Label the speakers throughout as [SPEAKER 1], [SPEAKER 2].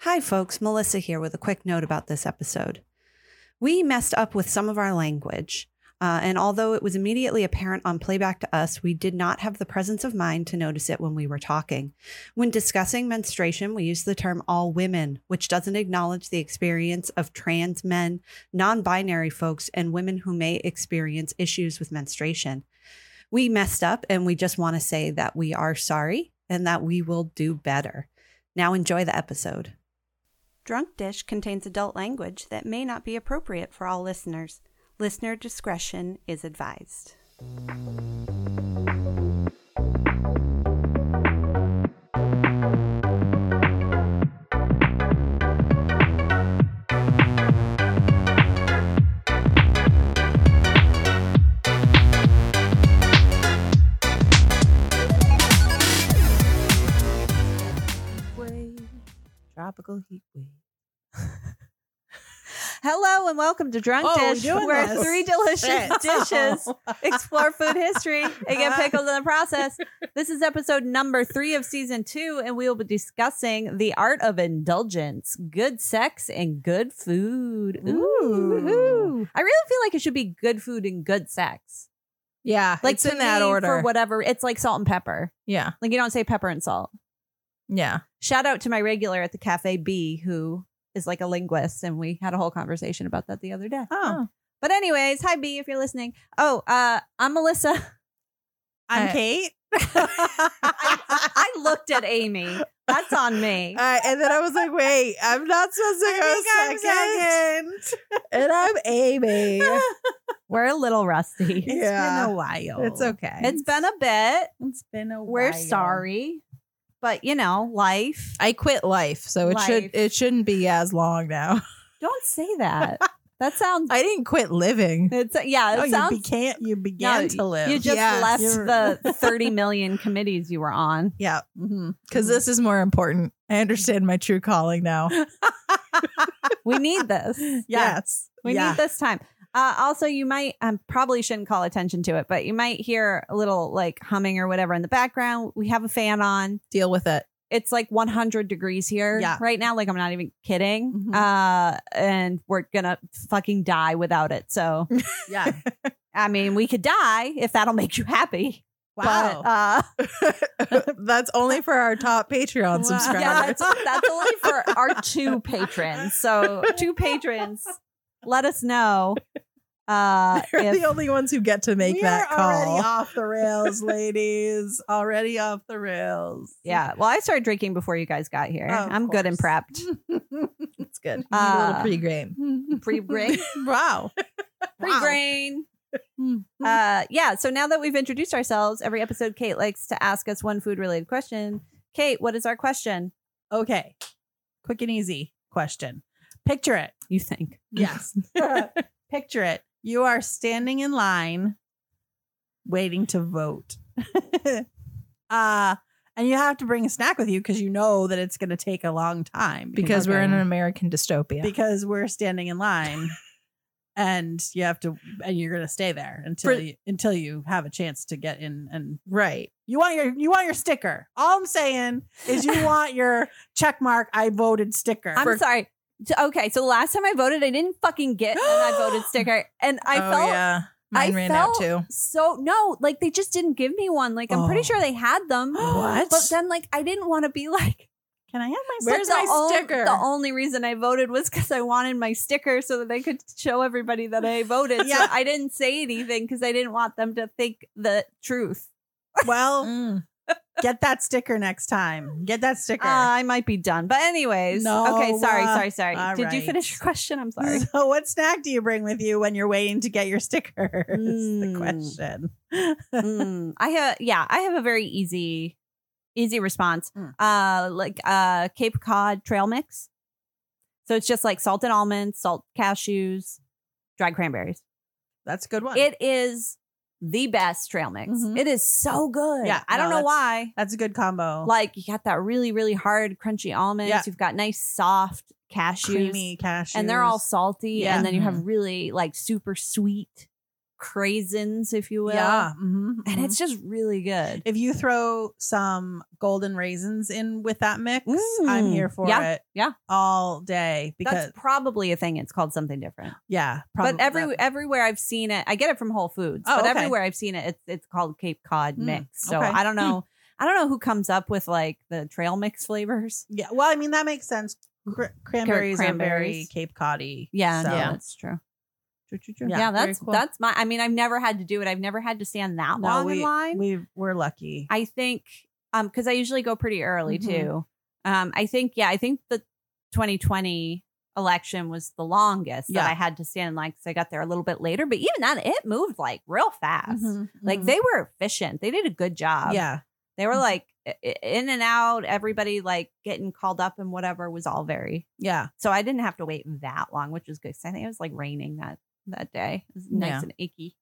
[SPEAKER 1] Hi, folks. Melissa here with a quick note about this episode. We messed up with some of our language, uh, and although it was immediately apparent on playback to us, we did not have the presence of mind to notice it when we were talking. When discussing menstruation, we use the term all women, which doesn't acknowledge the experience of trans men, non binary folks, and women who may experience issues with menstruation. We messed up, and we just want to say that we are sorry and that we will do better. Now, enjoy the episode. Drunk Dish contains adult language that may not be appropriate for all listeners. Listener discretion is advised. Tropical heat wave. Hello and welcome to Drunk
[SPEAKER 2] Oh, we're
[SPEAKER 1] Dish,
[SPEAKER 2] doing
[SPEAKER 1] where
[SPEAKER 2] this.
[SPEAKER 1] three delicious
[SPEAKER 2] Shit.
[SPEAKER 1] dishes explore food history and get pickled in the process. This is episode number three of season two, and we will be discussing the art of indulgence, good sex, and good food. Ooh.
[SPEAKER 2] Ooh.
[SPEAKER 1] I really feel like it should be good food and good sex.
[SPEAKER 2] Yeah,
[SPEAKER 1] Like
[SPEAKER 2] like it's
[SPEAKER 1] to
[SPEAKER 2] in that
[SPEAKER 1] me,
[SPEAKER 2] order.
[SPEAKER 1] for whatever. It's like salt and pepper.
[SPEAKER 2] yeah,
[SPEAKER 1] Like you don't say pepper and salt.
[SPEAKER 2] yeah.
[SPEAKER 1] Shout out to my regular at the cafe B who is like a linguist, and we had a whole conversation about that the other day.
[SPEAKER 2] Oh.
[SPEAKER 1] But anyways, hi B, if you're listening. Oh, uh, I'm Melissa.
[SPEAKER 2] I'm
[SPEAKER 1] Kate.
[SPEAKER 2] Oh.
[SPEAKER 1] I, I looked at Amy. That's on me.
[SPEAKER 2] Uh, and then I was like, "Wait, I'm not supposed to go second. and I'm Amy.
[SPEAKER 1] We're a little rusty.
[SPEAKER 2] Yeah.
[SPEAKER 1] while.
[SPEAKER 2] It's okay.
[SPEAKER 1] It's been a bit.
[SPEAKER 2] it's been a.
[SPEAKER 1] We're sorry, but you know, life.
[SPEAKER 2] I quit life, so it
[SPEAKER 1] Life.
[SPEAKER 2] should it shouldn't be as long now.
[SPEAKER 1] Don't say that. that sounds.
[SPEAKER 2] I didn't quit living.
[SPEAKER 1] It's yeah. It
[SPEAKER 3] Oh,
[SPEAKER 1] sounds.
[SPEAKER 3] you began you
[SPEAKER 1] no,
[SPEAKER 3] began to live.
[SPEAKER 1] You just
[SPEAKER 2] Yes.
[SPEAKER 1] left
[SPEAKER 3] You're-
[SPEAKER 1] the 30 million committees you were on.
[SPEAKER 2] Yeah,
[SPEAKER 3] Mhm.
[SPEAKER 2] because this is more important. I understand my true calling now.
[SPEAKER 1] We need this.
[SPEAKER 2] Yes,
[SPEAKER 1] We need this time. Uh, also, you might um, probably shouldn't call attention to it, but you might hear a little like humming or whatever in the background. We have a fan on.
[SPEAKER 2] deal with it.
[SPEAKER 1] It's like 100 degrees here
[SPEAKER 2] Yeah.
[SPEAKER 1] right now. Like I'm not even kidding.
[SPEAKER 3] Mhm.
[SPEAKER 1] Uh, and we're gonna fucking die without it. So
[SPEAKER 3] yeah.
[SPEAKER 1] I mean, we could die if that'll make you happy.
[SPEAKER 2] Wow.
[SPEAKER 1] But, uh,
[SPEAKER 3] uh,
[SPEAKER 2] That's only for our top Patreon subscribers.
[SPEAKER 1] yeah, that's, that's only for our two patrons. So two patrons, let us know. Uh,
[SPEAKER 2] They're
[SPEAKER 1] if-
[SPEAKER 2] the only ones who get to make
[SPEAKER 3] we
[SPEAKER 2] that
[SPEAKER 3] are
[SPEAKER 2] call.
[SPEAKER 3] already off the rails, ladies. Already off the rails.
[SPEAKER 1] Yeah. Well, I started drinking before you guys got here.
[SPEAKER 3] Of
[SPEAKER 1] I'm good and
[SPEAKER 3] course.
[SPEAKER 1] prepped.
[SPEAKER 2] It's good.
[SPEAKER 1] Uh,
[SPEAKER 2] a little pre-game.
[SPEAKER 1] Pre-grain.
[SPEAKER 3] wow.
[SPEAKER 1] Pre-grain. Uh, yeah. So now that we've introduced ourselves, every episode, Kate likes to ask us one food related question. Kate, what is our question?
[SPEAKER 3] Okay. Quick and easy question. Picture it.
[SPEAKER 1] You think?
[SPEAKER 3] Yes. Picture it. You are standing in line waiting to vote. uh and you have to bring a snack with you because you know that it's going to take a long time
[SPEAKER 2] Because we're in
[SPEAKER 1] Okay.
[SPEAKER 2] an American dystopia.
[SPEAKER 3] because we're standing in line and you have to and you're gonna stay there until
[SPEAKER 2] For-
[SPEAKER 3] you, until you have a chance to get in and
[SPEAKER 2] right.
[SPEAKER 3] you want your you want your sticker all i'm saying is you want your check mark i voted sticker
[SPEAKER 1] I'm sorry. T- Okay. So the last time I voted, I didn't fucking get an I voted sticker. And I
[SPEAKER 2] oh,
[SPEAKER 1] felt
[SPEAKER 2] yeah. Mine
[SPEAKER 1] I
[SPEAKER 2] ran out
[SPEAKER 1] felt-
[SPEAKER 2] too.
[SPEAKER 1] so no, like they just didn't give me one. Like I'm pretty
[SPEAKER 3] Oh.
[SPEAKER 1] sure they had them.
[SPEAKER 3] What?
[SPEAKER 1] But then like I didn't want to be like
[SPEAKER 3] can i have my
[SPEAKER 1] Where's
[SPEAKER 3] sticker
[SPEAKER 1] the,
[SPEAKER 2] my
[SPEAKER 1] on-
[SPEAKER 2] sticker?
[SPEAKER 1] the only reason I voted was because I wanted my sticker so that I could show everybody that I voted. So
[SPEAKER 3] Yeah.
[SPEAKER 1] I didn't say anything because I didn't want them to think the truth.
[SPEAKER 3] well
[SPEAKER 1] Mm.
[SPEAKER 3] get that sticker next time get that
[SPEAKER 1] Uh,
[SPEAKER 3] sticker
[SPEAKER 1] I might be done. But anyways,
[SPEAKER 3] No,
[SPEAKER 1] okay, sorry,
[SPEAKER 3] uh,
[SPEAKER 1] sorry, sorry.
[SPEAKER 3] all
[SPEAKER 1] Did you
[SPEAKER 3] right.
[SPEAKER 1] finish your question? I'm sorry.
[SPEAKER 3] so what snack do you bring with you when you're waiting to get your sticker is
[SPEAKER 1] Mm.
[SPEAKER 3] the question
[SPEAKER 1] Mm, I have yeah, I have a very easy easy response.
[SPEAKER 3] Mm.
[SPEAKER 1] Uh like uh Cape Cod trail mix. So it's just like salted almonds, salt cashews, dried cranberries.
[SPEAKER 3] that's a good one
[SPEAKER 1] It is the best trail mix.
[SPEAKER 3] Mhm.
[SPEAKER 1] It is so good.
[SPEAKER 3] Yeah,
[SPEAKER 1] I don't
[SPEAKER 3] no,
[SPEAKER 1] know why.
[SPEAKER 3] that's a good combo
[SPEAKER 1] Like you got that really, really hard, crunchy almonds.
[SPEAKER 3] Yeah.
[SPEAKER 1] You've got nice, soft cashews,
[SPEAKER 3] creamy cashews
[SPEAKER 1] and they're all salty.
[SPEAKER 3] Yeah. Mm-hmm.
[SPEAKER 1] And then you have really like super sweet craisins, if you will.
[SPEAKER 3] yeah. mhm,
[SPEAKER 1] And
[SPEAKER 3] mhm.
[SPEAKER 1] it's just really good.
[SPEAKER 3] if you throw some golden raisins in with that mix, I'm
[SPEAKER 1] Mm,
[SPEAKER 3] here for
[SPEAKER 1] yeah,
[SPEAKER 3] it.
[SPEAKER 1] yeah.
[SPEAKER 3] all day because
[SPEAKER 1] That's probably a thing. It's called something different.
[SPEAKER 3] yeah,
[SPEAKER 1] but every
[SPEAKER 3] that-
[SPEAKER 1] everywhere I've seen it, I get it from Whole Foods.
[SPEAKER 3] Oh,
[SPEAKER 1] but
[SPEAKER 3] okay.
[SPEAKER 1] everywhere I've seen it, it's it's called Cape Cod
[SPEAKER 3] Mm,
[SPEAKER 1] mix. So
[SPEAKER 3] okay.
[SPEAKER 1] I don't know. I don't know who comes up with like the trail mix flavors.
[SPEAKER 3] yeah. Well, I mean that makes sense. Cr- cranberries, are very
[SPEAKER 1] cranberries.
[SPEAKER 3] Cape Coddy.
[SPEAKER 1] Yeah,
[SPEAKER 3] so.
[SPEAKER 1] no,
[SPEAKER 2] Yeah.
[SPEAKER 1] that's true. True, true, true.
[SPEAKER 3] Yeah,
[SPEAKER 1] Yeah,
[SPEAKER 3] very
[SPEAKER 1] that's
[SPEAKER 3] cool.
[SPEAKER 1] that's my. I mean, I've never had to do it. I've never had to stand that
[SPEAKER 3] No,
[SPEAKER 1] long
[SPEAKER 3] we-
[SPEAKER 1] in line.
[SPEAKER 3] we we're lucky.
[SPEAKER 1] I think um because I usually go pretty early
[SPEAKER 3] Mhm.
[SPEAKER 1] too. Um, I think yeah, I think the 2020 election was the longest
[SPEAKER 3] Yeah.
[SPEAKER 1] that I had to stand in line because I got there a little bit later. But even then, it moved like real fast.
[SPEAKER 3] Mhm,
[SPEAKER 1] Like
[SPEAKER 3] mhm.
[SPEAKER 1] they were efficient. They did a good job.
[SPEAKER 3] yeah,
[SPEAKER 1] They were
[SPEAKER 3] Mhm.
[SPEAKER 1] like i- i- in and out, everybody like getting called up and whatever was all very.
[SPEAKER 3] yeah.
[SPEAKER 1] So I didn't have to wait that long, which was good. 'cause I think it was like raining that that day. It was nice
[SPEAKER 2] Yeah.
[SPEAKER 1] and icky.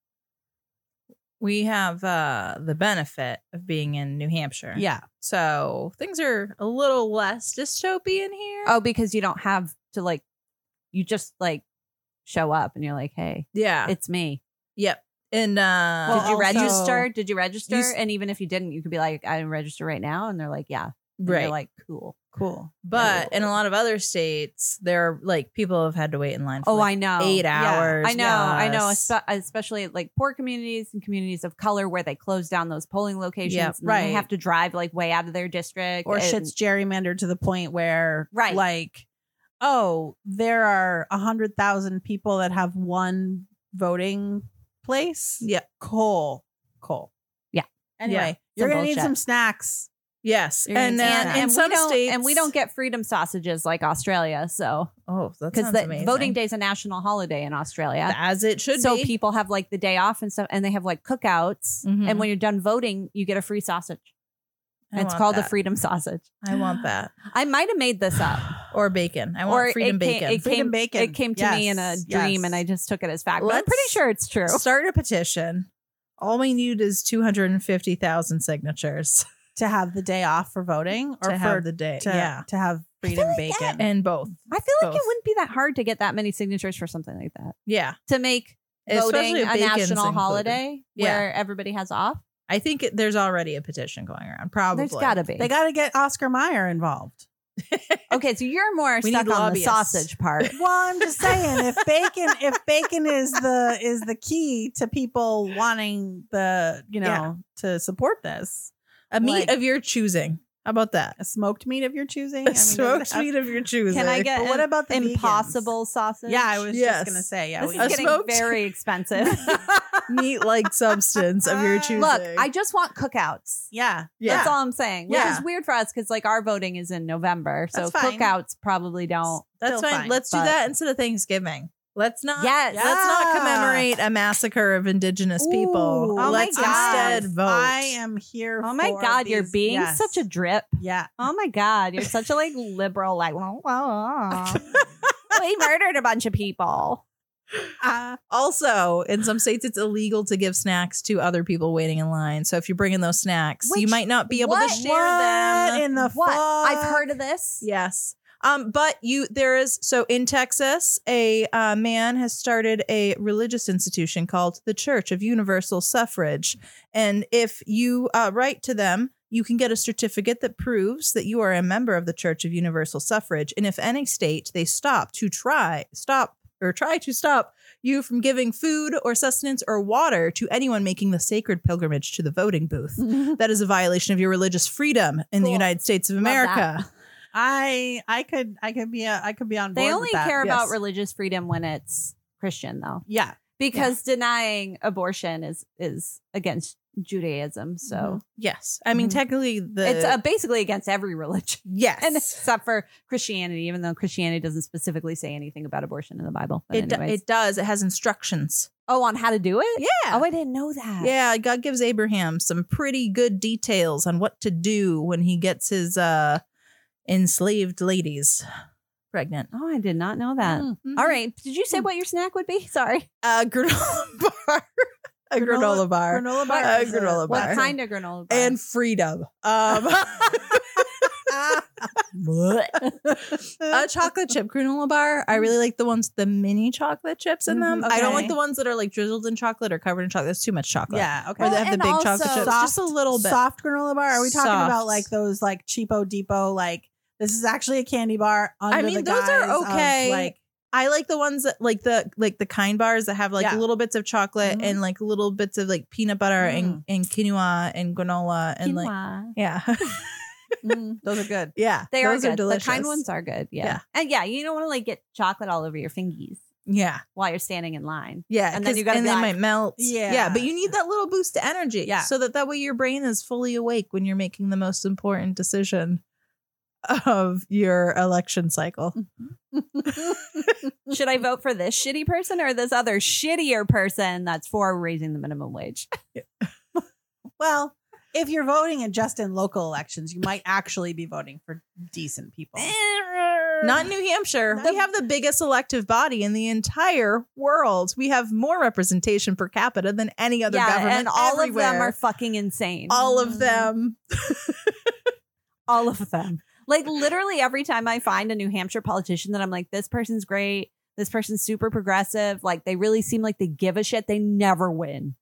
[SPEAKER 2] We have uh, the benefit of being in New Hampshire.
[SPEAKER 3] Yeah.
[SPEAKER 2] So things are a little less dystopian here.
[SPEAKER 1] Oh, because you don't have to like you just like show up and you're like, "Hey,
[SPEAKER 2] yeah.
[SPEAKER 1] it's me."
[SPEAKER 2] yep. And uh,
[SPEAKER 3] Well,
[SPEAKER 1] Did you
[SPEAKER 3] also-
[SPEAKER 1] register? Did you register?
[SPEAKER 2] s-
[SPEAKER 1] and even if you didn't, you could be like, "I register right now," and they're like, "Yeah." And
[SPEAKER 2] right?
[SPEAKER 1] You're like, "Cool."
[SPEAKER 3] Cool.
[SPEAKER 2] but
[SPEAKER 1] Yeah.
[SPEAKER 2] in a lot of other states, there are like people have had to wait in line. For,
[SPEAKER 1] Oh,
[SPEAKER 2] like,
[SPEAKER 1] I know.
[SPEAKER 2] eight hours
[SPEAKER 1] I know. I know.
[SPEAKER 2] plus.
[SPEAKER 1] espe- Especially like poor communities and communities of color where they close down those polling locations.
[SPEAKER 2] Yeah,
[SPEAKER 1] and then
[SPEAKER 3] right.
[SPEAKER 1] They have to drive like way out of their district.
[SPEAKER 3] Or
[SPEAKER 1] and-
[SPEAKER 3] shit's gerrymandered to the point where
[SPEAKER 1] Right.
[SPEAKER 3] like oh, there are a hundred thousand people that have one voting place.
[SPEAKER 2] Yeah.
[SPEAKER 3] Coal. Coal.
[SPEAKER 1] Yeah.
[SPEAKER 3] Anyway,
[SPEAKER 2] Yeah.
[SPEAKER 3] you're
[SPEAKER 1] Some
[SPEAKER 3] gonna need
[SPEAKER 1] bullshit.
[SPEAKER 3] some snacks.
[SPEAKER 2] yes,
[SPEAKER 1] You're gonna
[SPEAKER 2] and
[SPEAKER 1] see
[SPEAKER 2] then
[SPEAKER 1] that.
[SPEAKER 2] in
[SPEAKER 1] we
[SPEAKER 2] some
[SPEAKER 1] don't-
[SPEAKER 2] states,
[SPEAKER 1] and we don't get freedom sausages like Australia. So
[SPEAKER 2] Oh, that
[SPEAKER 1] because
[SPEAKER 2] sounds
[SPEAKER 1] the
[SPEAKER 2] amazing.
[SPEAKER 1] voting day is a national holiday in Australia.
[SPEAKER 2] as it should
[SPEAKER 1] so
[SPEAKER 2] be.
[SPEAKER 1] people have like the day off and stuff, and they have like cookouts.
[SPEAKER 2] Mhm.
[SPEAKER 1] And when you're done voting, you get a free sausage.
[SPEAKER 2] I
[SPEAKER 1] it's
[SPEAKER 2] want
[SPEAKER 1] called
[SPEAKER 2] that.
[SPEAKER 1] a freedom sausage.
[SPEAKER 2] I want that
[SPEAKER 1] I might have made this up.
[SPEAKER 2] or bacon. I want
[SPEAKER 1] Or
[SPEAKER 2] freedom
[SPEAKER 1] it came-
[SPEAKER 2] bacon.
[SPEAKER 1] it
[SPEAKER 3] Freedom
[SPEAKER 1] came,
[SPEAKER 3] bacon.
[SPEAKER 1] It came to me in a
[SPEAKER 3] Yes,
[SPEAKER 1] dream,
[SPEAKER 3] yes.
[SPEAKER 1] and I just took it as fact. but I'm
[SPEAKER 2] Let's-
[SPEAKER 1] pretty sure it's true.
[SPEAKER 2] Start a petition. All we need is two hundred and fifty thousand signatures
[SPEAKER 3] to have the day off for voting or
[SPEAKER 2] to
[SPEAKER 3] for
[SPEAKER 2] have the day.
[SPEAKER 3] to,
[SPEAKER 2] yeah,
[SPEAKER 3] to have freedom
[SPEAKER 1] like
[SPEAKER 3] bacon.
[SPEAKER 2] and both.
[SPEAKER 1] I feel like
[SPEAKER 2] Both.
[SPEAKER 1] it wouldn't be that hard to get that many signatures for something like that
[SPEAKER 2] Yeah,
[SPEAKER 1] to make voting
[SPEAKER 2] Especially
[SPEAKER 1] a
[SPEAKER 2] if bacon's
[SPEAKER 1] national
[SPEAKER 2] included.
[SPEAKER 1] holiday
[SPEAKER 2] Yeah.
[SPEAKER 1] where everybody has off.
[SPEAKER 2] I think it, there's already a petition going around. Probably
[SPEAKER 1] There's got to be.
[SPEAKER 3] they got to get Oscar Meyer involved.
[SPEAKER 1] okay, so you're more
[SPEAKER 2] We
[SPEAKER 1] stuck
[SPEAKER 2] need
[SPEAKER 1] on the
[SPEAKER 2] lobbyists.
[SPEAKER 1] sausage part.
[SPEAKER 3] Well, I'm just saying if bacon if bacon is the is the key to people wanting the, you know,
[SPEAKER 2] Yeah.
[SPEAKER 3] to support this.
[SPEAKER 2] a meat
[SPEAKER 3] like-
[SPEAKER 2] of your choosing. How about that?
[SPEAKER 3] A smoked meat of your choosing? I
[SPEAKER 2] A
[SPEAKER 3] mean, does it
[SPEAKER 2] smoked
[SPEAKER 3] have-
[SPEAKER 2] meat of your choosing.
[SPEAKER 1] Can I get
[SPEAKER 3] But what
[SPEAKER 1] an
[SPEAKER 3] about the vegans?
[SPEAKER 1] impossible sausage?
[SPEAKER 3] Yeah, I was
[SPEAKER 2] Yes.
[SPEAKER 3] just going to say, yeah,
[SPEAKER 1] This
[SPEAKER 3] we-
[SPEAKER 1] is
[SPEAKER 2] A
[SPEAKER 1] getting
[SPEAKER 2] smoked-
[SPEAKER 1] very expensive.
[SPEAKER 2] meat-like substance of your
[SPEAKER 3] Look,
[SPEAKER 2] choosing?
[SPEAKER 1] Look, I just want cookouts.
[SPEAKER 3] yeah.
[SPEAKER 1] That's
[SPEAKER 2] yeah.
[SPEAKER 1] all I'm saying. Which
[SPEAKER 2] Yeah.
[SPEAKER 1] is weird for us because like our voting is in November, so
[SPEAKER 3] That's fine.
[SPEAKER 1] cookouts probably don't.
[SPEAKER 2] That's
[SPEAKER 3] Still
[SPEAKER 2] fine.
[SPEAKER 3] fine,
[SPEAKER 2] Let's do
[SPEAKER 1] but-
[SPEAKER 2] that instead of Thanksgiving. Let's not.
[SPEAKER 1] Yes.
[SPEAKER 2] Let's not
[SPEAKER 3] Yeah.
[SPEAKER 2] commemorate a massacre of indigenous people.
[SPEAKER 3] Ooh, oh my
[SPEAKER 2] Let's
[SPEAKER 3] God.
[SPEAKER 2] instead vote.
[SPEAKER 3] I am here
[SPEAKER 1] Oh my
[SPEAKER 3] for
[SPEAKER 1] god, you're
[SPEAKER 3] these-
[SPEAKER 1] being
[SPEAKER 3] yes.
[SPEAKER 1] such a drip.
[SPEAKER 3] Yeah.
[SPEAKER 1] Oh my god, you're such a like liberal. Like, wah, wah, wah. we murdered a bunch of people.
[SPEAKER 3] Uh,
[SPEAKER 2] also, in some states, it's illegal to give snacks to other people waiting in line. So if you're bringing those snacks, you
[SPEAKER 1] Which-
[SPEAKER 2] might not be able
[SPEAKER 1] what?
[SPEAKER 2] to share
[SPEAKER 3] what
[SPEAKER 2] them.
[SPEAKER 3] in the
[SPEAKER 1] What? I've
[SPEAKER 3] fuck?
[SPEAKER 1] heard of this.
[SPEAKER 2] Yes. Um, but you there is so in Texas, a uh, man has started a religious institution called the Church of Universal Suffrage, and if you uh, write to them, you can get a certificate that proves that you are a member of the Church of Universal Suffrage. And if any state they stop to try stop or try to stop you from giving food or sustenance or water to anyone making the sacred pilgrimage to the voting booth, that is a violation of your religious freedom in
[SPEAKER 1] Mm.
[SPEAKER 2] the
[SPEAKER 1] Cool.
[SPEAKER 2] United States of
[SPEAKER 1] Love that.
[SPEAKER 2] America.
[SPEAKER 3] I I could I could be a, I could be on board.
[SPEAKER 1] They
[SPEAKER 3] with
[SPEAKER 1] only
[SPEAKER 3] that.
[SPEAKER 1] care about
[SPEAKER 2] yes.
[SPEAKER 1] religious freedom when it's Christian, though,
[SPEAKER 3] Yeah.
[SPEAKER 1] because denying abortion is is against Judaism. So
[SPEAKER 2] Yes, I mean
[SPEAKER 1] Mhm.
[SPEAKER 2] technically the
[SPEAKER 1] it's uh, basically against every religion.
[SPEAKER 2] yes.
[SPEAKER 1] and except for Christianity, even though Christianity doesn't specifically say anything about abortion in the Bible. But
[SPEAKER 2] it, do-
[SPEAKER 1] anyways.
[SPEAKER 2] it does. It has instructions.
[SPEAKER 1] oh, on how to do it?
[SPEAKER 2] Yeah.
[SPEAKER 1] Oh, I didn't know that.
[SPEAKER 2] Yeah, God gives Abraham some pretty good details on what to do when he gets his uh enslaved ladies pregnant. Mm-hmm.
[SPEAKER 1] Oh, I did not know that. All right. Did you say what your snack would be? Sorry.
[SPEAKER 2] A Uh, granola bar. A granola,
[SPEAKER 3] Granola-
[SPEAKER 2] bar.
[SPEAKER 3] Granola
[SPEAKER 2] Uh,
[SPEAKER 3] bar. is a-
[SPEAKER 2] granola
[SPEAKER 1] What
[SPEAKER 2] bar.
[SPEAKER 1] kind of granola bar?
[SPEAKER 2] And freedom. Um a chocolate chip granola bar. I really like the ones with the mini chocolate chips in them.
[SPEAKER 3] Mhm,
[SPEAKER 2] Mm-hmm. I don't
[SPEAKER 3] okay.
[SPEAKER 2] like the ones that are like drizzled in chocolate or covered in chocolate. That's too much chocolate.
[SPEAKER 3] yeah. Okay.
[SPEAKER 2] Or they have the
[SPEAKER 1] and
[SPEAKER 2] big chocolate
[SPEAKER 1] also
[SPEAKER 2] chips. just a little bit.
[SPEAKER 3] Soft granola bar. Are we talking about
[SPEAKER 2] Soft.
[SPEAKER 3] like those like cheapo depot like this is actually a candy bar? Under
[SPEAKER 2] mean,
[SPEAKER 3] the
[SPEAKER 2] those are
[SPEAKER 3] guise of,
[SPEAKER 2] okay.
[SPEAKER 3] like
[SPEAKER 2] I like the ones that like the like the kind bars that have like
[SPEAKER 3] Yeah.
[SPEAKER 2] little bits of chocolate
[SPEAKER 3] Mhm.
[SPEAKER 2] and like little bits of like peanut butter and, and quinoa and granola and like
[SPEAKER 1] Quinoa.
[SPEAKER 2] yeah.
[SPEAKER 1] Mm.
[SPEAKER 3] those are good.
[SPEAKER 2] yeah.
[SPEAKER 1] They are
[SPEAKER 2] those
[SPEAKER 1] good.
[SPEAKER 2] are delicious.
[SPEAKER 1] The kind ones are good. Yeah.
[SPEAKER 2] Yeah.
[SPEAKER 1] And yeah, you don't want to like get chocolate all over your fingies
[SPEAKER 2] Yeah.
[SPEAKER 1] while you're standing in line.
[SPEAKER 2] Yeah.
[SPEAKER 1] And then
[SPEAKER 2] 'cause-
[SPEAKER 1] you gotta
[SPEAKER 2] and
[SPEAKER 1] be
[SPEAKER 2] they
[SPEAKER 1] like-
[SPEAKER 2] might melt.
[SPEAKER 3] Yeah.
[SPEAKER 2] Yeah. But you need that little boost of energy.
[SPEAKER 3] Yeah.
[SPEAKER 2] So that that way your brain is fully awake when you're making the most important decision of your election cycle.
[SPEAKER 1] Should I vote for this shitty person or this other shittier person that's for raising the minimum wage?
[SPEAKER 3] Well, if you're voting in just in local elections, you might actually be voting for decent people.
[SPEAKER 2] Not New Hampshire.
[SPEAKER 3] Not-
[SPEAKER 2] we have the biggest elective body in the entire world. We have more representation per capita than any other
[SPEAKER 1] yeah,
[SPEAKER 2] government.
[SPEAKER 1] and all
[SPEAKER 2] everywhere.
[SPEAKER 1] of them are Mm. fucking insane.
[SPEAKER 2] all of them.
[SPEAKER 1] all of them. Like literally every time I find a New Hampshire politician that I'm like, this person's great. This person's super progressive. Like they really seem like they give a shit. They never win.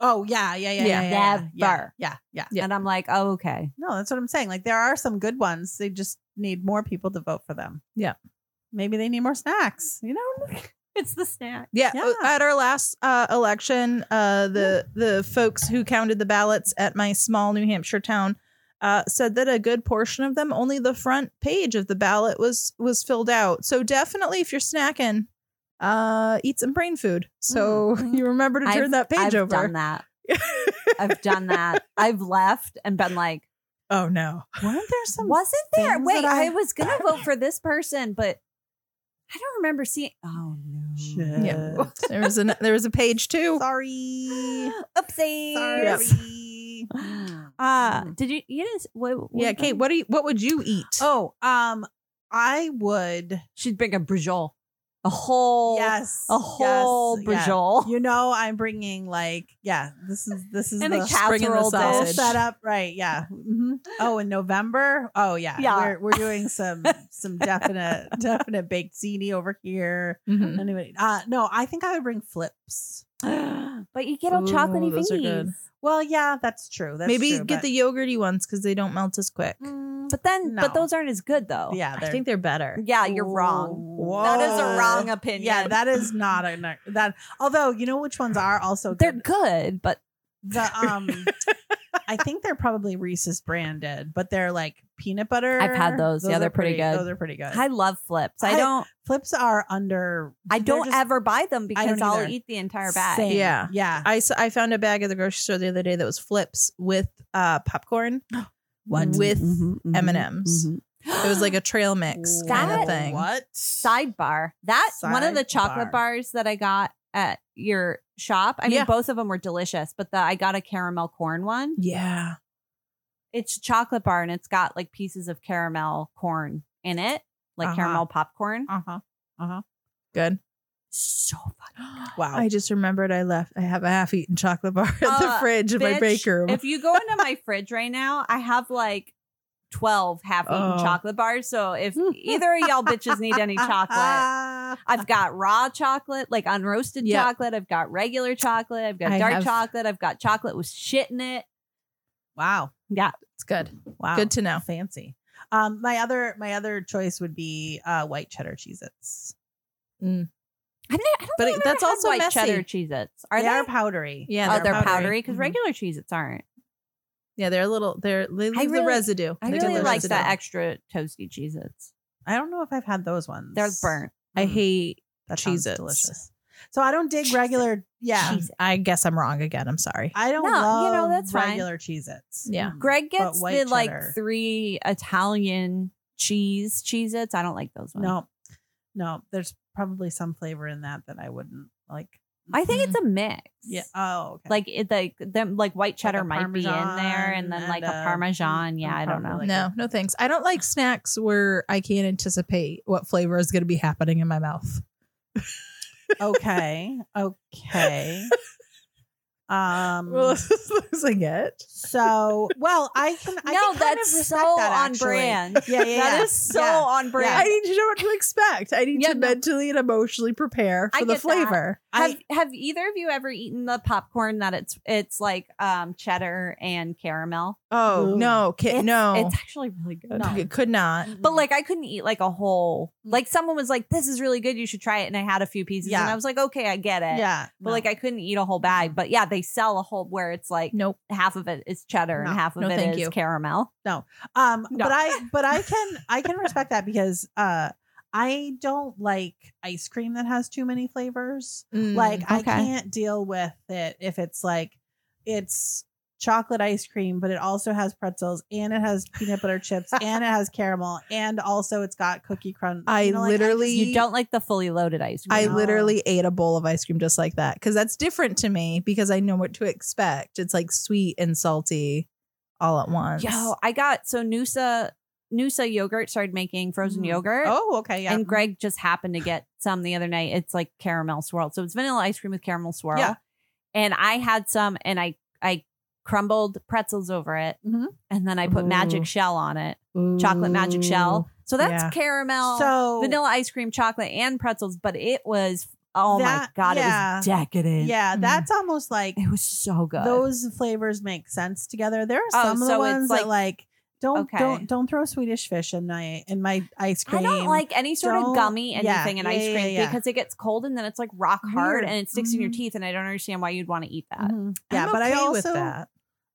[SPEAKER 3] Oh yeah, yeah, yeah,
[SPEAKER 2] Yeah.
[SPEAKER 3] yeah, yeah, yeah,
[SPEAKER 1] Never.
[SPEAKER 3] yeah, yeah.
[SPEAKER 2] Yeah.
[SPEAKER 1] And I'm like, oh, okay.
[SPEAKER 3] No, that's what I'm saying. Like there are some good ones. They just need more people to vote for them.
[SPEAKER 2] Yeah.
[SPEAKER 3] Maybe they need more snacks. You know,
[SPEAKER 1] It's the snack.
[SPEAKER 2] Yeah.
[SPEAKER 3] Yeah.
[SPEAKER 2] At our last uh, election, uh, the the folks who counted the ballots at my small New Hampshire town uh, said that a good portion of them, only the front page of the ballot was was filled out. So definitely, if you're snacking, uh, eat some brain food. So you remember to turn that page
[SPEAKER 1] Mm, I've
[SPEAKER 2] over.
[SPEAKER 1] done that. I've done that. I've left and been like,
[SPEAKER 2] Oh no.
[SPEAKER 3] weren't there some?
[SPEAKER 1] wasn't there?
[SPEAKER 3] things
[SPEAKER 1] Wait,
[SPEAKER 3] that I-
[SPEAKER 1] I... was gonna vote for this person, but I don't remember seeing. Oh no.
[SPEAKER 3] Shit.
[SPEAKER 2] Yeah. Uh, There was an there was a page two.
[SPEAKER 3] Sorry.
[SPEAKER 1] Oopsie.
[SPEAKER 3] Sorry.
[SPEAKER 2] Yep.
[SPEAKER 1] Uh, did you? You didn't. What, what
[SPEAKER 2] Yeah,
[SPEAKER 1] was that?
[SPEAKER 2] Kate, what do you what would you eat?
[SPEAKER 3] Oh, um, I would.
[SPEAKER 1] She'd bring a brujol, a whole,
[SPEAKER 3] yes,
[SPEAKER 1] a whole
[SPEAKER 3] yes, yeah.
[SPEAKER 1] brujol.
[SPEAKER 3] You know, I'm bringing like, yeah, this is this is
[SPEAKER 1] And
[SPEAKER 3] the
[SPEAKER 1] a
[SPEAKER 2] spring in the
[SPEAKER 1] casserole
[SPEAKER 3] whole
[SPEAKER 1] dish.
[SPEAKER 2] sausage.
[SPEAKER 3] setup, right? Yeah. hmm Oh, in November. Oh, yeah.
[SPEAKER 1] Yeah.
[SPEAKER 3] We're we're doing some some definite definite baked ziti over here.
[SPEAKER 1] Mm-hmm.
[SPEAKER 2] Mhm.
[SPEAKER 3] Anyway, uh, no, I think I would bring flips.
[SPEAKER 1] but you get all
[SPEAKER 2] Ooh,
[SPEAKER 1] chocolatey
[SPEAKER 2] those are good.
[SPEAKER 1] thingies.
[SPEAKER 3] Well, yeah, that's true. That's
[SPEAKER 2] Maybe
[SPEAKER 3] true,
[SPEAKER 2] get the yogurty ones because they don't melt as quick.
[SPEAKER 3] but- Mm,
[SPEAKER 1] But then, but
[SPEAKER 3] No.
[SPEAKER 1] those aren't as good though.
[SPEAKER 3] but yeah.
[SPEAKER 2] I think they're better.
[SPEAKER 1] Oh, yeah, you're wrong. That is a
[SPEAKER 3] Whoa.
[SPEAKER 1] wrong opinion.
[SPEAKER 3] Yeah, that is not a that. Although you know which ones are also
[SPEAKER 1] they're
[SPEAKER 3] good.
[SPEAKER 1] good, but
[SPEAKER 3] The um, I think they're probably Reese's branded, but they're like peanut butter.
[SPEAKER 1] I've had those. Yeah,
[SPEAKER 3] are
[SPEAKER 1] they're pretty good.
[SPEAKER 3] Those are pretty good.
[SPEAKER 1] I love flips. I,
[SPEAKER 3] I-
[SPEAKER 1] don't.
[SPEAKER 3] Flips are under.
[SPEAKER 1] I
[SPEAKER 3] they're
[SPEAKER 1] don't
[SPEAKER 3] just
[SPEAKER 1] ever buy them because
[SPEAKER 3] don't
[SPEAKER 1] I'll
[SPEAKER 3] either.
[SPEAKER 1] eat the entire bag.
[SPEAKER 3] same.
[SPEAKER 2] Yeah.
[SPEAKER 3] yeah.
[SPEAKER 2] I, s- I found a bag at the grocery store the other day that was flips with uh, popcorn.
[SPEAKER 3] What?
[SPEAKER 2] With
[SPEAKER 1] Mm-hmm,
[SPEAKER 2] M&Ms. It was like a trail mix kind
[SPEAKER 1] That-
[SPEAKER 2] of thing.
[SPEAKER 3] What?
[SPEAKER 1] sidebar. That one of the chocolate
[SPEAKER 3] Sidebar.
[SPEAKER 1] bars that I got at your shop. I mean,
[SPEAKER 2] Yeah.
[SPEAKER 1] both of them were delicious, but the I got a caramel corn one.
[SPEAKER 2] Yeah.
[SPEAKER 1] It's a chocolate bar and it's got like pieces of caramel corn in it, like
[SPEAKER 3] Uh-huh.
[SPEAKER 1] caramel popcorn.
[SPEAKER 3] Uh huh.
[SPEAKER 2] Good.
[SPEAKER 1] So fucking
[SPEAKER 3] Wow.
[SPEAKER 2] I just remembered I left. I have a half eaten chocolate bar at the
[SPEAKER 1] Uh,
[SPEAKER 2] fridge in my
[SPEAKER 1] bitch,
[SPEAKER 2] break room.
[SPEAKER 1] If you go into my fridge right now, I have like 12 half-eaten
[SPEAKER 2] Oh.
[SPEAKER 1] chocolate bars. So if either of y'all bitches need any chocolate, I've got raw chocolate, like unroasted
[SPEAKER 2] Yep.
[SPEAKER 1] chocolate. I've got regular chocolate. I've got
[SPEAKER 2] I
[SPEAKER 1] dark
[SPEAKER 2] have-
[SPEAKER 1] chocolate. I've got chocolate with shit in it.
[SPEAKER 3] wow.
[SPEAKER 1] Yeah.
[SPEAKER 2] it's good.
[SPEAKER 3] Wow.
[SPEAKER 2] Good to know.
[SPEAKER 3] Fancy. Um, my other my other choice would be uh, white cheddar Cheez-Its.
[SPEAKER 1] I didn't- I don't
[SPEAKER 2] But
[SPEAKER 1] think
[SPEAKER 2] it-
[SPEAKER 1] I've
[SPEAKER 2] that's
[SPEAKER 1] ever had
[SPEAKER 2] also
[SPEAKER 1] white
[SPEAKER 2] messy.
[SPEAKER 1] cheddar Cheez Its. Are
[SPEAKER 3] they
[SPEAKER 1] they?
[SPEAKER 3] are powdery.
[SPEAKER 2] Yeah.
[SPEAKER 1] oh, they're powdery because
[SPEAKER 2] Mhm.
[SPEAKER 1] regular Cheez Its aren't.
[SPEAKER 2] Yeah, they're a little. They're they leave the
[SPEAKER 1] really-
[SPEAKER 2] residue.
[SPEAKER 1] I
[SPEAKER 2] They
[SPEAKER 1] really
[SPEAKER 2] leave the
[SPEAKER 1] like that
[SPEAKER 2] residue.
[SPEAKER 1] extra toasty Cheez Its.
[SPEAKER 3] I don't know if I've had those ones.
[SPEAKER 1] They're burnt. Mm.
[SPEAKER 2] I hate
[SPEAKER 3] That sounds
[SPEAKER 2] Cheez-Its.
[SPEAKER 3] Delicious. So I don't dig regular. Yeah.
[SPEAKER 1] Cheez-Its.
[SPEAKER 2] I guess I'm wrong again. I'm sorry.
[SPEAKER 3] I don't
[SPEAKER 1] No, you
[SPEAKER 3] love
[SPEAKER 1] know, that's fine.
[SPEAKER 3] regular Cheez-Its.
[SPEAKER 2] Yeah.
[SPEAKER 1] Greg gets
[SPEAKER 3] white
[SPEAKER 1] the like
[SPEAKER 3] cheddar.
[SPEAKER 1] three Italian cheese Cheez Its. I don't like those ones.
[SPEAKER 3] No, no. There's probably some flavor in that that I wouldn't like.
[SPEAKER 1] I think it's a mix.
[SPEAKER 3] Yeah. Oh. Okay.
[SPEAKER 1] Like it, like them, like white cheddar
[SPEAKER 3] a
[SPEAKER 1] might be in there, and then
[SPEAKER 3] Parmesan
[SPEAKER 1] like
[SPEAKER 3] and
[SPEAKER 1] a
[SPEAKER 3] a-
[SPEAKER 1] parmesan. Yeah,
[SPEAKER 3] and
[SPEAKER 1] I don't
[SPEAKER 3] parma,
[SPEAKER 1] know.
[SPEAKER 3] like-
[SPEAKER 2] no, no thanks. I don't like snacks where I can't anticipate what flavor is going to be happening in my mouth.
[SPEAKER 3] okay. Okay. Um,
[SPEAKER 2] Well, this is losing it.
[SPEAKER 3] so, well, I can. I
[SPEAKER 1] no,
[SPEAKER 3] can kind
[SPEAKER 1] that's
[SPEAKER 3] of
[SPEAKER 1] so
[SPEAKER 3] respect that,
[SPEAKER 1] on
[SPEAKER 3] actually.
[SPEAKER 1] brand.
[SPEAKER 3] Yeah, yeah,
[SPEAKER 1] That
[SPEAKER 3] yeah.
[SPEAKER 1] is so
[SPEAKER 3] Yeah.
[SPEAKER 1] on
[SPEAKER 2] I
[SPEAKER 1] brand.
[SPEAKER 2] need to know what to expect. I need
[SPEAKER 1] Yeah,
[SPEAKER 2] to
[SPEAKER 1] no.
[SPEAKER 2] mentally and emotionally prepare
[SPEAKER 1] I
[SPEAKER 2] for the
[SPEAKER 1] get that.
[SPEAKER 2] flavor.
[SPEAKER 1] have Have either of you ever eaten the popcorn that it's it's like um, cheddar and caramel?
[SPEAKER 2] Oh
[SPEAKER 3] Ooh.
[SPEAKER 2] no, kid,
[SPEAKER 1] It's-
[SPEAKER 2] no,
[SPEAKER 1] It's actually really good.
[SPEAKER 2] No. It could not.
[SPEAKER 1] But like I couldn't eat like a whole.
[SPEAKER 3] Mm.
[SPEAKER 1] Like someone was like, "This is really good. You should try it." And I had a few pieces, and
[SPEAKER 2] Yeah.
[SPEAKER 1] I was like, "Okay, I get it."
[SPEAKER 3] yeah,
[SPEAKER 1] But like I couldn't eat a whole bag. But yeah, they sell a whole where it's like
[SPEAKER 2] Nope.
[SPEAKER 1] half of it is cheddar
[SPEAKER 3] No.
[SPEAKER 1] and half of
[SPEAKER 2] No,
[SPEAKER 1] it
[SPEAKER 2] thank
[SPEAKER 1] is
[SPEAKER 2] you.
[SPEAKER 1] caramel.
[SPEAKER 3] Um,
[SPEAKER 1] No.
[SPEAKER 3] but I but I can I can respect that because uh I don't like ice cream that has too many flavors. Like
[SPEAKER 2] Mm.
[SPEAKER 3] I
[SPEAKER 1] Mm, okay.
[SPEAKER 3] can't deal with it if it's like it's chocolate ice cream, but it also has pretzels and it has peanut butter chips and it has caramel and also it's got cookie crunch.
[SPEAKER 2] I
[SPEAKER 3] You know, like,
[SPEAKER 2] literally
[SPEAKER 1] You don't like the fully loaded ice
[SPEAKER 2] I
[SPEAKER 1] cream.
[SPEAKER 3] No.
[SPEAKER 2] literally ate a bowl of ice cream just like that because that's different to me because I know what to expect. It's like sweet and salty all at once.
[SPEAKER 1] Yo, I got so Noosa Noosa yogurt started making frozen
[SPEAKER 3] Mm.
[SPEAKER 1] yogurt.
[SPEAKER 3] oh okay yeah
[SPEAKER 1] And Greg just happened to get some the other night. It's like caramel swirl. So it's vanilla ice cream with caramel swirl.
[SPEAKER 3] Yeah.
[SPEAKER 1] And I had some and I I crumbled pretzels over it.
[SPEAKER 3] Mhm.
[SPEAKER 1] And then I put magic
[SPEAKER 2] Ooh.
[SPEAKER 1] shell on it. Chocolate magic shell. So that's
[SPEAKER 2] Yeah.
[SPEAKER 1] caramel,
[SPEAKER 3] so
[SPEAKER 1] vanilla ice cream, chocolate, and pretzels. But it was oh my
[SPEAKER 3] That-
[SPEAKER 1] god, it
[SPEAKER 3] yeah.
[SPEAKER 1] was decadent.
[SPEAKER 3] yeah that's almost like
[SPEAKER 1] Mm. It was so good.
[SPEAKER 3] those flavors make sense together. There are
[SPEAKER 1] Oh,
[SPEAKER 3] some
[SPEAKER 1] so
[SPEAKER 3] of the
[SPEAKER 1] it's
[SPEAKER 3] ones that like don't
[SPEAKER 1] Okay.
[SPEAKER 3] don't don't throw Swedish fish in my in my ice cream.
[SPEAKER 1] I don't like any sort of
[SPEAKER 3] Don't-
[SPEAKER 1] gummy
[SPEAKER 3] yeah,
[SPEAKER 1] anything in
[SPEAKER 3] yeah,
[SPEAKER 1] ice
[SPEAKER 3] yeah,
[SPEAKER 1] cream
[SPEAKER 3] yeah, yeah.
[SPEAKER 1] because it gets cold and then it's like rock hard
[SPEAKER 3] Weird.
[SPEAKER 1] and it sticks in your
[SPEAKER 3] Mhm.
[SPEAKER 1] teeth and I don't understand why you'd want to eat that.
[SPEAKER 3] Mhm.
[SPEAKER 2] I'm
[SPEAKER 3] Yeah, but I
[SPEAKER 2] okay
[SPEAKER 3] also
[SPEAKER 2] with that.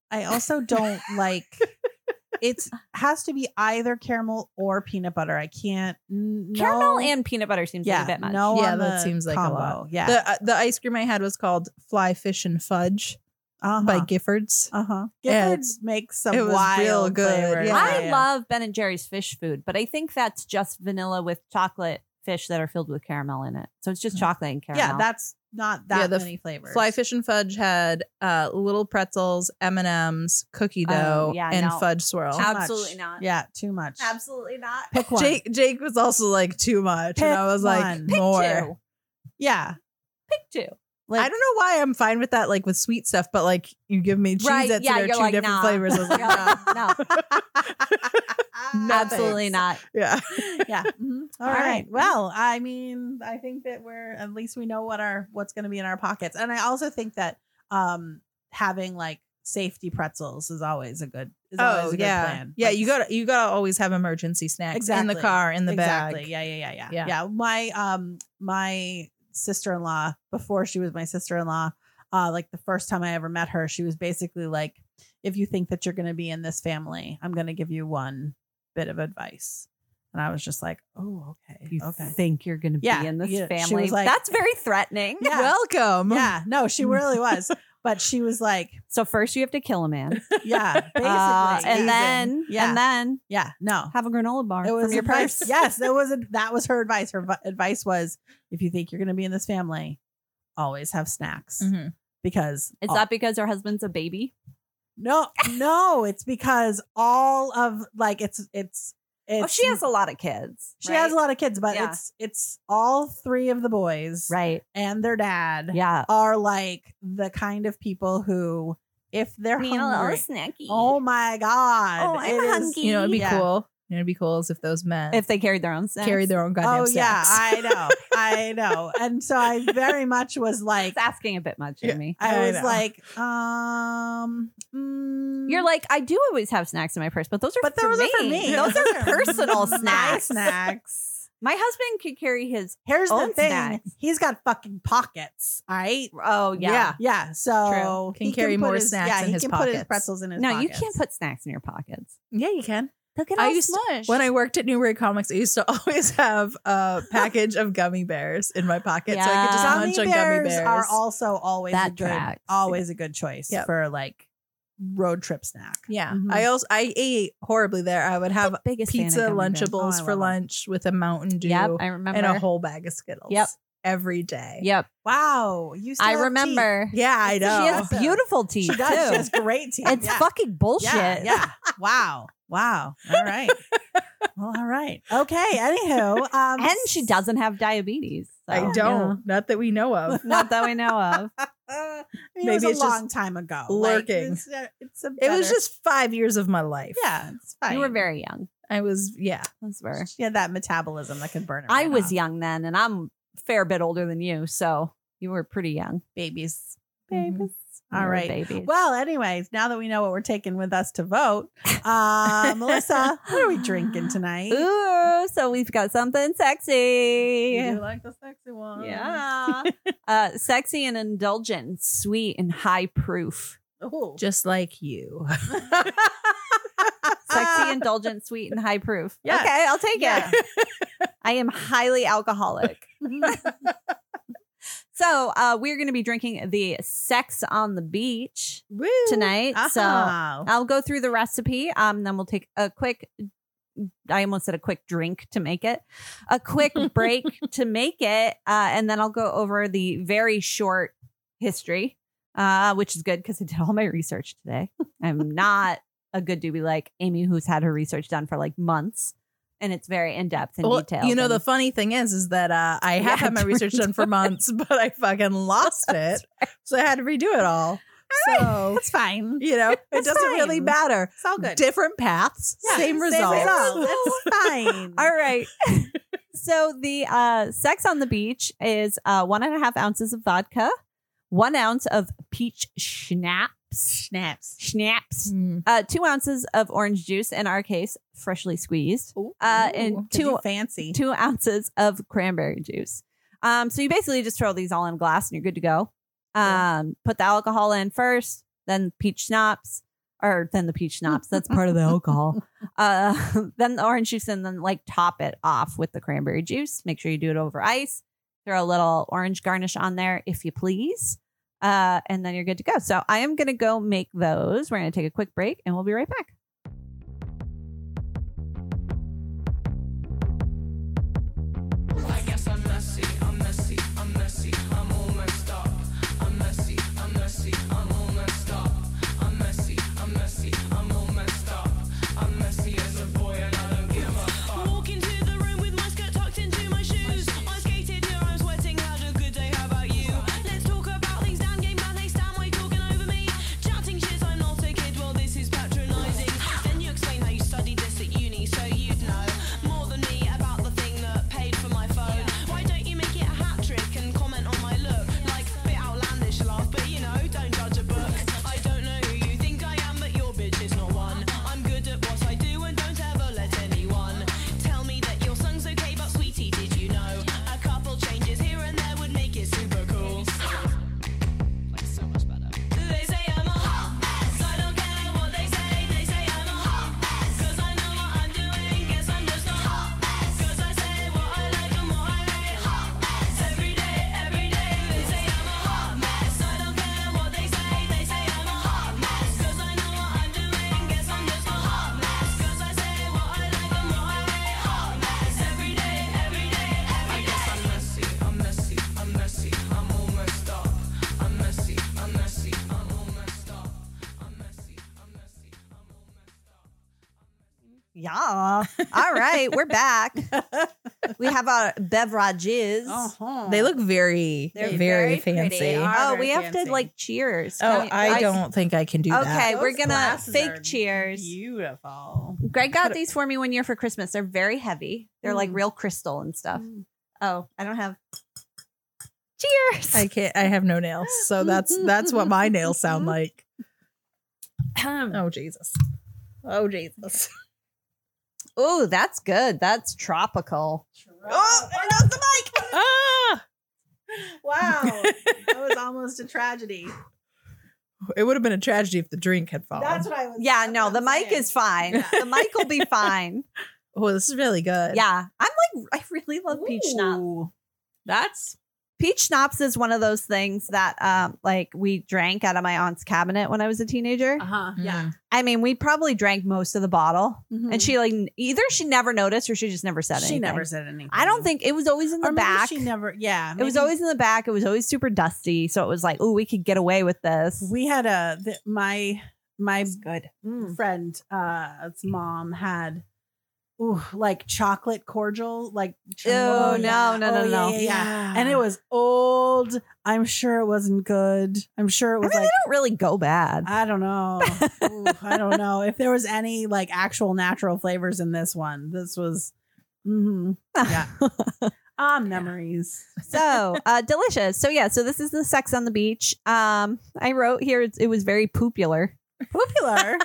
[SPEAKER 3] I also don't like it's has to be either caramel or peanut butter. I can't n-
[SPEAKER 1] Caramel
[SPEAKER 3] no,
[SPEAKER 1] and peanut butter seems
[SPEAKER 3] yeah,
[SPEAKER 1] like a bit much.
[SPEAKER 3] No
[SPEAKER 2] Yeah,
[SPEAKER 3] on
[SPEAKER 2] that
[SPEAKER 3] the
[SPEAKER 2] seems like a
[SPEAKER 3] combo.
[SPEAKER 2] lot.
[SPEAKER 3] Yeah,
[SPEAKER 2] The uh, the ice cream I had was called Fly Fish and Fudge
[SPEAKER 3] uh-huh.
[SPEAKER 2] by Giffords.
[SPEAKER 3] uh-huh.
[SPEAKER 2] Yeah,
[SPEAKER 3] Giffords makes some
[SPEAKER 2] it was
[SPEAKER 3] wild
[SPEAKER 2] real good,
[SPEAKER 3] flavors.
[SPEAKER 2] yeah.
[SPEAKER 1] I love Ben and Jerry's fish food, but I think that's just vanilla with chocolate fish that are filled with caramel in it. So it's
[SPEAKER 2] Mm.
[SPEAKER 1] just chocolate and caramel.
[SPEAKER 3] yeah, that's not that
[SPEAKER 2] Yeah, the
[SPEAKER 3] many flavors.
[SPEAKER 2] Fly Fish and Fudge had uh, little pretzels, M and M's, cookie
[SPEAKER 1] Oh,
[SPEAKER 2] dough,
[SPEAKER 1] yeah,
[SPEAKER 2] and
[SPEAKER 1] no.
[SPEAKER 2] fudge
[SPEAKER 3] Too
[SPEAKER 2] swirl.
[SPEAKER 1] Ab- Absolutely
[SPEAKER 3] much.
[SPEAKER 1] not.
[SPEAKER 3] Yeah, too much.
[SPEAKER 1] absolutely not.
[SPEAKER 3] Pick one.
[SPEAKER 2] Jake Jake was also like too much, and
[SPEAKER 3] Pick
[SPEAKER 2] I was like
[SPEAKER 3] one. Pick
[SPEAKER 2] more.
[SPEAKER 1] Two.
[SPEAKER 3] Yeah.
[SPEAKER 1] Pick two.
[SPEAKER 3] Like,
[SPEAKER 2] I don't know why I'm fine with that, like with sweet stuff, but like you give me cheese
[SPEAKER 1] Right,
[SPEAKER 2] that's
[SPEAKER 1] yeah,
[SPEAKER 2] there are
[SPEAKER 1] you're
[SPEAKER 2] two
[SPEAKER 1] like,
[SPEAKER 2] different
[SPEAKER 1] nah.
[SPEAKER 2] flavors. I was like,
[SPEAKER 1] You're like, no,
[SPEAKER 3] No,
[SPEAKER 1] absolutely
[SPEAKER 3] thanks.
[SPEAKER 1] not.
[SPEAKER 2] yeah. Mm-hmm.
[SPEAKER 3] Yeah. Mhm. All
[SPEAKER 1] All
[SPEAKER 3] right.
[SPEAKER 1] right.
[SPEAKER 3] Well, I mean, I think that we're at least we know what our what's going to be in our pockets, and I also think that um having like safety pretzels is always a good. Is always a good
[SPEAKER 2] Oh, yeah,
[SPEAKER 3] plan.
[SPEAKER 2] yeah.
[SPEAKER 3] Like,
[SPEAKER 2] You gotta you gotta always have emergency snacks in the
[SPEAKER 3] Exactly.
[SPEAKER 2] car in the
[SPEAKER 3] exactly.
[SPEAKER 2] bag.
[SPEAKER 3] Yeah, yeah, yeah, yeah,
[SPEAKER 2] Yeah.
[SPEAKER 3] yeah. My um my sister in law before she was my sister in law, uh, like the first time I ever met her, she was basically like, if you think that you're going to be in this family, I'm going to give you one bit of advice, and I was just like, oh, okay,
[SPEAKER 1] You
[SPEAKER 3] okay.
[SPEAKER 1] think you're going to
[SPEAKER 3] Yeah,
[SPEAKER 1] be in this
[SPEAKER 3] yeah, she was
[SPEAKER 1] family?
[SPEAKER 3] like-
[SPEAKER 1] that's very threatening.
[SPEAKER 3] Yeah.
[SPEAKER 2] Welcome.
[SPEAKER 3] Yeah, no,
[SPEAKER 1] Mm.
[SPEAKER 3] she really was. But she was like,
[SPEAKER 1] So first you have to kill a man.
[SPEAKER 3] yeah, basically.
[SPEAKER 1] Uh,
[SPEAKER 3] Amazing.
[SPEAKER 1] and then
[SPEAKER 3] yeah,
[SPEAKER 1] and then
[SPEAKER 3] yeah, no.
[SPEAKER 1] have a granola bar
[SPEAKER 3] It was
[SPEAKER 1] from your
[SPEAKER 3] advice.
[SPEAKER 1] purse.
[SPEAKER 3] yes, that was that was her advice. Her v- advice was if you think you're going to be in this family, always have snacks
[SPEAKER 1] Mm-hmm.
[SPEAKER 2] Mhm.
[SPEAKER 3] because
[SPEAKER 1] Is
[SPEAKER 3] all-
[SPEAKER 1] that because her husband's a baby?
[SPEAKER 3] No, no, it's because all of like it's it's it's
[SPEAKER 1] oh, she has a lot of kids.
[SPEAKER 3] she has a lot of kids, but
[SPEAKER 1] Yeah.
[SPEAKER 3] it's it's all three of the boys
[SPEAKER 1] Right.
[SPEAKER 3] and their dad
[SPEAKER 1] Yeah.
[SPEAKER 3] are like the kind of people who if they're hungry,
[SPEAKER 1] snacky.
[SPEAKER 3] Oh my god!
[SPEAKER 1] Oh, I'm
[SPEAKER 3] It is-
[SPEAKER 1] hungry.
[SPEAKER 2] You know, it'd be
[SPEAKER 3] Yeah.
[SPEAKER 2] cool. You know, it'd be cool is if those men
[SPEAKER 1] If they carried their own snacks.
[SPEAKER 2] carry their own goddamn
[SPEAKER 3] Oh yeah,
[SPEAKER 2] snacks.
[SPEAKER 3] I know, I know. And so I very much was like,
[SPEAKER 1] It's asking a bit much
[SPEAKER 2] Yeah.
[SPEAKER 1] of me.
[SPEAKER 3] I
[SPEAKER 2] I
[SPEAKER 3] was
[SPEAKER 2] know.
[SPEAKER 3] like, um, mm,
[SPEAKER 1] You're like, I do always have snacks in my purse, but those are
[SPEAKER 3] but
[SPEAKER 1] for
[SPEAKER 3] those
[SPEAKER 1] me.
[SPEAKER 3] are for me.
[SPEAKER 1] Those are personal
[SPEAKER 3] my
[SPEAKER 1] snacks.
[SPEAKER 3] Snacks.
[SPEAKER 1] My husband could carry his.
[SPEAKER 3] Here's
[SPEAKER 1] Own
[SPEAKER 3] the thing:
[SPEAKER 1] snacks.
[SPEAKER 3] he's got fucking pockets. All right.
[SPEAKER 1] Oh yeah.
[SPEAKER 3] yeah.
[SPEAKER 2] True.
[SPEAKER 3] So
[SPEAKER 2] Can carry
[SPEAKER 3] put
[SPEAKER 2] more
[SPEAKER 3] his,
[SPEAKER 2] snacks
[SPEAKER 3] Yeah,
[SPEAKER 2] in
[SPEAKER 3] he
[SPEAKER 2] his
[SPEAKER 3] can put his
[SPEAKER 2] pockets.
[SPEAKER 3] pretzels in his.
[SPEAKER 1] No, you
[SPEAKER 3] pockets.
[SPEAKER 1] can't put snacks in your pockets.
[SPEAKER 2] yeah, you can.
[SPEAKER 1] They'll get
[SPEAKER 2] I
[SPEAKER 1] all
[SPEAKER 2] used to-
[SPEAKER 1] smushed.
[SPEAKER 2] When I worked at Newbury Comics, I used to always have a package of gummy bears in my pocket, so I could just
[SPEAKER 1] Yeah.
[SPEAKER 2] munch on gummy bears.
[SPEAKER 3] are also always a
[SPEAKER 1] That
[SPEAKER 3] good,
[SPEAKER 1] tracks.
[SPEAKER 3] always a good choice
[SPEAKER 2] Yep.
[SPEAKER 3] for like road trip snack.
[SPEAKER 2] yeah,
[SPEAKER 1] Mhm.
[SPEAKER 2] I also I ate horribly there. I would have
[SPEAKER 1] biggest fan of
[SPEAKER 2] pizza
[SPEAKER 1] gummy bears.
[SPEAKER 2] lunchables
[SPEAKER 3] Oh, I
[SPEAKER 2] for
[SPEAKER 3] love 'em.
[SPEAKER 2] lunch with a Mountain Dew
[SPEAKER 1] Yep, I remember.
[SPEAKER 2] and a whole bag of Skittles.
[SPEAKER 1] Yep.
[SPEAKER 2] every day.
[SPEAKER 1] Yep,
[SPEAKER 3] Wow, you. Still
[SPEAKER 1] I
[SPEAKER 3] have teeth.
[SPEAKER 1] remember.
[SPEAKER 2] Yeah, I
[SPEAKER 3] She
[SPEAKER 2] know.
[SPEAKER 1] She has beautiful teeth
[SPEAKER 3] She does.
[SPEAKER 1] too.
[SPEAKER 3] She has great teeth.
[SPEAKER 1] It's
[SPEAKER 3] yeah.
[SPEAKER 1] fucking bullshit.
[SPEAKER 3] Yeah, yeah. Wow. Wow. All right. well, all right. Okay. Anywho, um,
[SPEAKER 1] And she doesn't have diabetes. so,
[SPEAKER 2] I don't. Not that we know of.
[SPEAKER 1] yeah. Not that we know of.
[SPEAKER 3] I mean,
[SPEAKER 2] Maybe
[SPEAKER 3] uh, it was a
[SPEAKER 2] it's just
[SPEAKER 3] long time ago.
[SPEAKER 2] lurking.
[SPEAKER 3] it's, uh, it's a
[SPEAKER 2] It was
[SPEAKER 3] better-
[SPEAKER 2] just five years of my life.
[SPEAKER 3] yeah. It's fine.
[SPEAKER 1] You were very young.
[SPEAKER 2] I was, yeah.
[SPEAKER 1] That's where
[SPEAKER 3] She had that metabolism that could burn. Her
[SPEAKER 1] I
[SPEAKER 3] right
[SPEAKER 1] was
[SPEAKER 3] off.
[SPEAKER 1] young then, and I'm a fair bit older than you, so you were pretty young.
[SPEAKER 3] babies.
[SPEAKER 1] Mhm. You
[SPEAKER 3] Mm-hmm. All
[SPEAKER 1] were
[SPEAKER 3] right.
[SPEAKER 1] babies.
[SPEAKER 3] Well, anyways, now that we know what we're taking with us to vote, uh, Melissa, what are we drinking tonight?
[SPEAKER 1] Ooh, so we've got something sexy.
[SPEAKER 3] You do like the sexy one?
[SPEAKER 1] Yeah. uh, sexy and indulgent, sweet and high proof.
[SPEAKER 3] Ooh.
[SPEAKER 2] Just like you.
[SPEAKER 1] Sexy, indulgent, sweet, and high proof.
[SPEAKER 3] Ah. Yeah.
[SPEAKER 1] Okay, I'll take
[SPEAKER 3] Yeah.
[SPEAKER 1] it. I am highly alcoholic. so uh, we're going to be drinking the Sex on the Beach
[SPEAKER 3] Woo.
[SPEAKER 1] tonight. So
[SPEAKER 3] Uh-huh.
[SPEAKER 1] I'll go through the recipe. Um, then we'll take a quick. I almost said a quick drink to make it, a quick break to make it, uh, and then I'll go over the very short history, uh, which is good because I did all my research today. I'm not a good doobie like Amy, who's had her research done for like months, and it's very in depth and
[SPEAKER 2] Well,
[SPEAKER 1] detailed.
[SPEAKER 2] You know, the
[SPEAKER 1] and-
[SPEAKER 2] funny thing is, is that uh, I
[SPEAKER 1] Yeah,
[SPEAKER 2] have had my
[SPEAKER 1] to
[SPEAKER 2] research done for
[SPEAKER 1] redo it.
[SPEAKER 2] months, but I fucking lost it. So I had to redo it all. So,
[SPEAKER 3] It's fine.
[SPEAKER 2] you know, it doesn't really
[SPEAKER 1] fine.
[SPEAKER 2] matter.
[SPEAKER 3] It's all good.
[SPEAKER 2] Different paths,
[SPEAKER 3] Yeah,
[SPEAKER 2] same, result.
[SPEAKER 3] result. That's fine.
[SPEAKER 1] All right. so the uh, sex on the beach is uh, one and a half ounces of vodka, one ounce of peach schnapps,
[SPEAKER 3] Snaps.
[SPEAKER 1] schnapps, uh, two ounces of orange juice. In our case, freshly squeezed. Uh, and
[SPEAKER 3] Ooh, 'cause
[SPEAKER 1] two-
[SPEAKER 3] you fancy.
[SPEAKER 1] Two ounces of cranberry juice. Um, so you basically just throw these all in a glass and you're good to go. Um, put the alcohol in first, then peach schnapps, or then the peach schnapps. That's part of the alcohol. Uh, then the orange juice, and then like top it off with the cranberry juice. Make sure you do it over ice. Throw a little orange garnish on there if you please. Uh, and then you're good to go. So I am going to go make those. We're going to take a quick break and we'll be right back.
[SPEAKER 4] Walk into the room with my skirt tucked into my shoes. I skated here, I'm sweating. Had a good day, how about you? Let's talk about things. Dan game bad, they stand way talking over me. Chatting shit, I'm not a kid. Well, this is patronising. Then you explain how you studied this at uni, so you'd know more than me about the thing that paid for my phone. Why don't you make it a hat trick and comment on my look? Like bit outlandish laugh, but you know, don't judge a book. I don't know who you think I am, but your bitch is not one. I'm good at what I do and don't ever let anyone tell me that your song's okay, but sweetie, did you know? A couple changes here and there would make it super cool. Like so much better. They say I'm a hot mess. I don't care what they say. They say I'm a hot mess. 'Cause I know what I'm doing. Guess I'm just a hot mess. 'Cause I say what I like and what I hate. Hot mess. Every day, every day. They say I'm a hot mess. I don't care what they say. They say I'm a hot mess. 'Cause I know what I'm doing. Guess I'm just a hot mess. 'Cause I say what I like and what I hate. Hot mess. Every day, every day, every day. I'm messy. I'm messy. I'm messy. I'm all messed up. I'm messy, I'm messy, I'm all messed up. I'm messy, I'm messy, I'm all messed up.
[SPEAKER 1] Yeah. All right. We're back. we have our beverages.
[SPEAKER 3] Uh-huh.
[SPEAKER 2] They look very,
[SPEAKER 1] They're
[SPEAKER 2] very,
[SPEAKER 1] very
[SPEAKER 2] fancy.
[SPEAKER 3] pretty. Are
[SPEAKER 1] Oh,
[SPEAKER 3] very
[SPEAKER 1] we have
[SPEAKER 3] fancy.
[SPEAKER 1] to like cheers.
[SPEAKER 2] Oh,
[SPEAKER 1] Can we-
[SPEAKER 2] I don't think I can do that.
[SPEAKER 1] Okay, we're
[SPEAKER 3] Those
[SPEAKER 1] gonna
[SPEAKER 3] glasses are
[SPEAKER 1] fake cheers.
[SPEAKER 3] Beautiful.
[SPEAKER 1] Greg got these for me one year for Christmas. They're very heavy. They're like
[SPEAKER 3] Mm.
[SPEAKER 1] real crystal and stuff. Oh, I don't have. Cheers.
[SPEAKER 2] I can't. I have no nails, so that's that's what my nails sound like.
[SPEAKER 3] um,
[SPEAKER 2] Oh Jesus! Oh Jesus!
[SPEAKER 1] oh, that's good. That's tropical.
[SPEAKER 3] Oh, there goes the mic.
[SPEAKER 1] Oh.
[SPEAKER 2] ah!
[SPEAKER 3] Wow. that was almost a tragedy.
[SPEAKER 2] It would have been a tragedy if the drink had fallen.
[SPEAKER 3] That's what I was
[SPEAKER 1] Yeah,
[SPEAKER 3] that's
[SPEAKER 1] no,
[SPEAKER 3] what
[SPEAKER 1] the
[SPEAKER 3] I'm
[SPEAKER 1] mic
[SPEAKER 3] saying.
[SPEAKER 1] is fine.
[SPEAKER 3] Yeah.
[SPEAKER 1] The mic will be fine.
[SPEAKER 2] oh, this is really good.
[SPEAKER 1] Yeah, I'm like I really love peach schnapps.
[SPEAKER 3] Ooh. That's
[SPEAKER 1] peach schnapps is one of those things that um like we drank out of my aunt's cabinet when I was a teenager.
[SPEAKER 3] uh-huh.
[SPEAKER 2] yeah.
[SPEAKER 1] I mean, we probably drank most of the bottle. And
[SPEAKER 3] And she
[SPEAKER 1] she like n- either she never noticed or she just never said
[SPEAKER 3] Hmm. she
[SPEAKER 1] anything.
[SPEAKER 3] never said anything.
[SPEAKER 1] I don't think it was always in the
[SPEAKER 3] Or maybe
[SPEAKER 1] back.
[SPEAKER 3] She never yeah.
[SPEAKER 1] it was
[SPEAKER 3] maybe-
[SPEAKER 1] always in the back. It was always super dusty. So it was like, oh, we could get away with this.
[SPEAKER 3] we had a th- my my
[SPEAKER 1] good. Mm.
[SPEAKER 3] friend uh 's mom had ooh, like chocolate cordial, like
[SPEAKER 1] Oh, no, no, no,
[SPEAKER 3] Oh,
[SPEAKER 1] no.
[SPEAKER 3] yeah, yeah, yeah.
[SPEAKER 2] Ah,
[SPEAKER 3] And it was old. I'm sure it wasn't good. I'm sure it
[SPEAKER 1] I
[SPEAKER 3] was
[SPEAKER 1] mean, they
[SPEAKER 3] like
[SPEAKER 1] don't really go bad.
[SPEAKER 3] I don't know. Ooh, I don't know if there was any like actual natural flavors in this one. This was, hmm yeah. ah, memories.
[SPEAKER 1] so uh, delicious. So yeah, so this is the sex on the beach. Um, I wrote here it's- it was very popular.
[SPEAKER 3] Popular.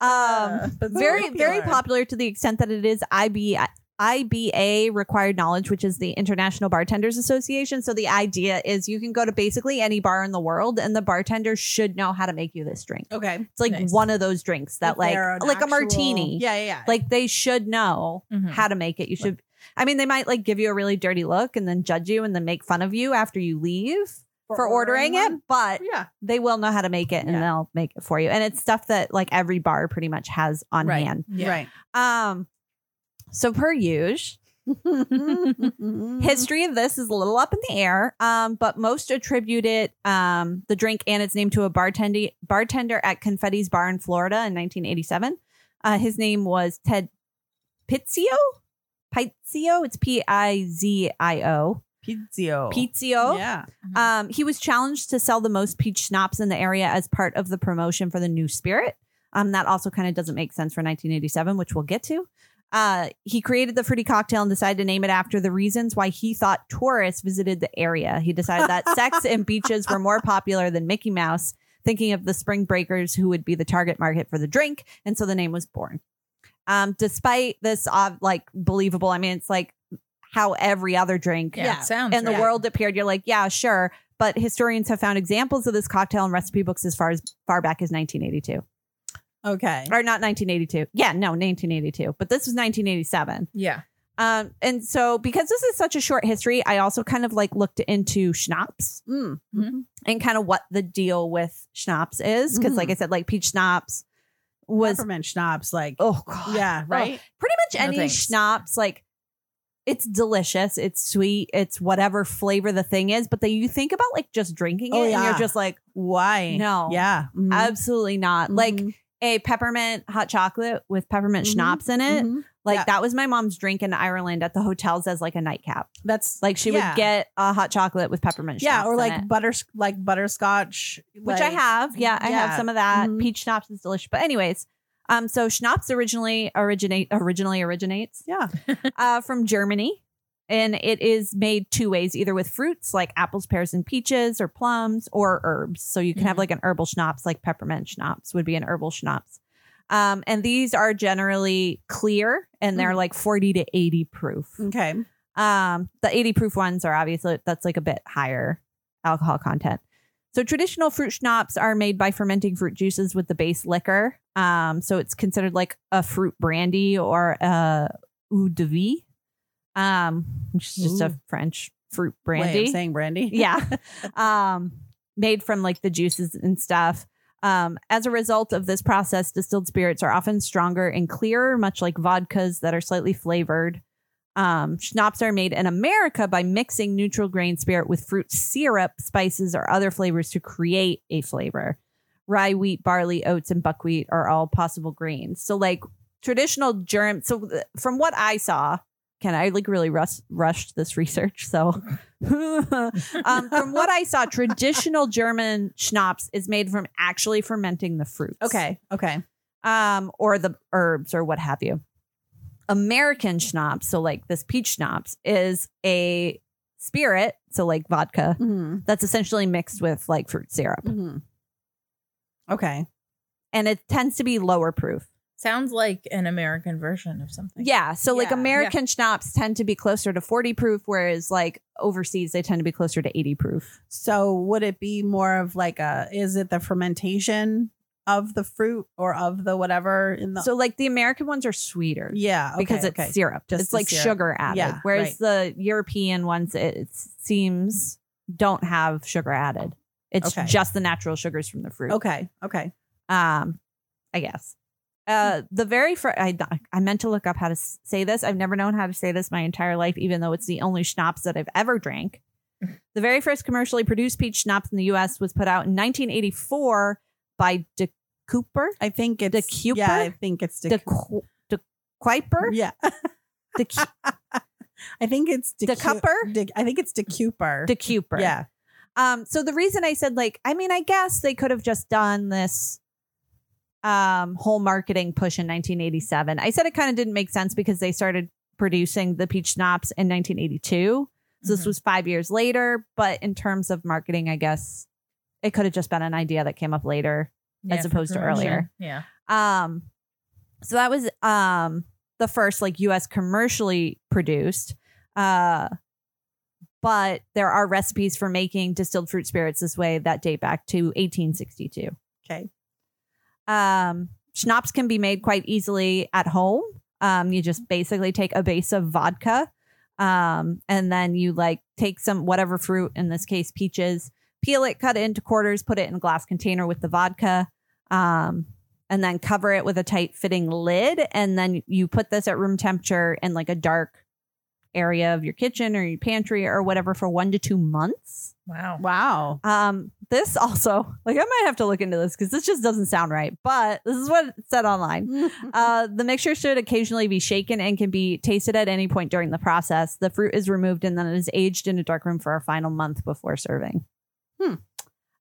[SPEAKER 1] Um,
[SPEAKER 3] but
[SPEAKER 1] very very
[SPEAKER 3] popular.
[SPEAKER 1] popular to the extent that it is IB. IBA required knowledge, which is the International Bartenders Association. So the idea is you can go to basically any bar in the world, and the bartender should know how to make you this drink.
[SPEAKER 3] Okay.
[SPEAKER 1] It's like
[SPEAKER 2] Nice.
[SPEAKER 1] one of those drinks that,
[SPEAKER 3] If
[SPEAKER 1] like,
[SPEAKER 3] they're an
[SPEAKER 1] like
[SPEAKER 3] actual-
[SPEAKER 1] a martini.
[SPEAKER 3] Yeah, Hmm. yeah, yeah.
[SPEAKER 1] Like they should know
[SPEAKER 2] Mhm.
[SPEAKER 1] how to make it. You should. I mean, they might like give you a really dirty look and then judge you and then make fun of you after you leave for ordering, it, but
[SPEAKER 3] one? Yeah.
[SPEAKER 1] they will know how to make it and
[SPEAKER 3] Yeah.
[SPEAKER 1] they'll make it for you. And it's stuff that like every bar pretty much has on
[SPEAKER 3] Right.
[SPEAKER 1] hand.
[SPEAKER 2] Yeah.
[SPEAKER 3] Right.
[SPEAKER 1] Um, so per usual,
[SPEAKER 3] Mm-hmm.
[SPEAKER 1] history of this is a little up in the air. Um, but most attribute it um the drink and its name to a bartender bartender at Confetti's Bar in Florida in 1987. Uh, his name was Ted Pizzio. Pizzio. It's P I Z I O.
[SPEAKER 3] Pizzio.
[SPEAKER 1] Pizzio.
[SPEAKER 3] Yeah.
[SPEAKER 1] Um, he was challenged to sell the most peach schnapps in the area as part of the promotion for the new spirit. Um, that also kind of doesn't make sense for 1987, which we'll get to. Uh, he created the fruity cocktail and decided to name it after the reasons why he thought tourists visited the area. He decided that sex and beaches were more popular than Mickey Mouse, thinking of the spring breakers who would be the target market for the drink. And so the name was born. Um, despite this, uh, like, believable, I mean, it's like how every other drink
[SPEAKER 2] Yeah, it sounds
[SPEAKER 1] and the
[SPEAKER 2] right.
[SPEAKER 1] world appeared, you're like, yeah, sure. But historians have found examples of this cocktail in recipe books as far as far back as 1982,
[SPEAKER 3] Okay.
[SPEAKER 1] or not 1982. Yeah, no, 1982. But this was 1987.
[SPEAKER 2] Yeah.
[SPEAKER 1] Um, and so because this is such a short history, I also kind of like looked into schnapps
[SPEAKER 3] Mm.
[SPEAKER 1] Mm-hmm. and kind of what the deal with schnapps is, because like I said, like peach schnapps was
[SPEAKER 3] Peppermint schnapps, like
[SPEAKER 1] oh god,
[SPEAKER 3] yeah, right.
[SPEAKER 1] pretty much
[SPEAKER 2] No
[SPEAKER 1] any
[SPEAKER 2] thanks.
[SPEAKER 1] schnapps like it's delicious it's sweet it's whatever flavor the thing is but then you think about like just drinking it
[SPEAKER 3] Oh,
[SPEAKER 1] and
[SPEAKER 3] yeah.
[SPEAKER 1] you're just like
[SPEAKER 3] Why?
[SPEAKER 1] No.
[SPEAKER 3] Yeah. Mhm.
[SPEAKER 1] absolutely not like eh,
[SPEAKER 3] Mhm.
[SPEAKER 1] a peppermint hot chocolate with peppermint
[SPEAKER 3] Mhm.
[SPEAKER 1] schnapps in it
[SPEAKER 3] Mhm.
[SPEAKER 1] like
[SPEAKER 3] Yeah.
[SPEAKER 1] that was my mom's drink in ireland at the hotels as like a nightcap
[SPEAKER 3] That's
[SPEAKER 1] like she
[SPEAKER 3] Yeah.
[SPEAKER 1] would get a hot chocolate with peppermint
[SPEAKER 3] yeah,
[SPEAKER 1] schnapps
[SPEAKER 3] or
[SPEAKER 1] in
[SPEAKER 3] like
[SPEAKER 1] it.
[SPEAKER 3] butter, like butterscotch,
[SPEAKER 1] which I
[SPEAKER 3] like-
[SPEAKER 1] have. Yeah, I have
[SPEAKER 3] yeah.
[SPEAKER 1] some of that.
[SPEAKER 3] Mhm.
[SPEAKER 1] Peach schnapps is delicious. But anyways, um, so schnapps originally originate originally originates
[SPEAKER 3] Yeah.
[SPEAKER 1] uh, from Germany, and it is made two ways: either with fruits like apples, pears, and peaches, or plums, or herbs. So you can have
[SPEAKER 2] Mhm.
[SPEAKER 1] like an herbal schnapps, like peppermint schnapps would be an herbal schnapps. Um, and these are generally clear, and they're like forty to eighty proof.
[SPEAKER 3] Okay.
[SPEAKER 1] Um, the 80 proof ones are obviously that's like a bit higher alcohol content. So traditional fruit schnapps are made by fermenting fruit juices with the base liquor. Um, so it's considered like a fruit brandy or a eau de vie, um, which is just a French fruit
[SPEAKER 3] Wait, I'm
[SPEAKER 1] brandy
[SPEAKER 3] saying brandy.
[SPEAKER 1] yeah um made from like the juices and stuff um as a result of this process distilled spirits are often stronger and clearer much like vodkas that are slightly flavored um schnapps are made in america by mixing neutral grain spirit with fruit syrup spices or other flavors to create a flavor rye wheat barley oats and buckwheat are all possible grains so like traditional germ so th- from what i saw can i like really rus- rushed this research so um, from what I saw, traditional German schnapps is made from actually fermenting the fruits,
[SPEAKER 3] Okay. Okay.
[SPEAKER 1] um, or the herbs or what have you. American schnapps, so like this peach schnapps, is a spirit, so like vodka,
[SPEAKER 3] Mhm.
[SPEAKER 1] that's essentially mixed with like fruit syrup,
[SPEAKER 3] Mhm. Okay.
[SPEAKER 1] and it tends to be lower proof.
[SPEAKER 2] Sounds like an American version of something.
[SPEAKER 1] Yeah, so like
[SPEAKER 3] Yeah, yeah.
[SPEAKER 1] American schnapps tend to be closer to forty proof, whereas like overseas they tend to be closer to eighty proof.
[SPEAKER 3] So would it be more of like a is it the fermentation of the fruit or of the whatever in the
[SPEAKER 1] So like the American ones are sweeter.
[SPEAKER 3] yeah okay,
[SPEAKER 1] because it's
[SPEAKER 3] okay.
[SPEAKER 1] syrup.
[SPEAKER 3] Just
[SPEAKER 1] it's
[SPEAKER 3] the
[SPEAKER 1] like
[SPEAKER 3] syrup.
[SPEAKER 1] sugar added.
[SPEAKER 3] Yeah,
[SPEAKER 1] Whereas the European ones, it, it seems, don't have sugar added. It's
[SPEAKER 3] Okay.
[SPEAKER 1] just the natural sugars from the fruit.
[SPEAKER 3] okay okay
[SPEAKER 1] Um, I guess.
[SPEAKER 3] Hmm.
[SPEAKER 1] Uh, the very first, I, I meant to look up how to s- say this. I've never known how to say this my entire life, even though it's the only schnapps that I've ever drank.
[SPEAKER 3] Mm-hmm.
[SPEAKER 1] The very first commercially produced peach schnapps in the U.S. was put out in 1984 by De Cooper.
[SPEAKER 3] I think it's
[SPEAKER 1] The Cooper?
[SPEAKER 3] yeah I think it's the
[SPEAKER 1] De,
[SPEAKER 3] Coo-
[SPEAKER 1] Co- De Kuiper?
[SPEAKER 3] Yeah.
[SPEAKER 1] The, cu-
[SPEAKER 3] I think it's
[SPEAKER 1] the Cupper? Mm.
[SPEAKER 3] De, I think it's the Cooper.
[SPEAKER 1] The Cuper.
[SPEAKER 3] Yeah.
[SPEAKER 1] Um, so the reason I said like, I mean, I guess they could have just done this um whole marketing push in 1987. I said it kind of didn't make sense because they started producing the peach schnapps in 1982. So this
[SPEAKER 3] Mhm.
[SPEAKER 1] was five years later, but in terms of marketing, I guess it could have just been an idea that came up later. as
[SPEAKER 2] for
[SPEAKER 1] opposed to
[SPEAKER 2] promotion.
[SPEAKER 1] earlier.
[SPEAKER 2] Yeah.
[SPEAKER 1] Um, so that was um the first like U.S. commercially produced. Uh, but there are recipes for making distilled fruit spirits this way that date back to 1862.
[SPEAKER 3] Okay.
[SPEAKER 1] Um, schnapps can be made quite easily at home. Um, you just basically take a base of vodka, um, and then you like take some whatever fruit, in this case peaches, peel it, cut it into quarters, put it in a glass container with the vodka. Um, and then cover it with a tight fitting lid. And then you put this at room temperature in like a dark area of your kitchen or your pantry or whatever for one to two months.
[SPEAKER 2] Wow.
[SPEAKER 3] Wow.
[SPEAKER 1] Um, this also, like, I might have to look into this because this just doesn't sound right, but this is what it said online.
[SPEAKER 3] Mm-hmm.
[SPEAKER 1] Uh, the mixture should occasionally be shaken and can be tasted at any point during the process. The fruit is removed and then it is aged in a dark room for a final month before serving.
[SPEAKER 3] Hmm.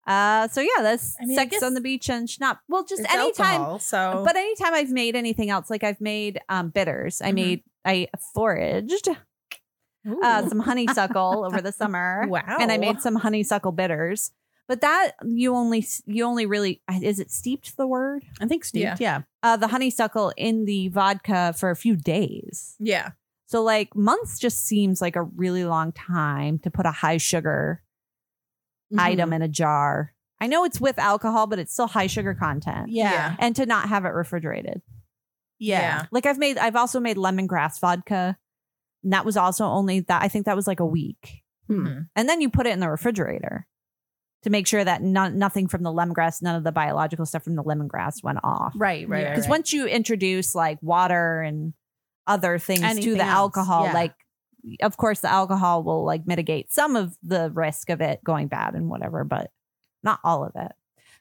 [SPEAKER 1] Uh, so yeah, that's
[SPEAKER 2] I mean, I
[SPEAKER 1] sex
[SPEAKER 2] guess-
[SPEAKER 1] on the beach and schnapp. Well, just
[SPEAKER 2] It's
[SPEAKER 1] anytime
[SPEAKER 2] alcohol, so
[SPEAKER 1] but anytime I've made anything else, like I've made um, bitters, I
[SPEAKER 2] Mhm.
[SPEAKER 1] made I foraged
[SPEAKER 2] Ooh.
[SPEAKER 1] uh, some honeysuckle over the summer,
[SPEAKER 2] wow.
[SPEAKER 1] uh, and I made some honeysuckle bitters. But that you only s- you only really is it steeped the word
[SPEAKER 3] I think Steve.
[SPEAKER 2] Yeah.
[SPEAKER 3] Yeah.
[SPEAKER 1] uh, the honeysuckle in the vodka for a few days.
[SPEAKER 2] yeah.
[SPEAKER 1] So like months just seems like a really long time to put a high sugar
[SPEAKER 2] Mm-hmm.
[SPEAKER 1] item in a jar. I know it's with alcohol, but it's still high sugar content,
[SPEAKER 3] Yeah.
[SPEAKER 2] Yeah.
[SPEAKER 1] and to not have it refrigerated.
[SPEAKER 3] Yeah.
[SPEAKER 1] Like I've made, I've also made lemongrass vodka. And that was also only that, I think that was like a week.
[SPEAKER 3] Mm-hmm.
[SPEAKER 2] Mhm.
[SPEAKER 1] And then you put it in the refrigerator to make sure that none, nothing from the lemongrass, none of the biological stuff from the lemongrass went off.
[SPEAKER 3] Right. Right.
[SPEAKER 2] Yeah.
[SPEAKER 1] Because once you introduce like water and other things to
[SPEAKER 3] Anything
[SPEAKER 1] the
[SPEAKER 3] else,
[SPEAKER 1] alcohol,
[SPEAKER 3] yeah.
[SPEAKER 1] like, of course, the alcohol will like mitigate some of the risk of it going bad and whatever, but not all of it.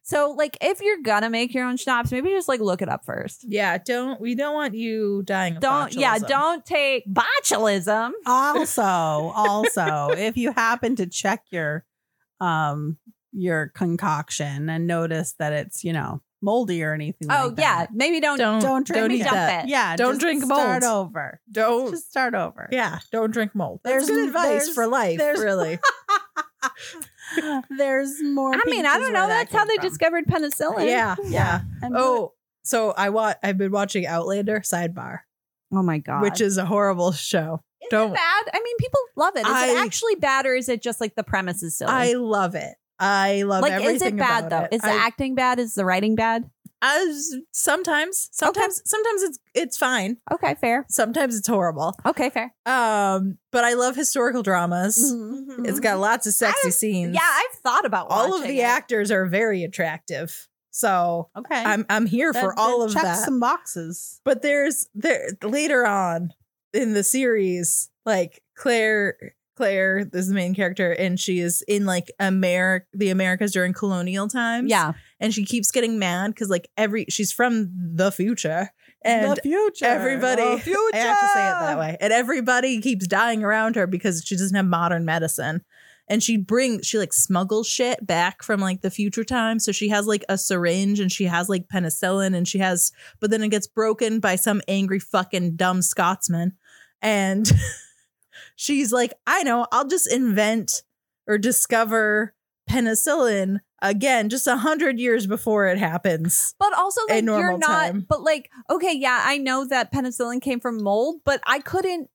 [SPEAKER 1] So, like, if you're gonna make your own schnapps, maybe just like look it up first
[SPEAKER 2] Yeah. Don't we don't want you dying. Of
[SPEAKER 1] don't yeah
[SPEAKER 2] botulism.
[SPEAKER 1] don't take botulism
[SPEAKER 3] also, also, if you happen to check your um your concoction and notice that it's you know moldy or anything,
[SPEAKER 1] oh
[SPEAKER 3] like
[SPEAKER 1] yeah
[SPEAKER 3] that,
[SPEAKER 1] maybe don't,
[SPEAKER 2] Don't
[SPEAKER 3] don't drink
[SPEAKER 2] don't
[SPEAKER 1] maybe
[SPEAKER 2] eat
[SPEAKER 1] dump
[SPEAKER 2] that.
[SPEAKER 1] it
[SPEAKER 3] Yeah,
[SPEAKER 2] Don't
[SPEAKER 3] just
[SPEAKER 2] drink
[SPEAKER 3] Start
[SPEAKER 2] mold.
[SPEAKER 3] over.
[SPEAKER 2] Don't.
[SPEAKER 3] Just start over.
[SPEAKER 2] yeah. Don't drink mold. That's
[SPEAKER 3] There's-
[SPEAKER 2] good advice
[SPEAKER 3] there's-
[SPEAKER 2] for life.
[SPEAKER 3] there's-
[SPEAKER 2] really.
[SPEAKER 3] There's more.
[SPEAKER 1] i mean i
[SPEAKER 3] peaches
[SPEAKER 1] don't
[SPEAKER 3] where
[SPEAKER 1] know
[SPEAKER 3] that
[SPEAKER 1] that's how
[SPEAKER 3] came
[SPEAKER 1] they
[SPEAKER 3] from.
[SPEAKER 1] discovered penicillin
[SPEAKER 2] yeah. Yeah.
[SPEAKER 3] And what-
[SPEAKER 2] Oh. So I want. I've been watching Outlander Sidebar,
[SPEAKER 1] oh my god
[SPEAKER 2] which is a horrible show.
[SPEAKER 1] is
[SPEAKER 2] don't-
[SPEAKER 1] it bad i mean people love it is it
[SPEAKER 2] I-
[SPEAKER 1] actually bad or is it just like the premise is silly
[SPEAKER 2] I love it. I love
[SPEAKER 1] like
[SPEAKER 2] everything
[SPEAKER 1] is it
[SPEAKER 2] about
[SPEAKER 1] bad though?
[SPEAKER 2] it.
[SPEAKER 1] Is the
[SPEAKER 2] I-
[SPEAKER 1] acting bad is the writing bad
[SPEAKER 2] As sometimes, sometimes, sometimes it's it's fine.
[SPEAKER 1] okay fair
[SPEAKER 2] Sometimes it's horrible.
[SPEAKER 1] okay fair
[SPEAKER 2] Um, but I love historical dramas.
[SPEAKER 3] Mm-hmm,
[SPEAKER 2] It's got lots of sexy
[SPEAKER 1] Mm-hmm. I-
[SPEAKER 2] scenes.
[SPEAKER 1] yeah i've thought about
[SPEAKER 2] all of
[SPEAKER 1] watching
[SPEAKER 2] the
[SPEAKER 1] it.
[SPEAKER 2] actors are very attractive. So
[SPEAKER 3] okay.
[SPEAKER 2] I'm I'm here
[SPEAKER 3] That-
[SPEAKER 2] for all
[SPEAKER 3] that
[SPEAKER 2] of
[SPEAKER 3] checks
[SPEAKER 2] that.
[SPEAKER 3] some boxes.
[SPEAKER 2] but there's there later on in the series, like Claire Claire is the main character, and she is in like America, the Americas during colonial times.
[SPEAKER 1] yeah
[SPEAKER 2] and she keeps getting mad because like every she's from the future and
[SPEAKER 3] the future.
[SPEAKER 2] everybody-
[SPEAKER 3] The future.
[SPEAKER 2] I have to say it that way. And everybody keeps dying around her because she doesn't have modern medicine. And she brings, she like smuggles shit back from like the future time. So she has like a syringe and she has like penicillin and she has, but then it gets broken by some angry fucking dumb Scotsman. And she's like, I know, I'll just invent or discover penicillin again just a hundred years before it happens.
[SPEAKER 1] But also,
[SPEAKER 2] a
[SPEAKER 1] like, you're
[SPEAKER 2] normal
[SPEAKER 1] not,
[SPEAKER 2] time.
[SPEAKER 1] but like, okay, yeah, I know that penicillin came from mold, but I couldn't.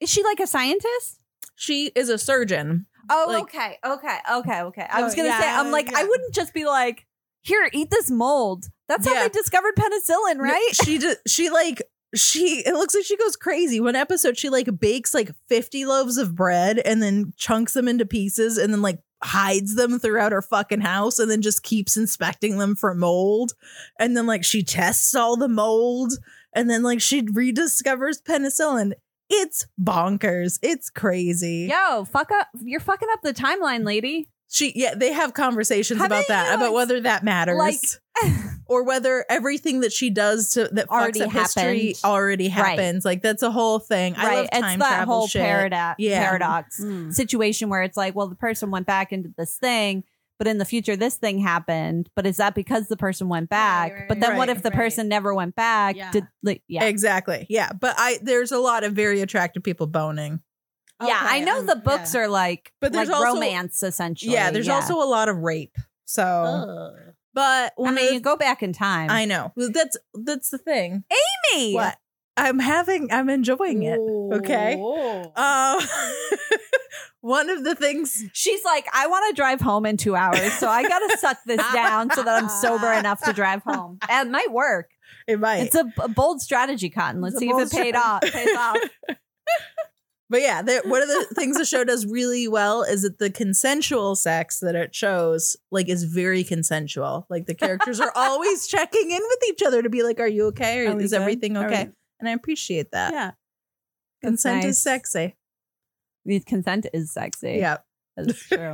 [SPEAKER 1] Is she like a scientist?
[SPEAKER 2] She is a surgeon.
[SPEAKER 1] Oh,
[SPEAKER 2] Like- Oh,
[SPEAKER 1] okay, okay, okay, okay. I
[SPEAKER 3] No,
[SPEAKER 1] was gonna
[SPEAKER 3] yeah,
[SPEAKER 1] say, I'm like, I
[SPEAKER 3] yeah.
[SPEAKER 1] wouldn't just be like, here, eat this mold. That's how
[SPEAKER 2] Yeah.
[SPEAKER 1] they discovered penicillin,
[SPEAKER 2] No,
[SPEAKER 1] right?
[SPEAKER 2] She just she like she it looks like she goes crazy. One episode she like bakes like 50 loaves of bread and then chunks them into pieces and then like hides them throughout her fucking house and then just keeps inspecting them for mold. And then like she tests all the mold and then like she rediscovers penicillin. It's bonkers. It's crazy.
[SPEAKER 1] Yo, fuck up. You're fucking up the timeline, lady.
[SPEAKER 2] She yeah, they have conversations
[SPEAKER 1] How
[SPEAKER 2] about
[SPEAKER 1] many
[SPEAKER 2] that,
[SPEAKER 1] you,
[SPEAKER 2] about
[SPEAKER 1] like,
[SPEAKER 2] whether that matters.
[SPEAKER 1] like-
[SPEAKER 2] or whether everything that she does to that
[SPEAKER 1] Already
[SPEAKER 2] fucks up history
[SPEAKER 1] happened.
[SPEAKER 2] already
[SPEAKER 1] Right.
[SPEAKER 2] happens. Like that's a whole thing. I love
[SPEAKER 1] right.
[SPEAKER 2] time
[SPEAKER 1] it's that
[SPEAKER 2] travel
[SPEAKER 1] whole
[SPEAKER 2] shit.
[SPEAKER 1] parada-
[SPEAKER 2] Yeah. Mm-hmm.
[SPEAKER 1] paradox situation where it's like, well, the person went back and did this thing, but in the future, this thing happened. But is that because the person went back?
[SPEAKER 5] right,
[SPEAKER 1] but then what
[SPEAKER 2] right, Eh,
[SPEAKER 1] if the
[SPEAKER 5] right.
[SPEAKER 1] person never went back?
[SPEAKER 5] Yeah.
[SPEAKER 1] Did like, yeah.
[SPEAKER 2] Exactly. Yeah. But I there's a lot of very attractive people boning.
[SPEAKER 1] Yeah, I know the books are like,
[SPEAKER 2] um, But there's
[SPEAKER 1] like
[SPEAKER 2] also-
[SPEAKER 1] romance essentially.
[SPEAKER 2] Yeah, there's also a lot of rape. So but
[SPEAKER 1] I
[SPEAKER 2] one
[SPEAKER 1] mean, you
[SPEAKER 2] of the-
[SPEAKER 1] go back in time.
[SPEAKER 2] I know. Well, That's that's the thing.
[SPEAKER 1] Amy!
[SPEAKER 2] What? I'm having I'm enjoying it. Okay. Um one of the things
[SPEAKER 1] She's like, I want to drive home in two hours, so I gotta suck this down so that I'm sober enough to drive home. It might work.
[SPEAKER 2] it might
[SPEAKER 1] It's a, a bold strategy, Cotton. Let's see if it paid off. Pays off.
[SPEAKER 2] But yeah, there, one of the things the show does really well is that the consensual sex that it shows, like, is very consensual. Like the characters are always checking in with each other to be like, "Are you okay? Or
[SPEAKER 3] Are we
[SPEAKER 2] is
[SPEAKER 3] good?
[SPEAKER 2] everything
[SPEAKER 3] Are we-
[SPEAKER 2] okay?" And I appreciate that.
[SPEAKER 3] Yeah.
[SPEAKER 2] Consent
[SPEAKER 1] That's
[SPEAKER 2] is
[SPEAKER 1] nice.
[SPEAKER 2] sexy.
[SPEAKER 1] With Consent is sexy.
[SPEAKER 2] Yeah.
[SPEAKER 1] that's true.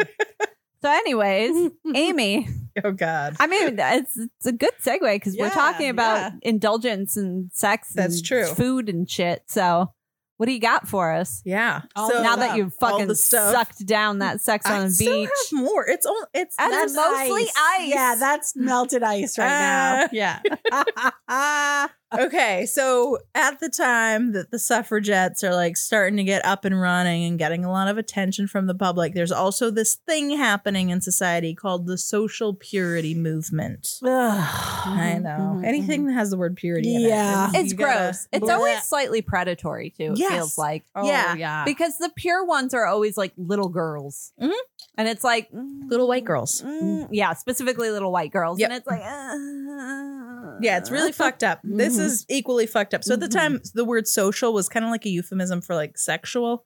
[SPEAKER 1] so, anyways, Amy.
[SPEAKER 2] Oh God.
[SPEAKER 1] I mean, it's it's a good segue because we're
[SPEAKER 2] Yeah,
[SPEAKER 1] talking about
[SPEAKER 2] yeah.
[SPEAKER 1] indulgence and sex.
[SPEAKER 2] That's
[SPEAKER 1] and
[SPEAKER 2] true.
[SPEAKER 1] Food and shit. So, what do you got for us?
[SPEAKER 2] Yeah.
[SPEAKER 3] All
[SPEAKER 2] so
[SPEAKER 3] the
[SPEAKER 1] now that you've
[SPEAKER 2] all
[SPEAKER 1] fucking
[SPEAKER 2] the stuff.
[SPEAKER 1] sucked down that sex
[SPEAKER 2] I
[SPEAKER 1] on the
[SPEAKER 2] still
[SPEAKER 1] beach.
[SPEAKER 2] have more. It's all. It's
[SPEAKER 1] That's
[SPEAKER 2] that's-
[SPEAKER 1] mostly ice.
[SPEAKER 3] Yeah, that's melted ice right now.
[SPEAKER 2] Uh,
[SPEAKER 3] Yeah.
[SPEAKER 2] okay, so at the time that the suffragettes are like starting to get up and running and getting a lot of attention from the public, there's also this thing happening in society called the social purity movement.
[SPEAKER 1] Mm-hmm,
[SPEAKER 2] I know. Anything that has the word purity in
[SPEAKER 3] Yeah.
[SPEAKER 2] it.
[SPEAKER 1] It's
[SPEAKER 2] you gotta-
[SPEAKER 1] gross. It's
[SPEAKER 2] Blech.
[SPEAKER 1] always slightly predatory too. It
[SPEAKER 2] Yes. Ah.
[SPEAKER 1] feels like
[SPEAKER 2] yeah.
[SPEAKER 3] Oh, yeah.
[SPEAKER 1] because the pure ones are always like little girls,
[SPEAKER 2] Mhm.
[SPEAKER 1] and it's like mm,
[SPEAKER 2] Little white girls.
[SPEAKER 1] mm, yeah, specifically little white girls,
[SPEAKER 2] Yep.
[SPEAKER 1] and it's like uh,
[SPEAKER 2] Yeah, it's really fucked up. This
[SPEAKER 1] Mm-hmm.
[SPEAKER 2] is equally fucked up. So at the time, the word social was kind of like a euphemism for like sexual.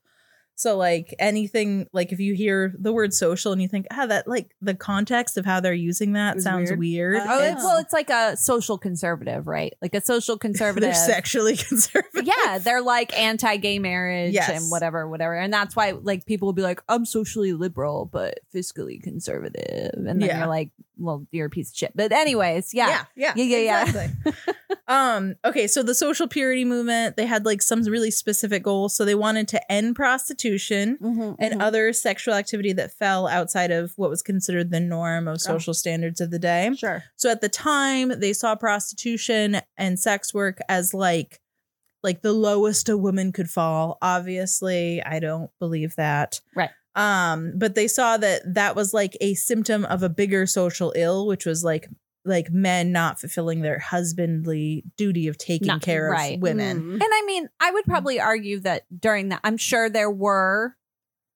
[SPEAKER 2] So like anything, like if you hear the word social and you think, ah, that like the context of how they're using that
[SPEAKER 3] Is
[SPEAKER 2] sounds
[SPEAKER 3] weird.
[SPEAKER 2] weird.
[SPEAKER 3] Uh,
[SPEAKER 1] Oh, it-
[SPEAKER 3] It's-
[SPEAKER 1] well, it's like a social conservative, right? Like a social
[SPEAKER 2] they're
[SPEAKER 1] conservative.
[SPEAKER 2] sexually conservative.
[SPEAKER 1] yeah, they're like anti-gay marriage
[SPEAKER 2] Yes.
[SPEAKER 1] and whatever, whatever, and that's why like people will be like, "I'm socially liberal but fiscally conservative," and then
[SPEAKER 2] Yeah.
[SPEAKER 1] you're like, "Well, you're a piece of shit." But anyways, yeah,
[SPEAKER 2] yeah,
[SPEAKER 1] Yeah, yeah, yeah.
[SPEAKER 2] Exactly. um, okay, so the social purity movement, they had like some really specific goals. So they wanted to end prostitution.
[SPEAKER 1] Mhm,
[SPEAKER 2] and
[SPEAKER 1] mhm.
[SPEAKER 2] other sexual activity that fell outside of what was considered the norm of social standards of the day.
[SPEAKER 3] Sure.
[SPEAKER 2] So at the time, they saw prostitution and sex work as like like the lowest a woman could fall. Obviously, I don't believe that.
[SPEAKER 1] Right.
[SPEAKER 2] Um, but they saw that that was like a symptom of a bigger social ill, which was like like men not fulfilling their husbandly duty of taking
[SPEAKER 1] Not-
[SPEAKER 2] care of
[SPEAKER 1] right. Mm-hmm.
[SPEAKER 2] women.
[SPEAKER 3] Mm.
[SPEAKER 1] And I mean, I would probably argue that during that, I'm sure there were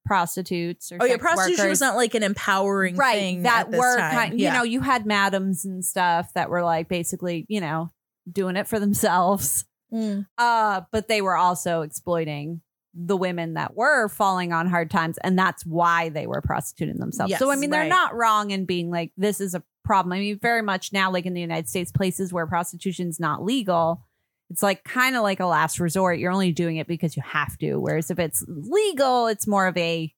[SPEAKER 1] prostitutes or
[SPEAKER 2] Oh yeah,
[SPEAKER 1] sex
[SPEAKER 2] prostitution
[SPEAKER 1] workers,
[SPEAKER 2] was not like an empowering
[SPEAKER 1] right
[SPEAKER 2] thing
[SPEAKER 1] that
[SPEAKER 2] at this
[SPEAKER 1] were
[SPEAKER 2] time.
[SPEAKER 1] kind,
[SPEAKER 2] Yeah.
[SPEAKER 1] you know, you had madams and stuff that were like basically, you know, doing it for themselves.
[SPEAKER 2] Mm.
[SPEAKER 1] Uh, but they were also exploiting the women that were falling on hard times, and that's why they were prostituting themselves. so I
[SPEAKER 2] Yes,
[SPEAKER 1] mean,
[SPEAKER 2] right.
[SPEAKER 1] they're not wrong in being like this is a problem. I mean, very much now, like in the United States, places where prostitution's not legal. It's like kind of like a last resort. You're only doing it because you have to. Whereas if it's legal, it's more of a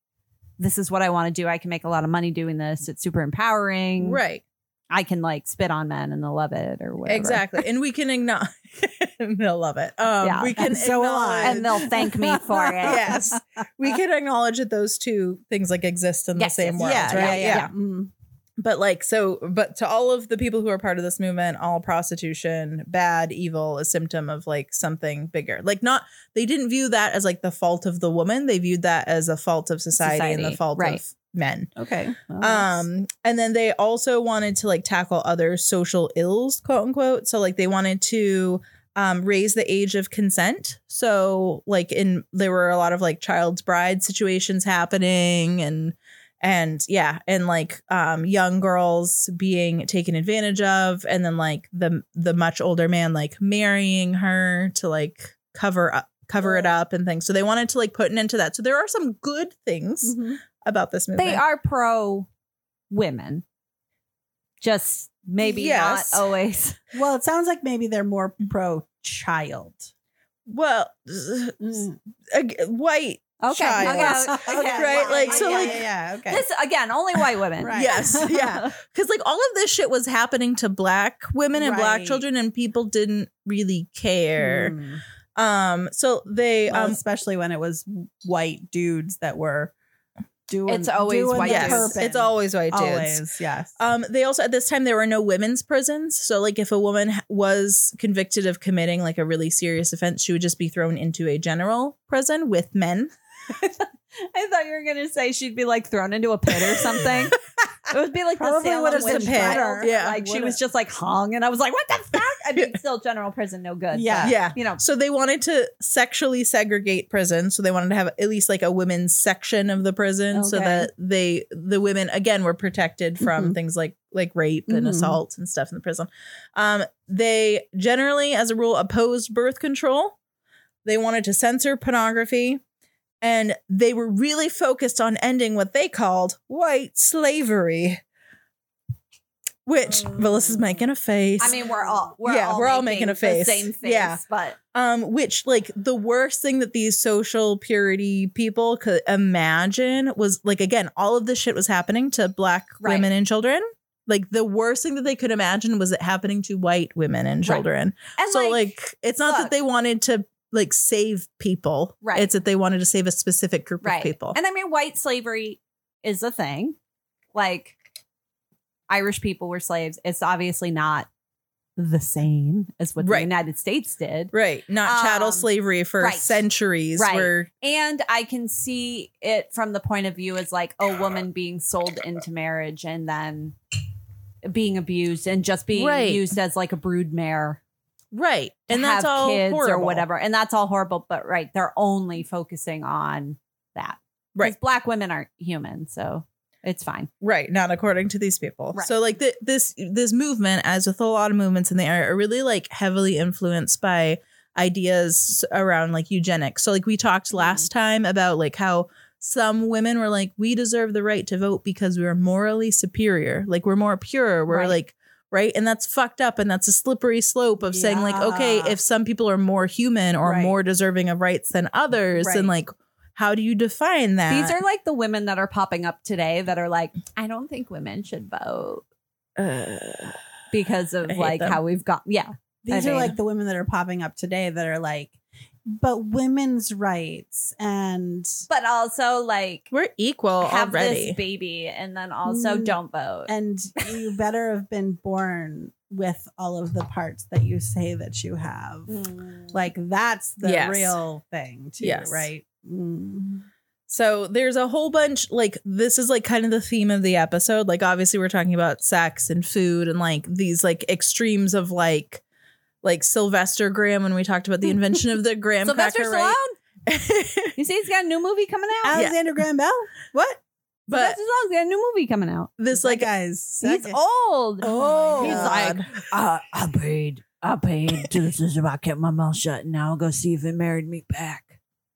[SPEAKER 1] this is what I want to do. I can make a lot of money doing this. It's super empowering.
[SPEAKER 2] Right.
[SPEAKER 1] I can like spit on men and they'll love it or whatever.
[SPEAKER 2] Exactly. And we can acknowledge they'll love it. Um
[SPEAKER 1] Yeah.
[SPEAKER 2] we can
[SPEAKER 3] And so will I.
[SPEAKER 2] acknowledge
[SPEAKER 1] And they'll thank me for it.
[SPEAKER 2] yes. We can acknowledge that those two things like exist in
[SPEAKER 1] Yes,
[SPEAKER 2] the same
[SPEAKER 1] yes,
[SPEAKER 2] world,
[SPEAKER 1] yeah,
[SPEAKER 2] right?
[SPEAKER 1] yeah, yeah.
[SPEAKER 3] Mm.
[SPEAKER 2] But like so but to all of the people who are part of this movement, all prostitution, bad, evil, a symptom of like something bigger. Like not they didn't view that as like the fault of the woman. They viewed that as a fault of society, and the
[SPEAKER 1] Society,
[SPEAKER 2] fault
[SPEAKER 1] right.
[SPEAKER 2] of men.
[SPEAKER 3] Okay.
[SPEAKER 2] Um, and then they also wanted to like tackle other social ills, quote unquote. So like they wanted to um, raise the age of consent. So like in there were a lot of like child's bride situations happening and and yeah and like um young girls being taken advantage of and then like the the much older man like marrying her to like cover up cover it up and things so they wanted to like put an end to that so there are some good things
[SPEAKER 3] Mm-hmm.
[SPEAKER 2] about this movement
[SPEAKER 1] they are pro women. Just maybe
[SPEAKER 2] Yes.
[SPEAKER 1] not always.
[SPEAKER 3] Well, it sounds like maybe they're more pro child.
[SPEAKER 2] Mm. Well,
[SPEAKER 3] Mm.
[SPEAKER 2] ag- white
[SPEAKER 1] Okay.
[SPEAKER 2] child.
[SPEAKER 1] Okay. okay.
[SPEAKER 2] Right, like, so,
[SPEAKER 3] yeah,
[SPEAKER 2] like-
[SPEAKER 3] yeah, yeah, okay.
[SPEAKER 1] this again, only white women.
[SPEAKER 3] Right.
[SPEAKER 2] Yes, yeah. Because like all of this shit was happening to black women and black
[SPEAKER 3] Right.
[SPEAKER 2] children, and people didn't really care.
[SPEAKER 3] Mm.
[SPEAKER 2] Um, so they
[SPEAKER 3] Well,
[SPEAKER 2] um
[SPEAKER 3] especially when it was white dudes that were doing.
[SPEAKER 1] It's always
[SPEAKER 3] doing
[SPEAKER 1] white
[SPEAKER 3] the
[SPEAKER 2] yes,
[SPEAKER 1] dudes.
[SPEAKER 3] perping.
[SPEAKER 2] it's always white dudes.
[SPEAKER 3] always yes.
[SPEAKER 2] Um, they also at this time there were no women's prisons, so like if a woman h- was convicted of committing like a really serious offense, she would just be thrown into a general prison with men.
[SPEAKER 1] I thought you were gonna say she'd be like thrown into a pit or something. it would be like
[SPEAKER 3] Probably
[SPEAKER 1] the Salem
[SPEAKER 3] would've
[SPEAKER 1] witch
[SPEAKER 3] been pit.
[SPEAKER 1] trials.
[SPEAKER 2] Yeah.
[SPEAKER 1] like she
[SPEAKER 3] Would've.
[SPEAKER 1] was just like hung, and I was like, "What the fuck?" I mean, still general prison, no good.
[SPEAKER 3] Yeah.
[SPEAKER 1] but,
[SPEAKER 2] Yeah.
[SPEAKER 1] you know,
[SPEAKER 2] So they wanted to sexually segregate prison, so they wanted to have at least like a women's section of the prison, so
[SPEAKER 1] Okay.
[SPEAKER 2] that they the women again were protected from
[SPEAKER 1] Mhm.
[SPEAKER 2] things like like rape and
[SPEAKER 1] Mhm.
[SPEAKER 2] assault and stuff in the prison. Um, they generally, as a rule, opposed birth control. They wanted to censor pornography, and they were really focused on ending what they called white slavery. Which Melissa's making a face.
[SPEAKER 1] I mean, we're all we're
[SPEAKER 2] Yeah,
[SPEAKER 1] all
[SPEAKER 2] we're all making a
[SPEAKER 1] the
[SPEAKER 2] face.
[SPEAKER 1] same face.
[SPEAKER 2] Yeah.
[SPEAKER 1] but
[SPEAKER 2] Um, which like the worst thing that these social purity people could imagine was like again, all of this shit was happening to black
[SPEAKER 1] Right.
[SPEAKER 2] women and children. Like the worst thing that they could imagine was it happening to white women and children.
[SPEAKER 1] and
[SPEAKER 2] so like,
[SPEAKER 1] like,
[SPEAKER 2] it's not that
[SPEAKER 1] look.
[SPEAKER 2] they wanted to like save people.
[SPEAKER 1] Right.
[SPEAKER 2] It's that they wanted to save a specific group
[SPEAKER 1] right
[SPEAKER 2] of people.
[SPEAKER 1] and I mean, white slavery is a thing. Like Irish people were slaves. It's obviously not the same as what
[SPEAKER 2] Right.
[SPEAKER 1] the United States did.
[SPEAKER 2] right. Not chattel
[SPEAKER 1] Um,
[SPEAKER 2] slavery for
[SPEAKER 1] right.
[SPEAKER 2] centuries
[SPEAKER 1] Right.
[SPEAKER 2] where
[SPEAKER 1] And I can see it from the point of view as like a woman being sold into marriage and then being abused and just being
[SPEAKER 2] Right.
[SPEAKER 1] used as like a brood mare.
[SPEAKER 2] Right.
[SPEAKER 1] to
[SPEAKER 2] And that's
[SPEAKER 1] have
[SPEAKER 2] all
[SPEAKER 1] kids
[SPEAKER 2] horrible.
[SPEAKER 1] or whatever. And that's all horrible. But right, they're only focusing on that. 'Cause
[SPEAKER 2] Right.
[SPEAKER 1] Black women aren't human, so it's fine.
[SPEAKER 2] Right, not according to these people.
[SPEAKER 1] Right.
[SPEAKER 2] So like th- this this movement, as with a lot of movements in the area, are really like heavily influenced by ideas around like eugenics. So like we
[SPEAKER 1] Mm-hmm.
[SPEAKER 2] talked last time about like how some women were like, we deserve the right to vote because we are morally superior. Like we're more pure. We're
[SPEAKER 1] Right.
[SPEAKER 2] like right and that's fucked up and that's a slippery slope of saying like okay
[SPEAKER 3] Yeah.
[SPEAKER 2] if some people are more human or
[SPEAKER 3] Right.
[SPEAKER 2] more deserving of rights than others and like how do you define that
[SPEAKER 1] These are like the women that are popping up today that are like, I don't think women should vote because of
[SPEAKER 2] I hate
[SPEAKER 1] like
[SPEAKER 2] them.
[SPEAKER 1] how we've got yeah.
[SPEAKER 3] These
[SPEAKER 1] I
[SPEAKER 3] are
[SPEAKER 1] mean-
[SPEAKER 3] like the women that are popping up today that are like, but women's rights and
[SPEAKER 1] But also like
[SPEAKER 2] we're equal
[SPEAKER 1] have
[SPEAKER 2] already
[SPEAKER 1] this baby and then also
[SPEAKER 3] Mm.
[SPEAKER 1] don't vote.
[SPEAKER 3] and you better have been born with all of the parts that you say that you have.
[SPEAKER 1] Mm.
[SPEAKER 3] Mm. Like that's the
[SPEAKER 2] Yes.
[SPEAKER 3] real thing too,
[SPEAKER 2] Yes.
[SPEAKER 3] right? Mm.
[SPEAKER 2] So there's a whole bunch like this is like kind of the theme of the episode. Like obviously we're talking about sex and food and like these like extremes of like like Sylvester Graham when we talked about the invention of the Graham
[SPEAKER 1] Sylvester
[SPEAKER 2] cracker,
[SPEAKER 1] Stallone?
[SPEAKER 2] right?
[SPEAKER 1] You see, he's got a new movie coming out.
[SPEAKER 3] Alexander Graham Bell? What?
[SPEAKER 2] but
[SPEAKER 1] Sylvester Stallone's got a new movie coming out.
[SPEAKER 2] this
[SPEAKER 3] Like
[SPEAKER 2] like
[SPEAKER 3] guys,
[SPEAKER 1] He's
[SPEAKER 3] second-
[SPEAKER 1] old.
[SPEAKER 2] oh
[SPEAKER 1] He's
[SPEAKER 2] God.
[SPEAKER 4] Uh, I paid. I paid to the system. I kept my mouth shut, and now I'll go see if it married me back.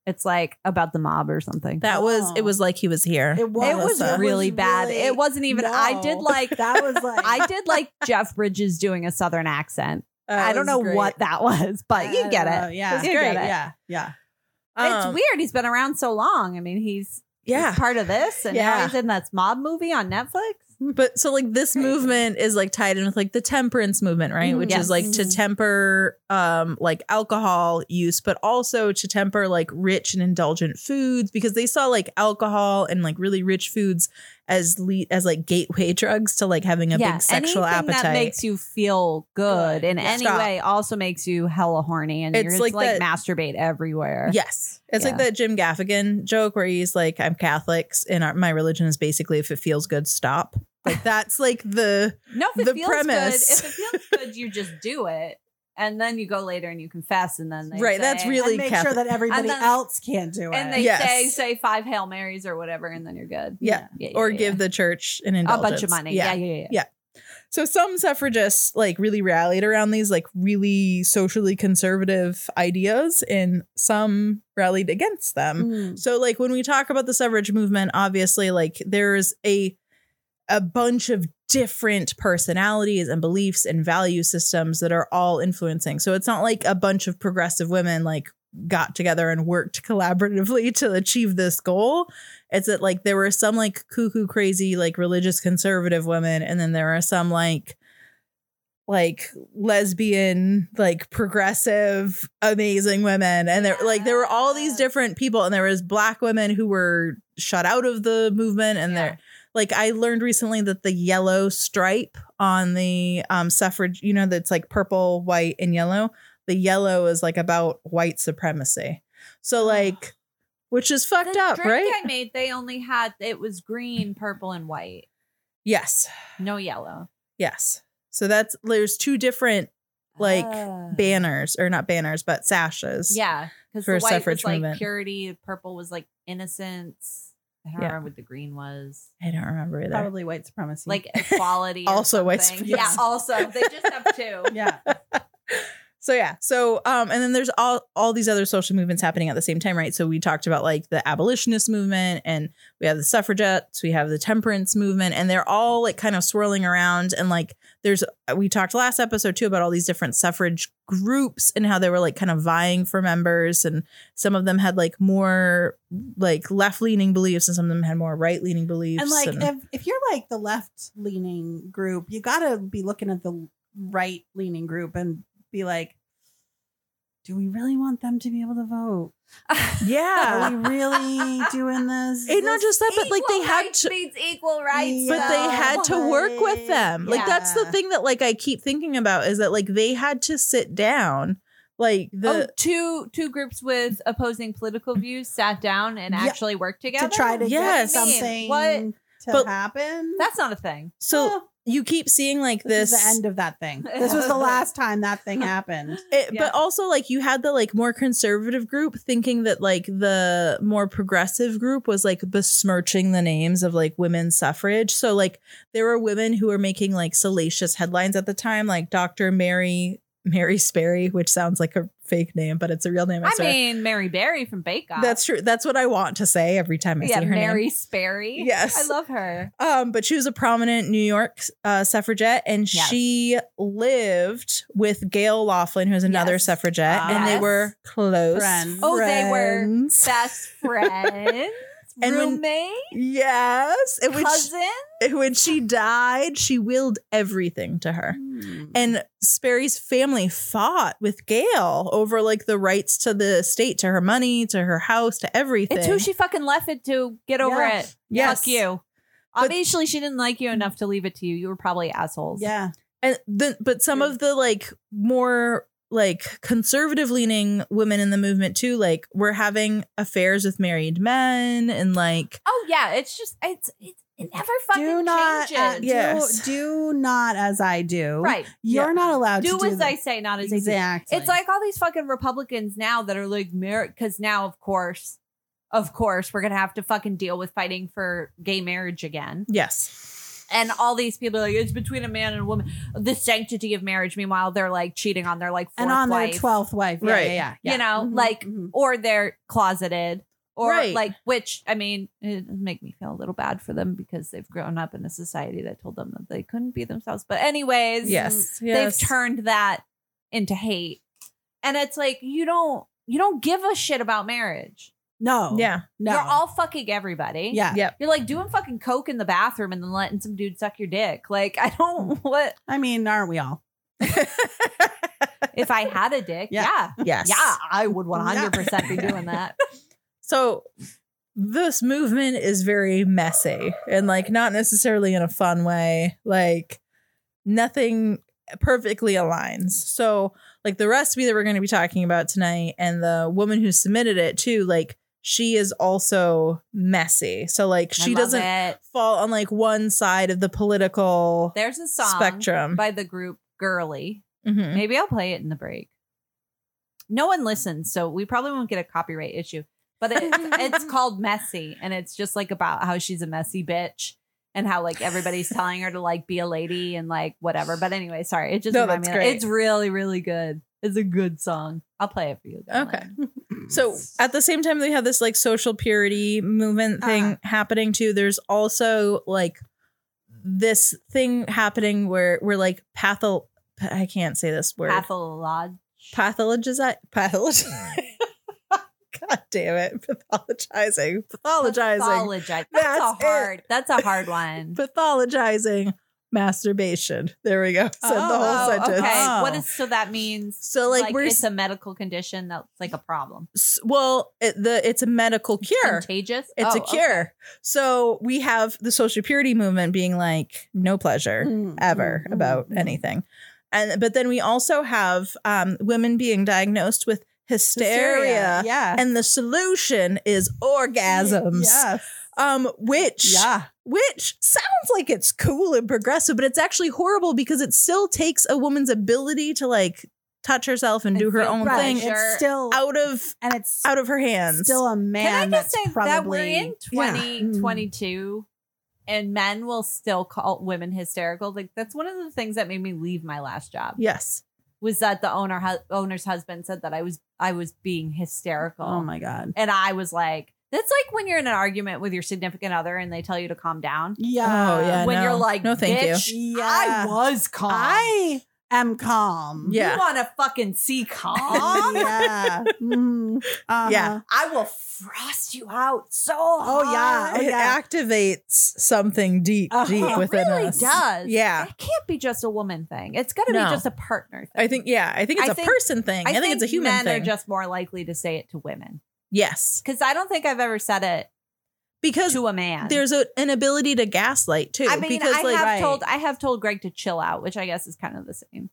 [SPEAKER 1] It's like about the mob or something.
[SPEAKER 2] that was it
[SPEAKER 3] Oh.
[SPEAKER 2] was like he was here.
[SPEAKER 3] it was,
[SPEAKER 1] it was
[SPEAKER 2] Melissa.
[SPEAKER 1] really bad.
[SPEAKER 3] really-
[SPEAKER 1] it wasn't even. I did
[SPEAKER 3] No.
[SPEAKER 1] like.
[SPEAKER 3] that was like
[SPEAKER 1] I did like Jeff Bridges doing a southern accent.
[SPEAKER 2] That
[SPEAKER 1] I don't
[SPEAKER 2] was
[SPEAKER 1] know
[SPEAKER 2] great. Oh,
[SPEAKER 1] what that was, but you
[SPEAKER 3] I
[SPEAKER 1] get
[SPEAKER 3] don't know.
[SPEAKER 1] it.
[SPEAKER 3] Yeah.
[SPEAKER 1] You
[SPEAKER 2] great,
[SPEAKER 1] get it.
[SPEAKER 3] Yeah. Yeah.
[SPEAKER 1] It's
[SPEAKER 2] Um,
[SPEAKER 1] weird. He's been around so long. I mean, he's
[SPEAKER 2] Yeah.
[SPEAKER 1] he's part of this, and
[SPEAKER 2] Yeah.
[SPEAKER 1] now he's in that mob movie on Netflix.
[SPEAKER 2] But so like this movement is like tied in with like the temperance movement, right?
[SPEAKER 1] Mhm.
[SPEAKER 2] Which
[SPEAKER 1] Yes.
[SPEAKER 2] is like to temper um like alcohol use, but also to temper like rich and indulgent foods because they saw like alcohol and like really rich foods as le- as like gateway drugs to like having a big sexual
[SPEAKER 1] anything
[SPEAKER 2] appetite.
[SPEAKER 1] that makes you feel good in
[SPEAKER 2] Yeah.
[SPEAKER 1] any
[SPEAKER 2] Stop.
[SPEAKER 1] way also makes you hella horny, and
[SPEAKER 2] It's
[SPEAKER 1] you're just
[SPEAKER 2] like
[SPEAKER 1] like,
[SPEAKER 2] that-
[SPEAKER 1] masturbate everywhere.
[SPEAKER 2] Yes. It's like
[SPEAKER 1] Yeah.
[SPEAKER 2] that Jim Gaffigan joke where he's like, I'm Catholics and our, my religion is basically if it feels good, stop. Like that's like the
[SPEAKER 1] No, if it
[SPEAKER 2] The
[SPEAKER 1] feels
[SPEAKER 2] premise.
[SPEAKER 1] good, if it feels good, you just do it, and then you go later and you confess, and then they
[SPEAKER 2] right.
[SPEAKER 1] say-
[SPEAKER 2] That's really
[SPEAKER 3] and make
[SPEAKER 2] Catholic.
[SPEAKER 3] sure that everybody
[SPEAKER 1] And then-
[SPEAKER 3] else can do it.
[SPEAKER 1] and they
[SPEAKER 2] Yes.
[SPEAKER 1] say say five hail marys or whatever, and then you're good.
[SPEAKER 2] Yeah.
[SPEAKER 1] yeah,
[SPEAKER 2] or
[SPEAKER 1] yeah.
[SPEAKER 2] give the church an
[SPEAKER 1] a
[SPEAKER 2] indulgence.
[SPEAKER 1] bunch of money. Yeah, yeah, yeah. yeah.
[SPEAKER 2] So some suffragists like really rallied around these like really socially conservative ideas and some rallied against them.
[SPEAKER 3] Mm.
[SPEAKER 2] So like when we talk about the suffrage movement, obviously like there's a a bunch of different personalities and beliefs and value systems that are all influencing. So it's not like a bunch of progressive women like got together and worked collaboratively to achieve this goal. It's that like there were some like cuckoo crazy like religious conservative women, and then there are some like like lesbian like progressive amazing women and there like there were all these different people and there was black women who were shut out of the movement and there like I learned recently that the yellow stripe on the um, suffrage, you know, that's like purple, white, and yellow. The yellow is like about white supremacy. So like, which is fucked
[SPEAKER 1] the
[SPEAKER 2] up,
[SPEAKER 1] drink
[SPEAKER 2] right?
[SPEAKER 1] I made, they only had it was green, purple, and white.
[SPEAKER 2] yes,
[SPEAKER 1] No yellow.
[SPEAKER 2] yes. So that's there's two different like
[SPEAKER 1] Ah.
[SPEAKER 2] banners or not banners, but sashes.
[SPEAKER 1] yeah, because the
[SPEAKER 2] for
[SPEAKER 1] white
[SPEAKER 2] suffrage
[SPEAKER 1] was like
[SPEAKER 2] movement.
[SPEAKER 1] purity, purple was like innocence. I don't
[SPEAKER 2] Yeah.
[SPEAKER 1] remember what the green was.
[SPEAKER 2] I don't remember either.
[SPEAKER 3] Probably white supremacy.
[SPEAKER 1] Like equality. or
[SPEAKER 2] Also white
[SPEAKER 1] something.
[SPEAKER 2] supremacy.
[SPEAKER 1] Yeah, also they just have two.
[SPEAKER 3] yeah.
[SPEAKER 2] So yeah. So um and then there's all all these other social movements happening at the same time, right? So we talked about like the abolitionist movement and we have the suffragettes, we have the temperance movement and they're all like kind of swirling around and like there's we talked last episode too about all these different suffrage groups and how they were like kind of vying for members and some of them had like more like left-leaning beliefs and some of them had more right-leaning beliefs
[SPEAKER 3] And like if, if you're like the left leaning group, you gotta be looking at the right leaning group and be like, do we really want them to be able to vote? Are
[SPEAKER 2] yeah.
[SPEAKER 3] we really doing this?
[SPEAKER 2] And not just that, but like they
[SPEAKER 1] Equal
[SPEAKER 2] had
[SPEAKER 1] rights
[SPEAKER 2] to
[SPEAKER 1] means equal rights.
[SPEAKER 2] but they
[SPEAKER 1] though.
[SPEAKER 2] had to work with them like that's the
[SPEAKER 3] Yeah.
[SPEAKER 2] thing that like i keep thinking about is that like they had to sit down like
[SPEAKER 1] Oh,
[SPEAKER 2] the
[SPEAKER 1] two two groups with opposing political views sat down and
[SPEAKER 3] Yeah.
[SPEAKER 1] actually worked together
[SPEAKER 3] to try to
[SPEAKER 2] Yes.
[SPEAKER 3] get something
[SPEAKER 1] What?
[SPEAKER 3] to
[SPEAKER 2] But-
[SPEAKER 3] happen.
[SPEAKER 1] That's not a thing.
[SPEAKER 2] so
[SPEAKER 3] Well,
[SPEAKER 2] you keep seeing like
[SPEAKER 3] this,
[SPEAKER 2] this,
[SPEAKER 3] is the end of that thing. This was the last time that
[SPEAKER 1] Hmm.
[SPEAKER 3] thing happened.
[SPEAKER 2] it-
[SPEAKER 1] Yeah.
[SPEAKER 2] but also like you had the like more conservative group thinking that like the more progressive group was like besmirching the names of like women's suffrage so like there were women who were making like salacious headlines at the time like dr mary mary sperry which sounds like a fake name but it's a real name
[SPEAKER 1] I
[SPEAKER 2] swear.
[SPEAKER 1] mean, Mary Berry from Bake Off.
[SPEAKER 2] That's true. That's what I want to say every time I
[SPEAKER 1] yeah,
[SPEAKER 2] see her
[SPEAKER 1] Mary
[SPEAKER 2] name.
[SPEAKER 1] Sperry.
[SPEAKER 2] Yes.
[SPEAKER 1] I love her.
[SPEAKER 2] Um, but she was a prominent New York uh, suffragette, and
[SPEAKER 1] Yes.
[SPEAKER 2] she lived with Gail Laughlin, who's another
[SPEAKER 1] Yes.
[SPEAKER 2] suffragette, and they
[SPEAKER 1] Yes.
[SPEAKER 2] were close
[SPEAKER 3] Friends.
[SPEAKER 1] Oh, they were
[SPEAKER 2] friends.
[SPEAKER 1] Best friends,
[SPEAKER 2] And when-
[SPEAKER 1] roommate,
[SPEAKER 2] Yes, and when she,
[SPEAKER 1] cousin.
[SPEAKER 2] when she died, she willed everything to her. And Sperry's family fought with Gail over like the rights to the estate, to her money, to her house, to everything.
[SPEAKER 1] It's who she fucking left it to. Get over
[SPEAKER 3] Yes.
[SPEAKER 1] it.
[SPEAKER 2] Yes.
[SPEAKER 1] Fuck you. Obviously, she didn't like you enough to leave it to you. You were probably assholes.
[SPEAKER 3] yeah.
[SPEAKER 2] and the, but some of the like more like conservative leaning women in the movement too like were having affairs with married men and like
[SPEAKER 1] Oh yeah. It's just it's it's it never fucking
[SPEAKER 3] do not uh,
[SPEAKER 1] changes.
[SPEAKER 2] yeah. Yes.
[SPEAKER 3] do, do not as I do.
[SPEAKER 1] Right.
[SPEAKER 3] You're
[SPEAKER 2] Yeah.
[SPEAKER 3] not allowed
[SPEAKER 1] Do
[SPEAKER 3] to do
[SPEAKER 1] as
[SPEAKER 3] that.
[SPEAKER 1] I say, not as I do.
[SPEAKER 3] exactly.
[SPEAKER 1] It's like all these fucking Republicans now that are like, because now, of course, of course, we're going to have to fucking deal with fighting for gay marriage again.
[SPEAKER 2] yes
[SPEAKER 1] And all these people are like, it's between a man and a woman, the sanctity of marriage. Meanwhile, they're like cheating on their like fourth
[SPEAKER 3] and on
[SPEAKER 1] wife,
[SPEAKER 3] their twelfth wife, yeah,
[SPEAKER 2] Right.
[SPEAKER 3] Yeah, yeah,
[SPEAKER 1] you
[SPEAKER 3] yeah.
[SPEAKER 1] know,
[SPEAKER 3] Mhm,
[SPEAKER 1] like,
[SPEAKER 3] mhm.
[SPEAKER 1] or they're closeted. Or
[SPEAKER 2] Right.
[SPEAKER 1] like, which I mean, it does make me feel a little bad for them because they've grown up in a society that told them that they couldn't be themselves. But anyways,
[SPEAKER 2] yes yes.
[SPEAKER 1] they've turned that into hate and it's like you don't you don't give a shit about marriage
[SPEAKER 3] no,
[SPEAKER 2] yeah
[SPEAKER 3] no,
[SPEAKER 1] you're all fucking everybody
[SPEAKER 3] yeah.
[SPEAKER 2] yep
[SPEAKER 1] you're like doing fucking coke in the bathroom and then letting some dude suck your dick like i don't what
[SPEAKER 3] I mean, aren't we all?
[SPEAKER 1] if i had a dick
[SPEAKER 3] Yeah.
[SPEAKER 1] yeah
[SPEAKER 2] yes
[SPEAKER 1] yeah i would 100% be doing that
[SPEAKER 2] so this movement is very messy and like not necessarily in a fun way like nothing perfectly aligns so like the recipe that we're going to be talking about tonight and the woman who submitted it too like she is also messy so like
[SPEAKER 1] I
[SPEAKER 2] she
[SPEAKER 1] love
[SPEAKER 2] doesn't
[SPEAKER 1] it.
[SPEAKER 2] fall on like one side of the political
[SPEAKER 1] there's a song
[SPEAKER 2] spectrum
[SPEAKER 1] by the group girly
[SPEAKER 2] Mhm.
[SPEAKER 1] Maybe I'll play it in the break. No one listens, so we probably won't get a copyright issue. But it, it's called Messy, and it's just like about how she's a messy bitch and how like everybody's telling her to like be a lady and like whatever. But anyway, sorry, it just
[SPEAKER 2] No,
[SPEAKER 1] reminded
[SPEAKER 2] that's
[SPEAKER 1] me. of-
[SPEAKER 2] great.
[SPEAKER 1] It's really, really good. It's a good song. I'll play it for you. then,
[SPEAKER 2] Okay.
[SPEAKER 1] Lynn.
[SPEAKER 2] So at the same time, we have this like social purity movement thing
[SPEAKER 3] Uh-huh.
[SPEAKER 2] happening too. There's also like this thing happening where we're like pathol. I can't say this word.
[SPEAKER 1] Patholog.
[SPEAKER 2] Pathologize. Patholog. God damn it. Pathologizing. Pathologizing.
[SPEAKER 1] Pathologizing. That's,
[SPEAKER 2] That's
[SPEAKER 1] a
[SPEAKER 2] it.
[SPEAKER 1] hard. That's a hard one.
[SPEAKER 2] pathologizing masturbation. There we go. Said the
[SPEAKER 1] Oh,
[SPEAKER 2] whole sentence.
[SPEAKER 1] Okay. What is so that means?
[SPEAKER 2] So like,
[SPEAKER 1] Like,
[SPEAKER 2] we're
[SPEAKER 1] it's a medical condition that's like a problem.
[SPEAKER 2] s- well, it, the it's a medical cure.
[SPEAKER 1] Contagious.
[SPEAKER 2] It's a
[SPEAKER 1] Oh,
[SPEAKER 2] cure. So we have the social purity movement being like no pleasure
[SPEAKER 3] Mm-hmm.
[SPEAKER 2] ever about anything. And but then we also have um, women being diagnosed with hysteria,
[SPEAKER 3] Yeah.
[SPEAKER 2] and the solution is orgasms.
[SPEAKER 3] Yes.
[SPEAKER 2] Um which
[SPEAKER 3] Yeah.
[SPEAKER 2] which sounds like it's cool and progressive, but it's actually horrible because it still takes a woman's ability to like touch herself and do her
[SPEAKER 1] feel
[SPEAKER 2] own
[SPEAKER 1] right.
[SPEAKER 2] thing
[SPEAKER 1] Sure.
[SPEAKER 3] It's still
[SPEAKER 2] out of
[SPEAKER 3] and it's
[SPEAKER 2] out of her hands.
[SPEAKER 3] still a man.
[SPEAKER 1] Can I just
[SPEAKER 3] that's
[SPEAKER 1] say
[SPEAKER 3] probably,
[SPEAKER 1] that we're in
[SPEAKER 3] Yeah.
[SPEAKER 1] 2022 and men will still call women hysterical? Like that's one of the things that made me leave my last job
[SPEAKER 2] yes.
[SPEAKER 1] was that the owner hu- owner's husband said that I was I was being hysterical.
[SPEAKER 3] Oh my god.
[SPEAKER 1] And I was like, that's like when you're in an argument with your significant other and they tell you to calm down.
[SPEAKER 3] Yeah.
[SPEAKER 2] Oh, yeah.
[SPEAKER 1] when
[SPEAKER 2] no.
[SPEAKER 1] you're like,
[SPEAKER 2] No, thank you.
[SPEAKER 1] "Bitch, I
[SPEAKER 3] Yeah.
[SPEAKER 1] was calm.
[SPEAKER 3] I am calm.
[SPEAKER 2] Yeah.
[SPEAKER 1] You want to fucking see calm?
[SPEAKER 3] yeah. Mhm. Uh-huh.
[SPEAKER 2] Yeah.
[SPEAKER 1] I will frost you out so
[SPEAKER 3] Oh, yeah.
[SPEAKER 1] hard.
[SPEAKER 2] it
[SPEAKER 3] yeah.
[SPEAKER 2] activates something deep,
[SPEAKER 3] Uh-huh.
[SPEAKER 2] deep
[SPEAKER 3] It
[SPEAKER 2] within
[SPEAKER 1] It really
[SPEAKER 2] us.
[SPEAKER 1] does.
[SPEAKER 2] Yeah.
[SPEAKER 1] It can't be just a woman thing. It's got to
[SPEAKER 2] No.
[SPEAKER 1] be just a partner thing.
[SPEAKER 2] I think, yeah, I think it's
[SPEAKER 1] I
[SPEAKER 2] a
[SPEAKER 1] think-
[SPEAKER 2] person thing. I, think, it's a human
[SPEAKER 1] men
[SPEAKER 2] thing.
[SPEAKER 1] are just more likely to say it to women
[SPEAKER 2] yes.
[SPEAKER 1] because I don't think I've ever said it
[SPEAKER 2] Because
[SPEAKER 1] to a man.
[SPEAKER 2] there's a, an ability to gaslight too.
[SPEAKER 1] I mean,
[SPEAKER 2] because
[SPEAKER 1] I
[SPEAKER 2] like,
[SPEAKER 1] have told I have told Greg to chill out, which I guess is kind of the same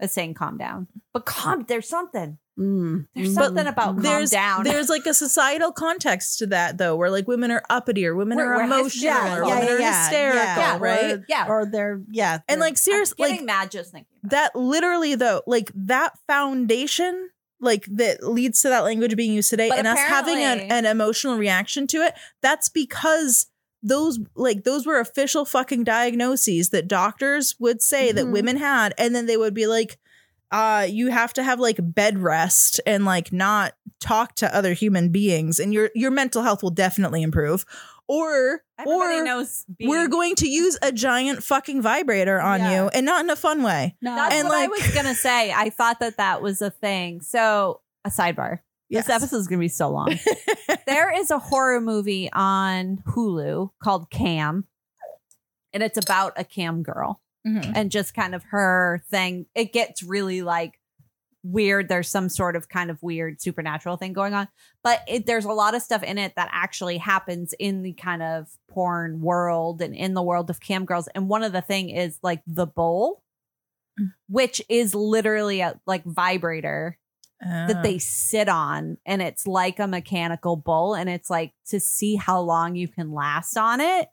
[SPEAKER 1] as saying calm down. But calm, there's something.
[SPEAKER 3] Mm.
[SPEAKER 1] There's
[SPEAKER 3] Mm.
[SPEAKER 1] something about calm
[SPEAKER 2] there's
[SPEAKER 1] down.
[SPEAKER 2] there's like a societal context to that though, where like women are uppity or women
[SPEAKER 1] We're-
[SPEAKER 2] are
[SPEAKER 1] we're
[SPEAKER 2] emotional or
[SPEAKER 1] hysterical.
[SPEAKER 2] women
[SPEAKER 3] Yeah,
[SPEAKER 2] are
[SPEAKER 3] yeah, yeah,
[SPEAKER 2] hysterical,
[SPEAKER 3] yeah.
[SPEAKER 2] right?
[SPEAKER 3] Or-
[SPEAKER 1] yeah,
[SPEAKER 3] or they're yeah.
[SPEAKER 2] And
[SPEAKER 3] they're-
[SPEAKER 2] like seriously,
[SPEAKER 1] I'm
[SPEAKER 2] like
[SPEAKER 1] getting mad just thinking. about
[SPEAKER 2] that literally though like that foundation like that leads to that language being used today
[SPEAKER 1] But
[SPEAKER 2] and us having an,
[SPEAKER 1] apparently-
[SPEAKER 2] an emotional reaction to it that's because those like those were official fucking diagnoses that doctors would say that
[SPEAKER 1] Mm-hmm.
[SPEAKER 3] Mhm.
[SPEAKER 2] women had and then they would be like uh you have to have like bed rest and like not talk to other human beings and your your mental health will definitely improve or
[SPEAKER 1] it. Everybody
[SPEAKER 2] or
[SPEAKER 1] knows
[SPEAKER 2] we're
[SPEAKER 1] being-
[SPEAKER 2] going to use a giant fucking vibrator on
[SPEAKER 3] Yeah.
[SPEAKER 2] you and not in a fun way
[SPEAKER 3] no.
[SPEAKER 1] That's
[SPEAKER 2] and
[SPEAKER 1] what I
[SPEAKER 2] like-
[SPEAKER 1] was gonna say. I thought that that was a thing. So a sidebar.
[SPEAKER 2] Yes.
[SPEAKER 1] This episode is gonna be so long. there is a horror movie on Hulu called Cam, and it's about a cam girl and just kind of her thing. It gets really like weird. There's some sort of kind of weird supernatural thing going on, but it, there's a lot of stuff in it that actually happens in the kind of porn world and in the world of cam girls. And one of the thing is like the bowl, which is literally a like vibrator
[SPEAKER 2] Ah, Uh-huh.
[SPEAKER 1] that they sit on and it's like a mechanical bowl and it's like to see how long you can last on it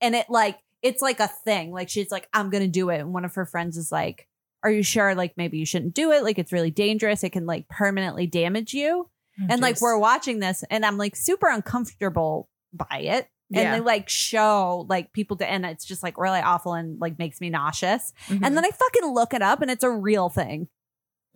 [SPEAKER 1] and it like it's like a thing like she's like i'm gonna do it and one of her friends is like are you sure like maybe you shouldn't do it like it's really dangerous it can like permanently damage you and like we're watching this and i'm like super uncomfortable by it and
[SPEAKER 2] Yeah.
[SPEAKER 1] they like show like people to and it's just like really awful and like makes me nauseous
[SPEAKER 2] Mm-hmm.
[SPEAKER 1] and then i fucking look it up and it's a real thing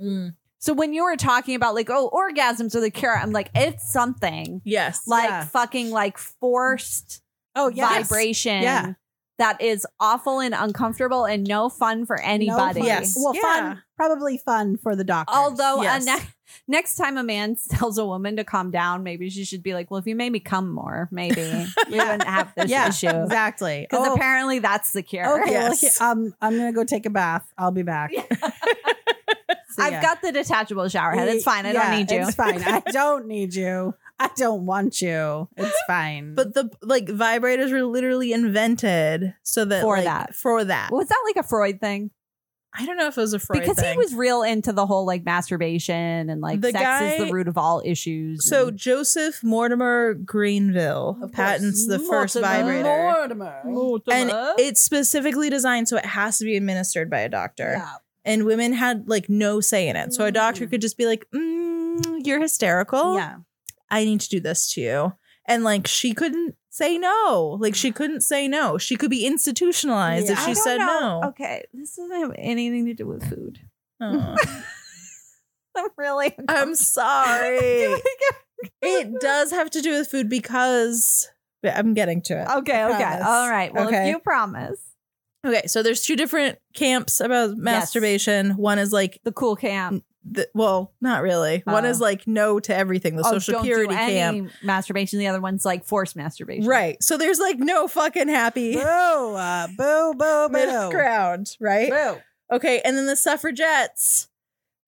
[SPEAKER 2] Mm-hmm.
[SPEAKER 1] so when you were talking about like, oh, orgasms are the cure, I'm like, it's something
[SPEAKER 2] yes
[SPEAKER 1] like
[SPEAKER 3] Yeah.
[SPEAKER 1] fucking like forced
[SPEAKER 3] oh yes.
[SPEAKER 1] vibration
[SPEAKER 3] Yeah.
[SPEAKER 1] that is awful and uncomfortable and no fun for anybody.
[SPEAKER 3] No fun.
[SPEAKER 2] Yes.
[SPEAKER 3] Well,
[SPEAKER 2] Yeah.
[SPEAKER 3] fun. Probably fun for the doctor.
[SPEAKER 1] Although
[SPEAKER 2] Yes.
[SPEAKER 1] uh, ne- next time a man tells a woman to calm down, maybe she should be like, well, if you made me come more, maybe we wouldn't have this
[SPEAKER 3] yeah,
[SPEAKER 1] issue. Because
[SPEAKER 3] exactly. Oh.
[SPEAKER 1] Oh, apparently that's the cure.
[SPEAKER 3] Okay, well,
[SPEAKER 2] Yes.
[SPEAKER 3] here- um, I'm gonna go take a bath. I'll be back. See ya.
[SPEAKER 1] I've got the detachable shower head. It's fine. I
[SPEAKER 3] Yeah,
[SPEAKER 1] don't need you.
[SPEAKER 3] It's fine. I don't need you. I don't want you. It's fine.
[SPEAKER 2] but the like vibrators were literally invented so that
[SPEAKER 1] For
[SPEAKER 2] like,
[SPEAKER 1] that.
[SPEAKER 2] for that
[SPEAKER 1] Was that like a Freud thing?
[SPEAKER 2] i don't know if it was a Freud
[SPEAKER 1] because
[SPEAKER 2] thing.
[SPEAKER 1] he was real into the whole like masturbation and like
[SPEAKER 2] The
[SPEAKER 1] sex is
[SPEAKER 2] guy-
[SPEAKER 1] the root of all issues.
[SPEAKER 2] so
[SPEAKER 1] and-
[SPEAKER 2] joseph mortimer greenville patents the first vibrator
[SPEAKER 3] Oh,
[SPEAKER 2] and it's specifically designed so it has to be administered by a doctor and women had like no say in it
[SPEAKER 1] Mm-hmm.
[SPEAKER 2] so a doctor could just be like mm, you're hysterical
[SPEAKER 3] yeah.
[SPEAKER 2] I need to do this to you. And like she couldn't say no. Like she couldn't say no. She could be institutionalized if
[SPEAKER 3] Yeah.
[SPEAKER 2] she
[SPEAKER 1] I don't
[SPEAKER 2] said
[SPEAKER 1] know.
[SPEAKER 2] no.
[SPEAKER 1] Okay, this doesn't have anything to do with food.
[SPEAKER 2] Aw.
[SPEAKER 1] I'm really.
[SPEAKER 2] I'm sorry. it does have to do with food because but I'm getting to it.
[SPEAKER 1] okay, okay,
[SPEAKER 2] promise.
[SPEAKER 1] all right. Well,
[SPEAKER 2] Okay.
[SPEAKER 1] if you promise, Oh.
[SPEAKER 2] Okay, so there's two different camps about masturbation. One is like
[SPEAKER 1] the cool camp.
[SPEAKER 2] th- well, not really. One
[SPEAKER 1] Oh.
[SPEAKER 2] is like no to everything, the
[SPEAKER 1] Oh,
[SPEAKER 2] social
[SPEAKER 1] don't do
[SPEAKER 2] purity
[SPEAKER 1] any
[SPEAKER 2] camp.
[SPEAKER 1] masturbation. The other one's like forced masturbation.
[SPEAKER 2] Right. So there's like no fucking happy
[SPEAKER 3] Boo, uh, boo, boo,
[SPEAKER 2] middle
[SPEAKER 3] boo.
[SPEAKER 2] ground, right?
[SPEAKER 3] Boo.
[SPEAKER 2] Okay, and then the suffragettes,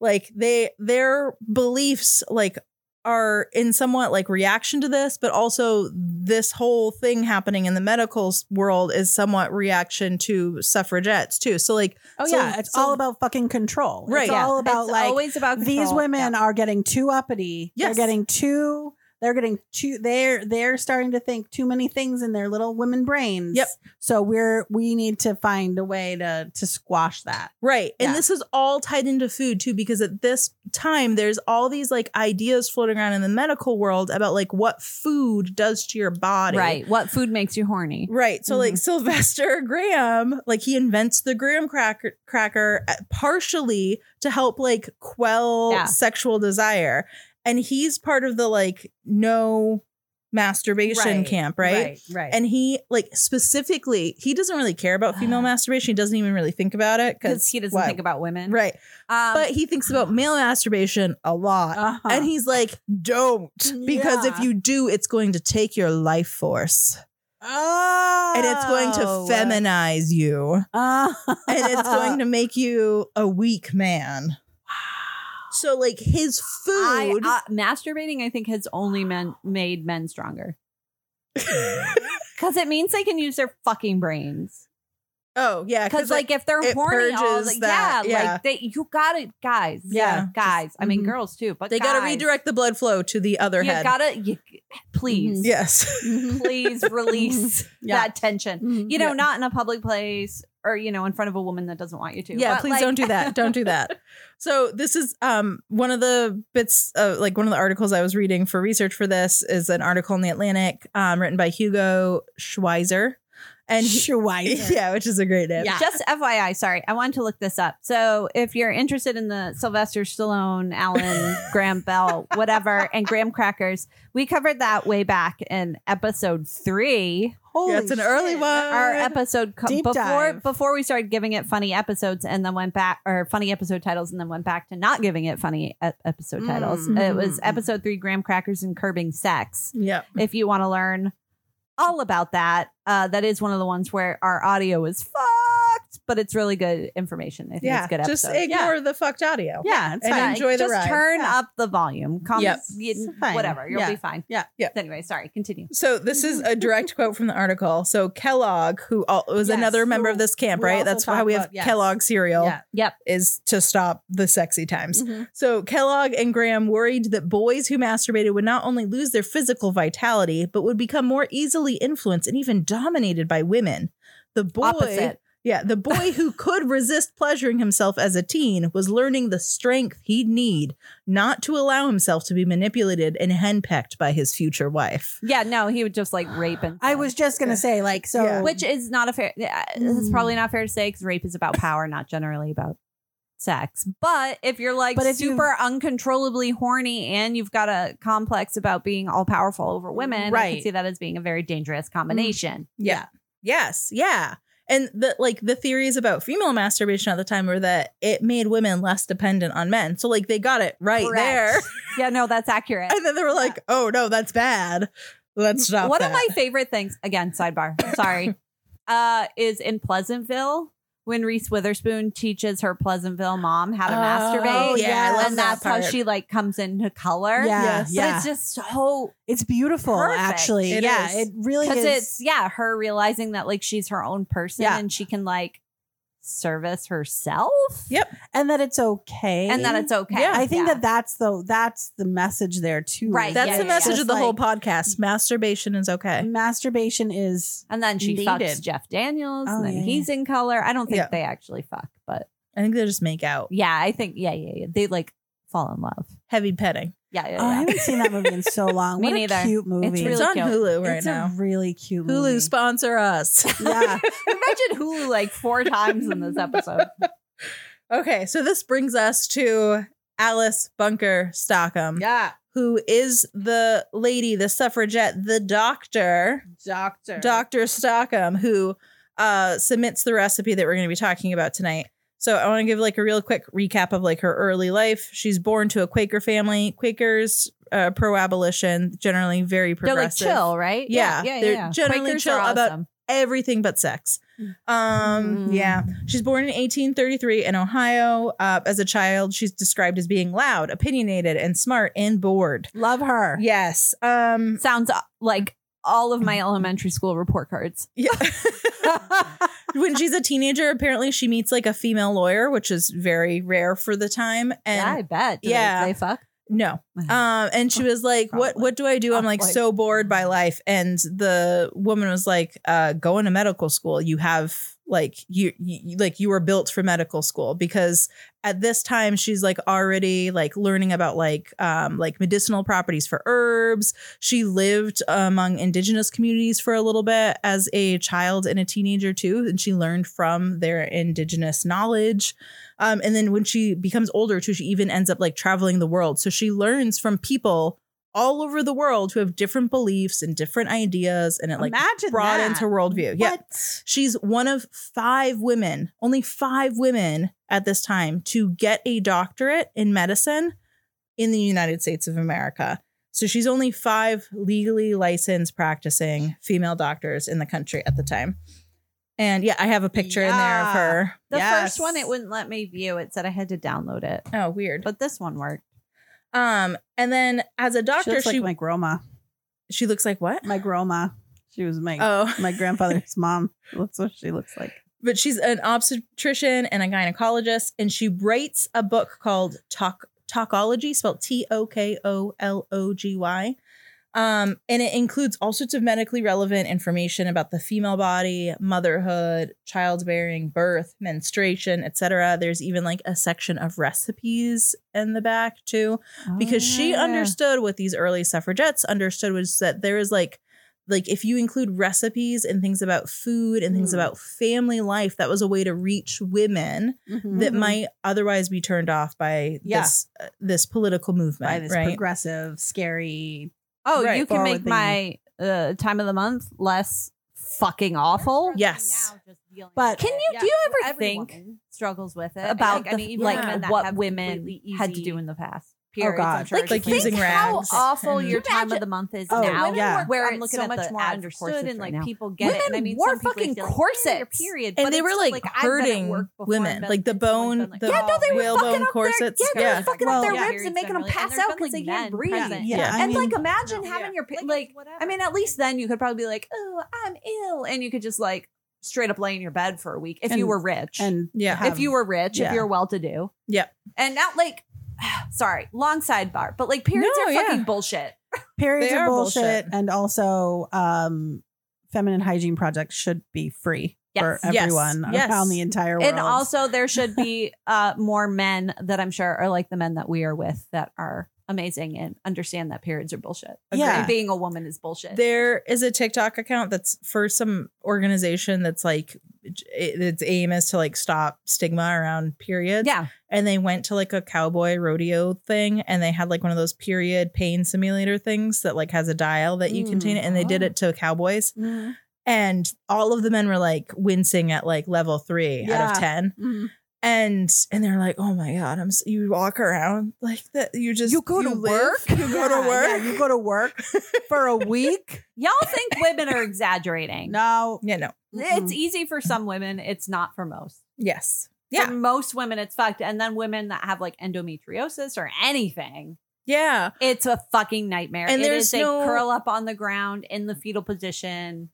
[SPEAKER 2] like they their beliefs like are in somewhat like reaction to this, but also this whole thing happening in the medical s- world is somewhat reaction to suffragettes too. So like
[SPEAKER 3] Oh,
[SPEAKER 2] So-
[SPEAKER 3] yeah. It's
[SPEAKER 2] so-
[SPEAKER 3] all about fucking control.
[SPEAKER 2] Right.
[SPEAKER 3] It's
[SPEAKER 1] Yeah.
[SPEAKER 3] all about
[SPEAKER 1] It's
[SPEAKER 3] like
[SPEAKER 1] always about
[SPEAKER 3] these
[SPEAKER 1] control.
[SPEAKER 3] women
[SPEAKER 1] Yeah.
[SPEAKER 3] are getting too uppity.
[SPEAKER 2] Yes.
[SPEAKER 3] They're getting too they're getting too they're they're starting to think too many things in their little women brains.
[SPEAKER 2] Yep.
[SPEAKER 3] So we're we need to find a way to to squash that.
[SPEAKER 2] Right. And
[SPEAKER 3] Yeah.
[SPEAKER 2] this is all tied into food too, because at this time, there's all these like ideas floating around in the medical world about like what food does to your body.
[SPEAKER 1] Right. What food makes you horny?
[SPEAKER 2] Right. So
[SPEAKER 1] Mm-hmm.
[SPEAKER 2] like Sylvester Graham, like he invents the Graham cracker, cracker uh, partially to help like quell
[SPEAKER 1] Yeah.
[SPEAKER 2] sexual desire. And he's part of the like no masturbation
[SPEAKER 3] Right.
[SPEAKER 2] camp, right?
[SPEAKER 3] Right.
[SPEAKER 2] And he like specifically, he doesn't really care about female masturbation. He doesn't even really think about it
[SPEAKER 1] Because he doesn't think about women.
[SPEAKER 2] Right
[SPEAKER 1] Um,
[SPEAKER 2] but he thinks about male masturbation a lot.
[SPEAKER 3] Uh-huh.
[SPEAKER 2] And he's like, don't, because if
[SPEAKER 3] Yeah.
[SPEAKER 2] you do, it's going to take your life force
[SPEAKER 3] oh.
[SPEAKER 2] and it's going to feminize you
[SPEAKER 3] Oh.
[SPEAKER 2] and it's going to make you a weak man. So, like, his
[SPEAKER 1] I,
[SPEAKER 2] food.
[SPEAKER 1] uh, masturbating, I think, has only men made men stronger uh, because it means they can use their fucking brains.
[SPEAKER 2] oh, yeah.
[SPEAKER 1] Because like, if they're
[SPEAKER 2] it
[SPEAKER 1] horny, all
[SPEAKER 2] purges
[SPEAKER 1] the,
[SPEAKER 2] that,
[SPEAKER 1] yeah,
[SPEAKER 2] yeah.
[SPEAKER 1] like they you got it, guys.
[SPEAKER 2] Yeah.
[SPEAKER 1] guys. I mean,
[SPEAKER 2] mhm.
[SPEAKER 1] girls too, but
[SPEAKER 2] they got to
[SPEAKER 1] guys,
[SPEAKER 2] redirect the blood flow to the other
[SPEAKER 1] You
[SPEAKER 2] head. Mm-hmm.
[SPEAKER 1] gotta, you, please,
[SPEAKER 2] yes.
[SPEAKER 1] please release
[SPEAKER 2] Mm-hmm.
[SPEAKER 3] Yeah.
[SPEAKER 1] that tension.
[SPEAKER 3] Mhm.
[SPEAKER 1] Mm-hmm. You know, not in a public place or you know, in front of a woman that doesn't want you to.
[SPEAKER 2] Yeah,
[SPEAKER 1] but,
[SPEAKER 2] please
[SPEAKER 1] like-
[SPEAKER 2] don't do that. Don't do that. So this is um one of the bits uh, like one of the articles I was reading for research for this is an article in the Atlantic um, written by Hugo Schweizer, and he-
[SPEAKER 3] Schweizer.
[SPEAKER 2] yeah, which is a great name.
[SPEAKER 3] Yeah.
[SPEAKER 1] Just FYI, sorry, I wanted to look this up. So if you're interested in the Sylvester Stallone, Alan Graham Bell, whatever, and Graham crackers, we covered that way back in episode three,
[SPEAKER 3] Holy
[SPEAKER 2] That's an early
[SPEAKER 3] shit.
[SPEAKER 2] one.
[SPEAKER 1] our episode co-
[SPEAKER 3] Deep
[SPEAKER 1] before
[SPEAKER 3] dive.
[SPEAKER 1] before we started giving it funny episodes, and then went back or funny episode titles, and then went back to not giving it funny e- episode titles.
[SPEAKER 3] Mm.
[SPEAKER 1] It was episode three, Graham crackers and curbing sex
[SPEAKER 2] Yep.
[SPEAKER 1] if you want to learn all about that. Uh, that is one of the ones where our audio is fucked, but it's really good information. I think
[SPEAKER 2] Yeah.
[SPEAKER 1] it's a good
[SPEAKER 2] Just
[SPEAKER 1] episode.
[SPEAKER 2] ignore the fucked audio.
[SPEAKER 3] Yeah, it's
[SPEAKER 2] And
[SPEAKER 3] fine.
[SPEAKER 2] enjoy the
[SPEAKER 1] just
[SPEAKER 2] ride.
[SPEAKER 1] turn
[SPEAKER 3] Yeah.
[SPEAKER 1] up the volume. Come,
[SPEAKER 2] Yep.
[SPEAKER 1] you-
[SPEAKER 3] It's fine.
[SPEAKER 1] whatever, you'll
[SPEAKER 3] Yeah.
[SPEAKER 1] be fine.
[SPEAKER 3] Yeah.
[SPEAKER 2] Yeah.
[SPEAKER 1] Anyway, sorry. Continue.
[SPEAKER 2] So this is a direct quote from the article. So Kellogg, who al- was
[SPEAKER 3] Yes,
[SPEAKER 2] another
[SPEAKER 3] who
[SPEAKER 2] member of this camp,
[SPEAKER 3] we
[SPEAKER 2] right?
[SPEAKER 3] also
[SPEAKER 2] That's why
[SPEAKER 3] talked
[SPEAKER 2] we have
[SPEAKER 3] about, yes.
[SPEAKER 2] Kellogg cereal.
[SPEAKER 3] Yeah.
[SPEAKER 1] Yep.
[SPEAKER 2] Is to stop the sexy times.
[SPEAKER 3] Mhm.
[SPEAKER 2] So Kellogg and Graham worried that boys who masturbated would not only lose their physical vitality, but would become more easily influenced and even dominated by women. The boy,
[SPEAKER 1] Opposite.
[SPEAKER 2] yeah, the boy who could resist pleasuring himself as a teen was learning the strength he'd need not to allow himself to be manipulated and henpecked by his future wife.
[SPEAKER 1] Yeah. No, he would just like rape and.
[SPEAKER 3] I was just gonna say, like, so
[SPEAKER 2] Yeah.
[SPEAKER 1] which is not a fair. yeah, It's
[SPEAKER 3] Um, Mm.
[SPEAKER 1] probably not fair to say because rape is about power, not generally about sex. But if you're like
[SPEAKER 3] But if you-
[SPEAKER 1] super uncontrollably horny and you've got a complex about being all powerful over women, I
[SPEAKER 3] Right. Mm.
[SPEAKER 1] can see that as being a very dangerous combination.
[SPEAKER 2] Yeah. Yes. Yeah. And the like the theories about female masturbation at the time were that it made women less dependent on men. So like they got it right
[SPEAKER 1] Correct.
[SPEAKER 2] there.
[SPEAKER 1] Yeah, no, that's accurate.
[SPEAKER 2] And then they were like, oh no, that's bad. Let's stop.
[SPEAKER 1] One
[SPEAKER 2] that.
[SPEAKER 1] of my favorite things, again, sidebar, sorry, uh, is in Pleasantville when Reese Witherspoon teaches her Pleasantville mom how to
[SPEAKER 3] Oh,
[SPEAKER 1] masturbate.
[SPEAKER 2] yeah, I love
[SPEAKER 1] and
[SPEAKER 2] that
[SPEAKER 1] that's how
[SPEAKER 2] part.
[SPEAKER 1] she like comes into color.
[SPEAKER 3] Yeah,
[SPEAKER 1] But
[SPEAKER 2] Yes.
[SPEAKER 3] yeah.
[SPEAKER 1] it's just so
[SPEAKER 3] It's beautiful,
[SPEAKER 1] Perfect.
[SPEAKER 3] actually.
[SPEAKER 2] It
[SPEAKER 3] yeah,
[SPEAKER 2] is.
[SPEAKER 3] it really
[SPEAKER 1] because
[SPEAKER 3] is.
[SPEAKER 1] it's yeah her realizing that like she's her own person
[SPEAKER 3] Yeah.
[SPEAKER 1] and she can like service herself
[SPEAKER 3] and that it's okay,
[SPEAKER 1] and that it's okay
[SPEAKER 3] I think that that's the that's the message there too.
[SPEAKER 1] Right,
[SPEAKER 2] That's
[SPEAKER 1] Yeah,
[SPEAKER 2] the
[SPEAKER 1] yeah,
[SPEAKER 2] message
[SPEAKER 3] Just
[SPEAKER 2] of the
[SPEAKER 3] like,
[SPEAKER 2] whole podcast. Masturbation is okay.
[SPEAKER 3] Masturbation is
[SPEAKER 1] and then she
[SPEAKER 3] Needed.
[SPEAKER 1] fucks jeff daniels
[SPEAKER 3] Oh,
[SPEAKER 1] and then
[SPEAKER 3] yeah,
[SPEAKER 1] he's in color i don't think
[SPEAKER 2] Yeah.
[SPEAKER 1] they actually fuck but
[SPEAKER 2] I think they just make out.
[SPEAKER 1] yeah i think yeah yeah yeah they like fall in love
[SPEAKER 2] Heavy petting.
[SPEAKER 1] yeah yeah,
[SPEAKER 3] Oh, I
[SPEAKER 1] yeah.
[SPEAKER 3] haven't seen that movie in so long.
[SPEAKER 1] Me
[SPEAKER 3] what
[SPEAKER 1] neither.
[SPEAKER 3] a cute movie.
[SPEAKER 1] It's really
[SPEAKER 2] it's on
[SPEAKER 1] cute.
[SPEAKER 2] Hulu right
[SPEAKER 3] It's a
[SPEAKER 2] now.
[SPEAKER 3] really cute movie.
[SPEAKER 2] Hulu sponsor us.
[SPEAKER 3] yeah.
[SPEAKER 1] imagine hulu like four times in this episode
[SPEAKER 2] okay, so this brings us to Alice Bunker Stockham,
[SPEAKER 3] Yeah.
[SPEAKER 2] who is the lady, the suffragette, the doctor,
[SPEAKER 3] Doctor.
[SPEAKER 2] Dr. Stockham, who uh, submits the recipe that we're going to be talking about tonight. So I want to give like a real quick recap of like her early life. She's born to a Quaker family. Quakers, uh, pro abolition, generally very
[SPEAKER 1] They're like
[SPEAKER 2] progressive.
[SPEAKER 1] chill, right?
[SPEAKER 2] Yeah,
[SPEAKER 1] yeah, yeah.
[SPEAKER 2] they're
[SPEAKER 1] yeah.
[SPEAKER 2] generally
[SPEAKER 1] Quakers
[SPEAKER 2] chill
[SPEAKER 1] are
[SPEAKER 2] about-
[SPEAKER 1] awesome.
[SPEAKER 2] everything but sex. Um,
[SPEAKER 1] Mm.
[SPEAKER 2] yeah. She's born in 1833 in Ohio. Uh, as a child, she's described as being loud, opinionated, and smart and bored.
[SPEAKER 3] Love her.
[SPEAKER 2] Yes. Um,
[SPEAKER 1] sounds uh, like all of my elementary school report cards.
[SPEAKER 2] yeah. when she's a teenager, apparently she meets like a female lawyer, which is very rare for the time. And
[SPEAKER 1] yeah, I bet. Do they-
[SPEAKER 2] yeah.
[SPEAKER 1] they fuck.
[SPEAKER 2] no, Um, and she was like, "What?
[SPEAKER 1] Probably.
[SPEAKER 2] What do I do? I'm like
[SPEAKER 1] Like-
[SPEAKER 2] so bored by life." And the woman was like, uh, "Go into medical school. You have like you, you like you were built for medical school because at this time she's like already like learning about like um like medicinal properties for herbs. She lived uh, among indigenous communities for a little bit as a child and a teenager too, and she learned from their indigenous knowledge. Um, and then when she becomes older too, she even ends up like traveling the world. So she learns from people all over the world who have different beliefs and different ideas, and it like
[SPEAKER 3] Imagine
[SPEAKER 2] brought
[SPEAKER 3] that.
[SPEAKER 2] into worldview. Yeah,
[SPEAKER 3] What?
[SPEAKER 2] she's one of five women, only five women at this time to get a doctorate in medicine in the United States of America. So she's only five legally licensed practicing female doctors in the country at the time. And yeah, I have a picture in there of
[SPEAKER 6] Yeah.
[SPEAKER 2] her.
[SPEAKER 1] The
[SPEAKER 3] Yes.
[SPEAKER 1] first one it wouldn't let me view. It said I had to download it,
[SPEAKER 2] Oh, weird.
[SPEAKER 1] but this one worked.
[SPEAKER 2] Um, and then as a
[SPEAKER 3] She
[SPEAKER 2] doctor,
[SPEAKER 3] looks
[SPEAKER 2] she
[SPEAKER 3] like my grandma.
[SPEAKER 2] she looks like what?
[SPEAKER 3] My grandma. She was my
[SPEAKER 2] Oh,
[SPEAKER 3] my grandfather's mom. That's what she looks like.
[SPEAKER 2] but she's an obstetrician and a gynecologist, and she writes a book called Talk Talkology, spelled T O K O L O G Y. Um, and it includes all sorts of medically relevant information about the female body, motherhood, childbearing, birth, menstruation, etc. There's even like a section of recipes in the back too.
[SPEAKER 1] Oh,
[SPEAKER 2] because she
[SPEAKER 3] Ah.
[SPEAKER 2] understood what these early suffragettes understood was that there is like like if you include recipes and things about food and things
[SPEAKER 6] Mm.
[SPEAKER 2] about family life that was a way to reach women that
[SPEAKER 1] Mhm.
[SPEAKER 2] might otherwise be turned off by
[SPEAKER 3] Mm-hmm. Yeah.
[SPEAKER 2] this uh, this political movement
[SPEAKER 3] By this
[SPEAKER 2] right
[SPEAKER 3] progressive, scary.
[SPEAKER 1] Oh,
[SPEAKER 2] Right.
[SPEAKER 1] you can make
[SPEAKER 3] Forward
[SPEAKER 1] my uh, time of the month less fucking awful.
[SPEAKER 2] Yes.
[SPEAKER 3] But-
[SPEAKER 1] Can you do you ever think
[SPEAKER 5] struggles with it
[SPEAKER 1] about
[SPEAKER 5] I mean,
[SPEAKER 1] the,
[SPEAKER 5] even
[SPEAKER 1] like
[SPEAKER 5] women that
[SPEAKER 1] what
[SPEAKER 5] have
[SPEAKER 1] women
[SPEAKER 5] completely
[SPEAKER 1] had to
[SPEAKER 5] easy
[SPEAKER 1] do in the past?
[SPEAKER 5] periods
[SPEAKER 3] God.
[SPEAKER 5] on
[SPEAKER 3] Like-
[SPEAKER 5] charge
[SPEAKER 2] like
[SPEAKER 5] and
[SPEAKER 2] using
[SPEAKER 5] things.
[SPEAKER 2] rags
[SPEAKER 5] How awful
[SPEAKER 2] and-
[SPEAKER 5] your time
[SPEAKER 1] Imagine-
[SPEAKER 5] of the month is
[SPEAKER 3] Oh,
[SPEAKER 5] now,
[SPEAKER 1] women
[SPEAKER 3] yeah.
[SPEAKER 1] wore, where
[SPEAKER 5] where
[SPEAKER 1] I'm
[SPEAKER 5] it's
[SPEAKER 1] looking
[SPEAKER 5] so
[SPEAKER 1] at
[SPEAKER 5] much
[SPEAKER 1] the
[SPEAKER 5] more
[SPEAKER 1] ads
[SPEAKER 5] understood
[SPEAKER 1] courses
[SPEAKER 5] and
[SPEAKER 1] right
[SPEAKER 5] like
[SPEAKER 1] now.
[SPEAKER 5] people get
[SPEAKER 1] Women
[SPEAKER 5] it. And I mean,
[SPEAKER 1] wore
[SPEAKER 5] some people
[SPEAKER 1] fucking
[SPEAKER 5] feel like, "Yeah, your
[SPEAKER 1] corsets.
[SPEAKER 5] period,
[SPEAKER 2] and
[SPEAKER 5] But
[SPEAKER 2] they
[SPEAKER 5] it's
[SPEAKER 2] were
[SPEAKER 5] just,
[SPEAKER 2] like,
[SPEAKER 5] I've been at
[SPEAKER 2] hurting
[SPEAKER 5] work before
[SPEAKER 2] women
[SPEAKER 5] and been-
[SPEAKER 2] like the
[SPEAKER 5] and someone's
[SPEAKER 2] bone
[SPEAKER 5] been like,
[SPEAKER 2] the
[SPEAKER 5] "Oh,
[SPEAKER 1] Yeah, no, they were fucking
[SPEAKER 2] whalebone
[SPEAKER 1] up their-
[SPEAKER 2] corsets
[SPEAKER 1] yeah, they
[SPEAKER 2] yeah
[SPEAKER 1] were fucking
[SPEAKER 3] Well,
[SPEAKER 1] up their
[SPEAKER 3] yeah.
[SPEAKER 1] ribs and making them
[SPEAKER 5] Period's been
[SPEAKER 1] pass
[SPEAKER 5] really-
[SPEAKER 1] out
[SPEAKER 5] and there's
[SPEAKER 1] because they
[SPEAKER 5] been,
[SPEAKER 1] can't
[SPEAKER 5] like,
[SPEAKER 1] breathe.
[SPEAKER 5] men present.
[SPEAKER 1] And
[SPEAKER 3] Yeah, I mean,
[SPEAKER 1] like, imagine
[SPEAKER 5] Yeah.
[SPEAKER 1] having your pa-
[SPEAKER 5] Like,
[SPEAKER 1] like.
[SPEAKER 5] whatever.
[SPEAKER 1] I mean, at least then you could probably be like, "Oh, I'm ill," and you could just like straight up lay in your bed for a week if
[SPEAKER 3] And-
[SPEAKER 1] you were rich.
[SPEAKER 3] And
[SPEAKER 2] yeah
[SPEAKER 1] if you were rich,
[SPEAKER 3] yeah.
[SPEAKER 1] if you're well to do.
[SPEAKER 2] Yeah.
[SPEAKER 1] And not like, sorry, long sidebar, but like periods
[SPEAKER 2] No,
[SPEAKER 1] are
[SPEAKER 2] yeah.
[SPEAKER 1] fucking bullshit.
[SPEAKER 3] periods
[SPEAKER 2] They
[SPEAKER 3] are,
[SPEAKER 2] are
[SPEAKER 3] bullshit,
[SPEAKER 2] bullshit.
[SPEAKER 3] and also um feminine hygiene projects should be free for
[SPEAKER 2] Yes.
[SPEAKER 3] everyone
[SPEAKER 2] Yes.
[SPEAKER 3] around the entire world
[SPEAKER 1] And also, there should be uh, more men that I'm sure are like the men that we are with that are amazing and understand that periods are bullshit.
[SPEAKER 3] yeah
[SPEAKER 1] And being a woman is bullshit.
[SPEAKER 2] There is a TikTok account that's for some organization that's like it- its aim is to like stop stigma around periods.
[SPEAKER 1] yeah.
[SPEAKER 2] And they went to like a cowboy rodeo thing and they had like one of those period pain simulator things that like has a dial that you can
[SPEAKER 1] Mm.
[SPEAKER 2] tune it and they did
[SPEAKER 3] Mm-hmm.
[SPEAKER 1] Oh.
[SPEAKER 2] it to cowboys. And all of the men were like wincing at like level three out of
[SPEAKER 3] Yeah.
[SPEAKER 2] 10.
[SPEAKER 3] Mhm.
[SPEAKER 2] And and they're like, oh my God, I'm s you walk around like that. You just
[SPEAKER 3] You go to
[SPEAKER 2] live,
[SPEAKER 3] work?
[SPEAKER 2] You go
[SPEAKER 3] Yeah,
[SPEAKER 2] to work.
[SPEAKER 3] yeah, you go to work for a week
[SPEAKER 1] Y'all think women are exaggerating.
[SPEAKER 3] no
[SPEAKER 2] yeah, no.
[SPEAKER 1] It's easy for some women, it's not for most.
[SPEAKER 2] Yes. Yeah.
[SPEAKER 1] For most women, it's fucked. And then women that have like endometriosis or anything,
[SPEAKER 2] Yeah.
[SPEAKER 1] It's a fucking nightmare.
[SPEAKER 2] And
[SPEAKER 1] And
[SPEAKER 2] there's
[SPEAKER 1] there's it is
[SPEAKER 2] no-
[SPEAKER 1] a curl up on the ground in the fetal position.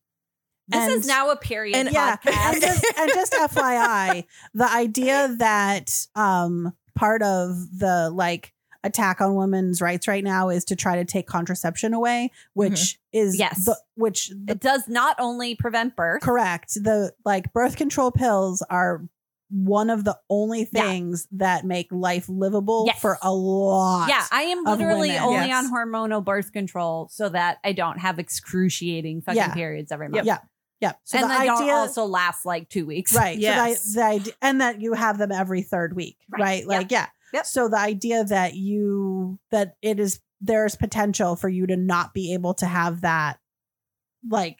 [SPEAKER 1] This
[SPEAKER 2] And-
[SPEAKER 1] is now a period
[SPEAKER 2] and-
[SPEAKER 3] yeah
[SPEAKER 1] podcast.
[SPEAKER 3] and just, and just fyi the idea that um part of the like attack on women's rights right now is to try to take contraception away which is
[SPEAKER 1] Mm-hmm. Yes.
[SPEAKER 3] the, which the
[SPEAKER 1] it does not only prevent birth.
[SPEAKER 3] Correct. The like birth control pills are one of the only
[SPEAKER 1] Yeah.
[SPEAKER 3] things that make life livable
[SPEAKER 1] Yes.
[SPEAKER 3] for a lot.
[SPEAKER 1] Yeah, I am
[SPEAKER 3] of
[SPEAKER 1] literally
[SPEAKER 3] women.
[SPEAKER 1] only
[SPEAKER 2] Yes.
[SPEAKER 1] on hormonal birth control so that I don't have excruciating fucking
[SPEAKER 3] Yeah.
[SPEAKER 1] periods every
[SPEAKER 3] Yep.
[SPEAKER 1] month.
[SPEAKER 3] Yeah. yeah. So
[SPEAKER 1] and
[SPEAKER 3] the
[SPEAKER 1] they don't
[SPEAKER 3] idea,
[SPEAKER 1] also last like two weeks.
[SPEAKER 3] right?
[SPEAKER 2] Yes.
[SPEAKER 3] So the, the idea, and that you have them every third week, right?
[SPEAKER 1] Right.
[SPEAKER 3] Like, yeah.
[SPEAKER 1] Yep.
[SPEAKER 3] So the idea that you that it is there's potential for you to not be able to have that, like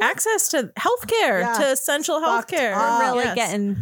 [SPEAKER 2] access to healthcare,
[SPEAKER 3] Yeah.
[SPEAKER 2] to essential
[SPEAKER 3] Fucked
[SPEAKER 2] healthcare.
[SPEAKER 3] up.
[SPEAKER 1] We're really
[SPEAKER 2] Yes.
[SPEAKER 1] getting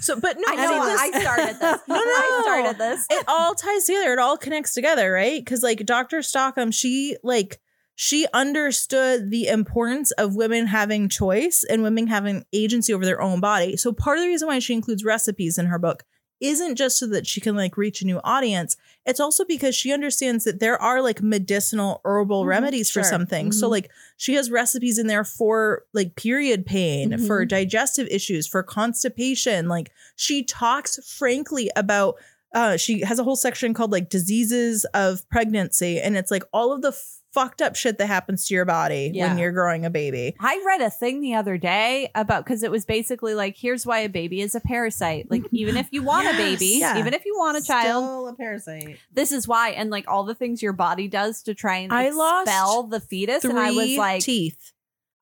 [SPEAKER 2] So, but no,
[SPEAKER 1] I know.
[SPEAKER 2] see, this-
[SPEAKER 1] I started this.
[SPEAKER 2] No, no,
[SPEAKER 1] I
[SPEAKER 2] no.
[SPEAKER 1] started this.
[SPEAKER 2] it all ties together. It all connects together, right? Because like Dr. Stockholm, she like she understood the importance of women having choice and women having agency over their own body. So part of the reason why she includes recipes in her book isn't just so that she can like reach a new audience. It's also because she understands that there are like medicinal herbal
[SPEAKER 1] Mhm,
[SPEAKER 2] remedies for
[SPEAKER 1] sure.
[SPEAKER 2] some things. So
[SPEAKER 1] Mhm.
[SPEAKER 2] like she has recipes in there for like period pain, for
[SPEAKER 1] Mhm.
[SPEAKER 2] digestive issues, for constipation. Like she talks frankly about uh, she has a whole section called like diseases of pregnancy, and it's like all of the fucked up shit that happens to your body
[SPEAKER 1] Yeah.
[SPEAKER 2] when you're growing a baby.
[SPEAKER 1] I read a thing the other day about because it was basically like, here's why a baby is a parasite. Like, even if you want a
[SPEAKER 3] Yes,
[SPEAKER 1] baby,
[SPEAKER 3] yeah.
[SPEAKER 1] even if you want a child,
[SPEAKER 3] Still a parasite.
[SPEAKER 1] this is why. And like all the things your body does to try and
[SPEAKER 2] I lost
[SPEAKER 1] expel the fetus.
[SPEAKER 2] Three
[SPEAKER 1] And I was like,
[SPEAKER 2] teeth.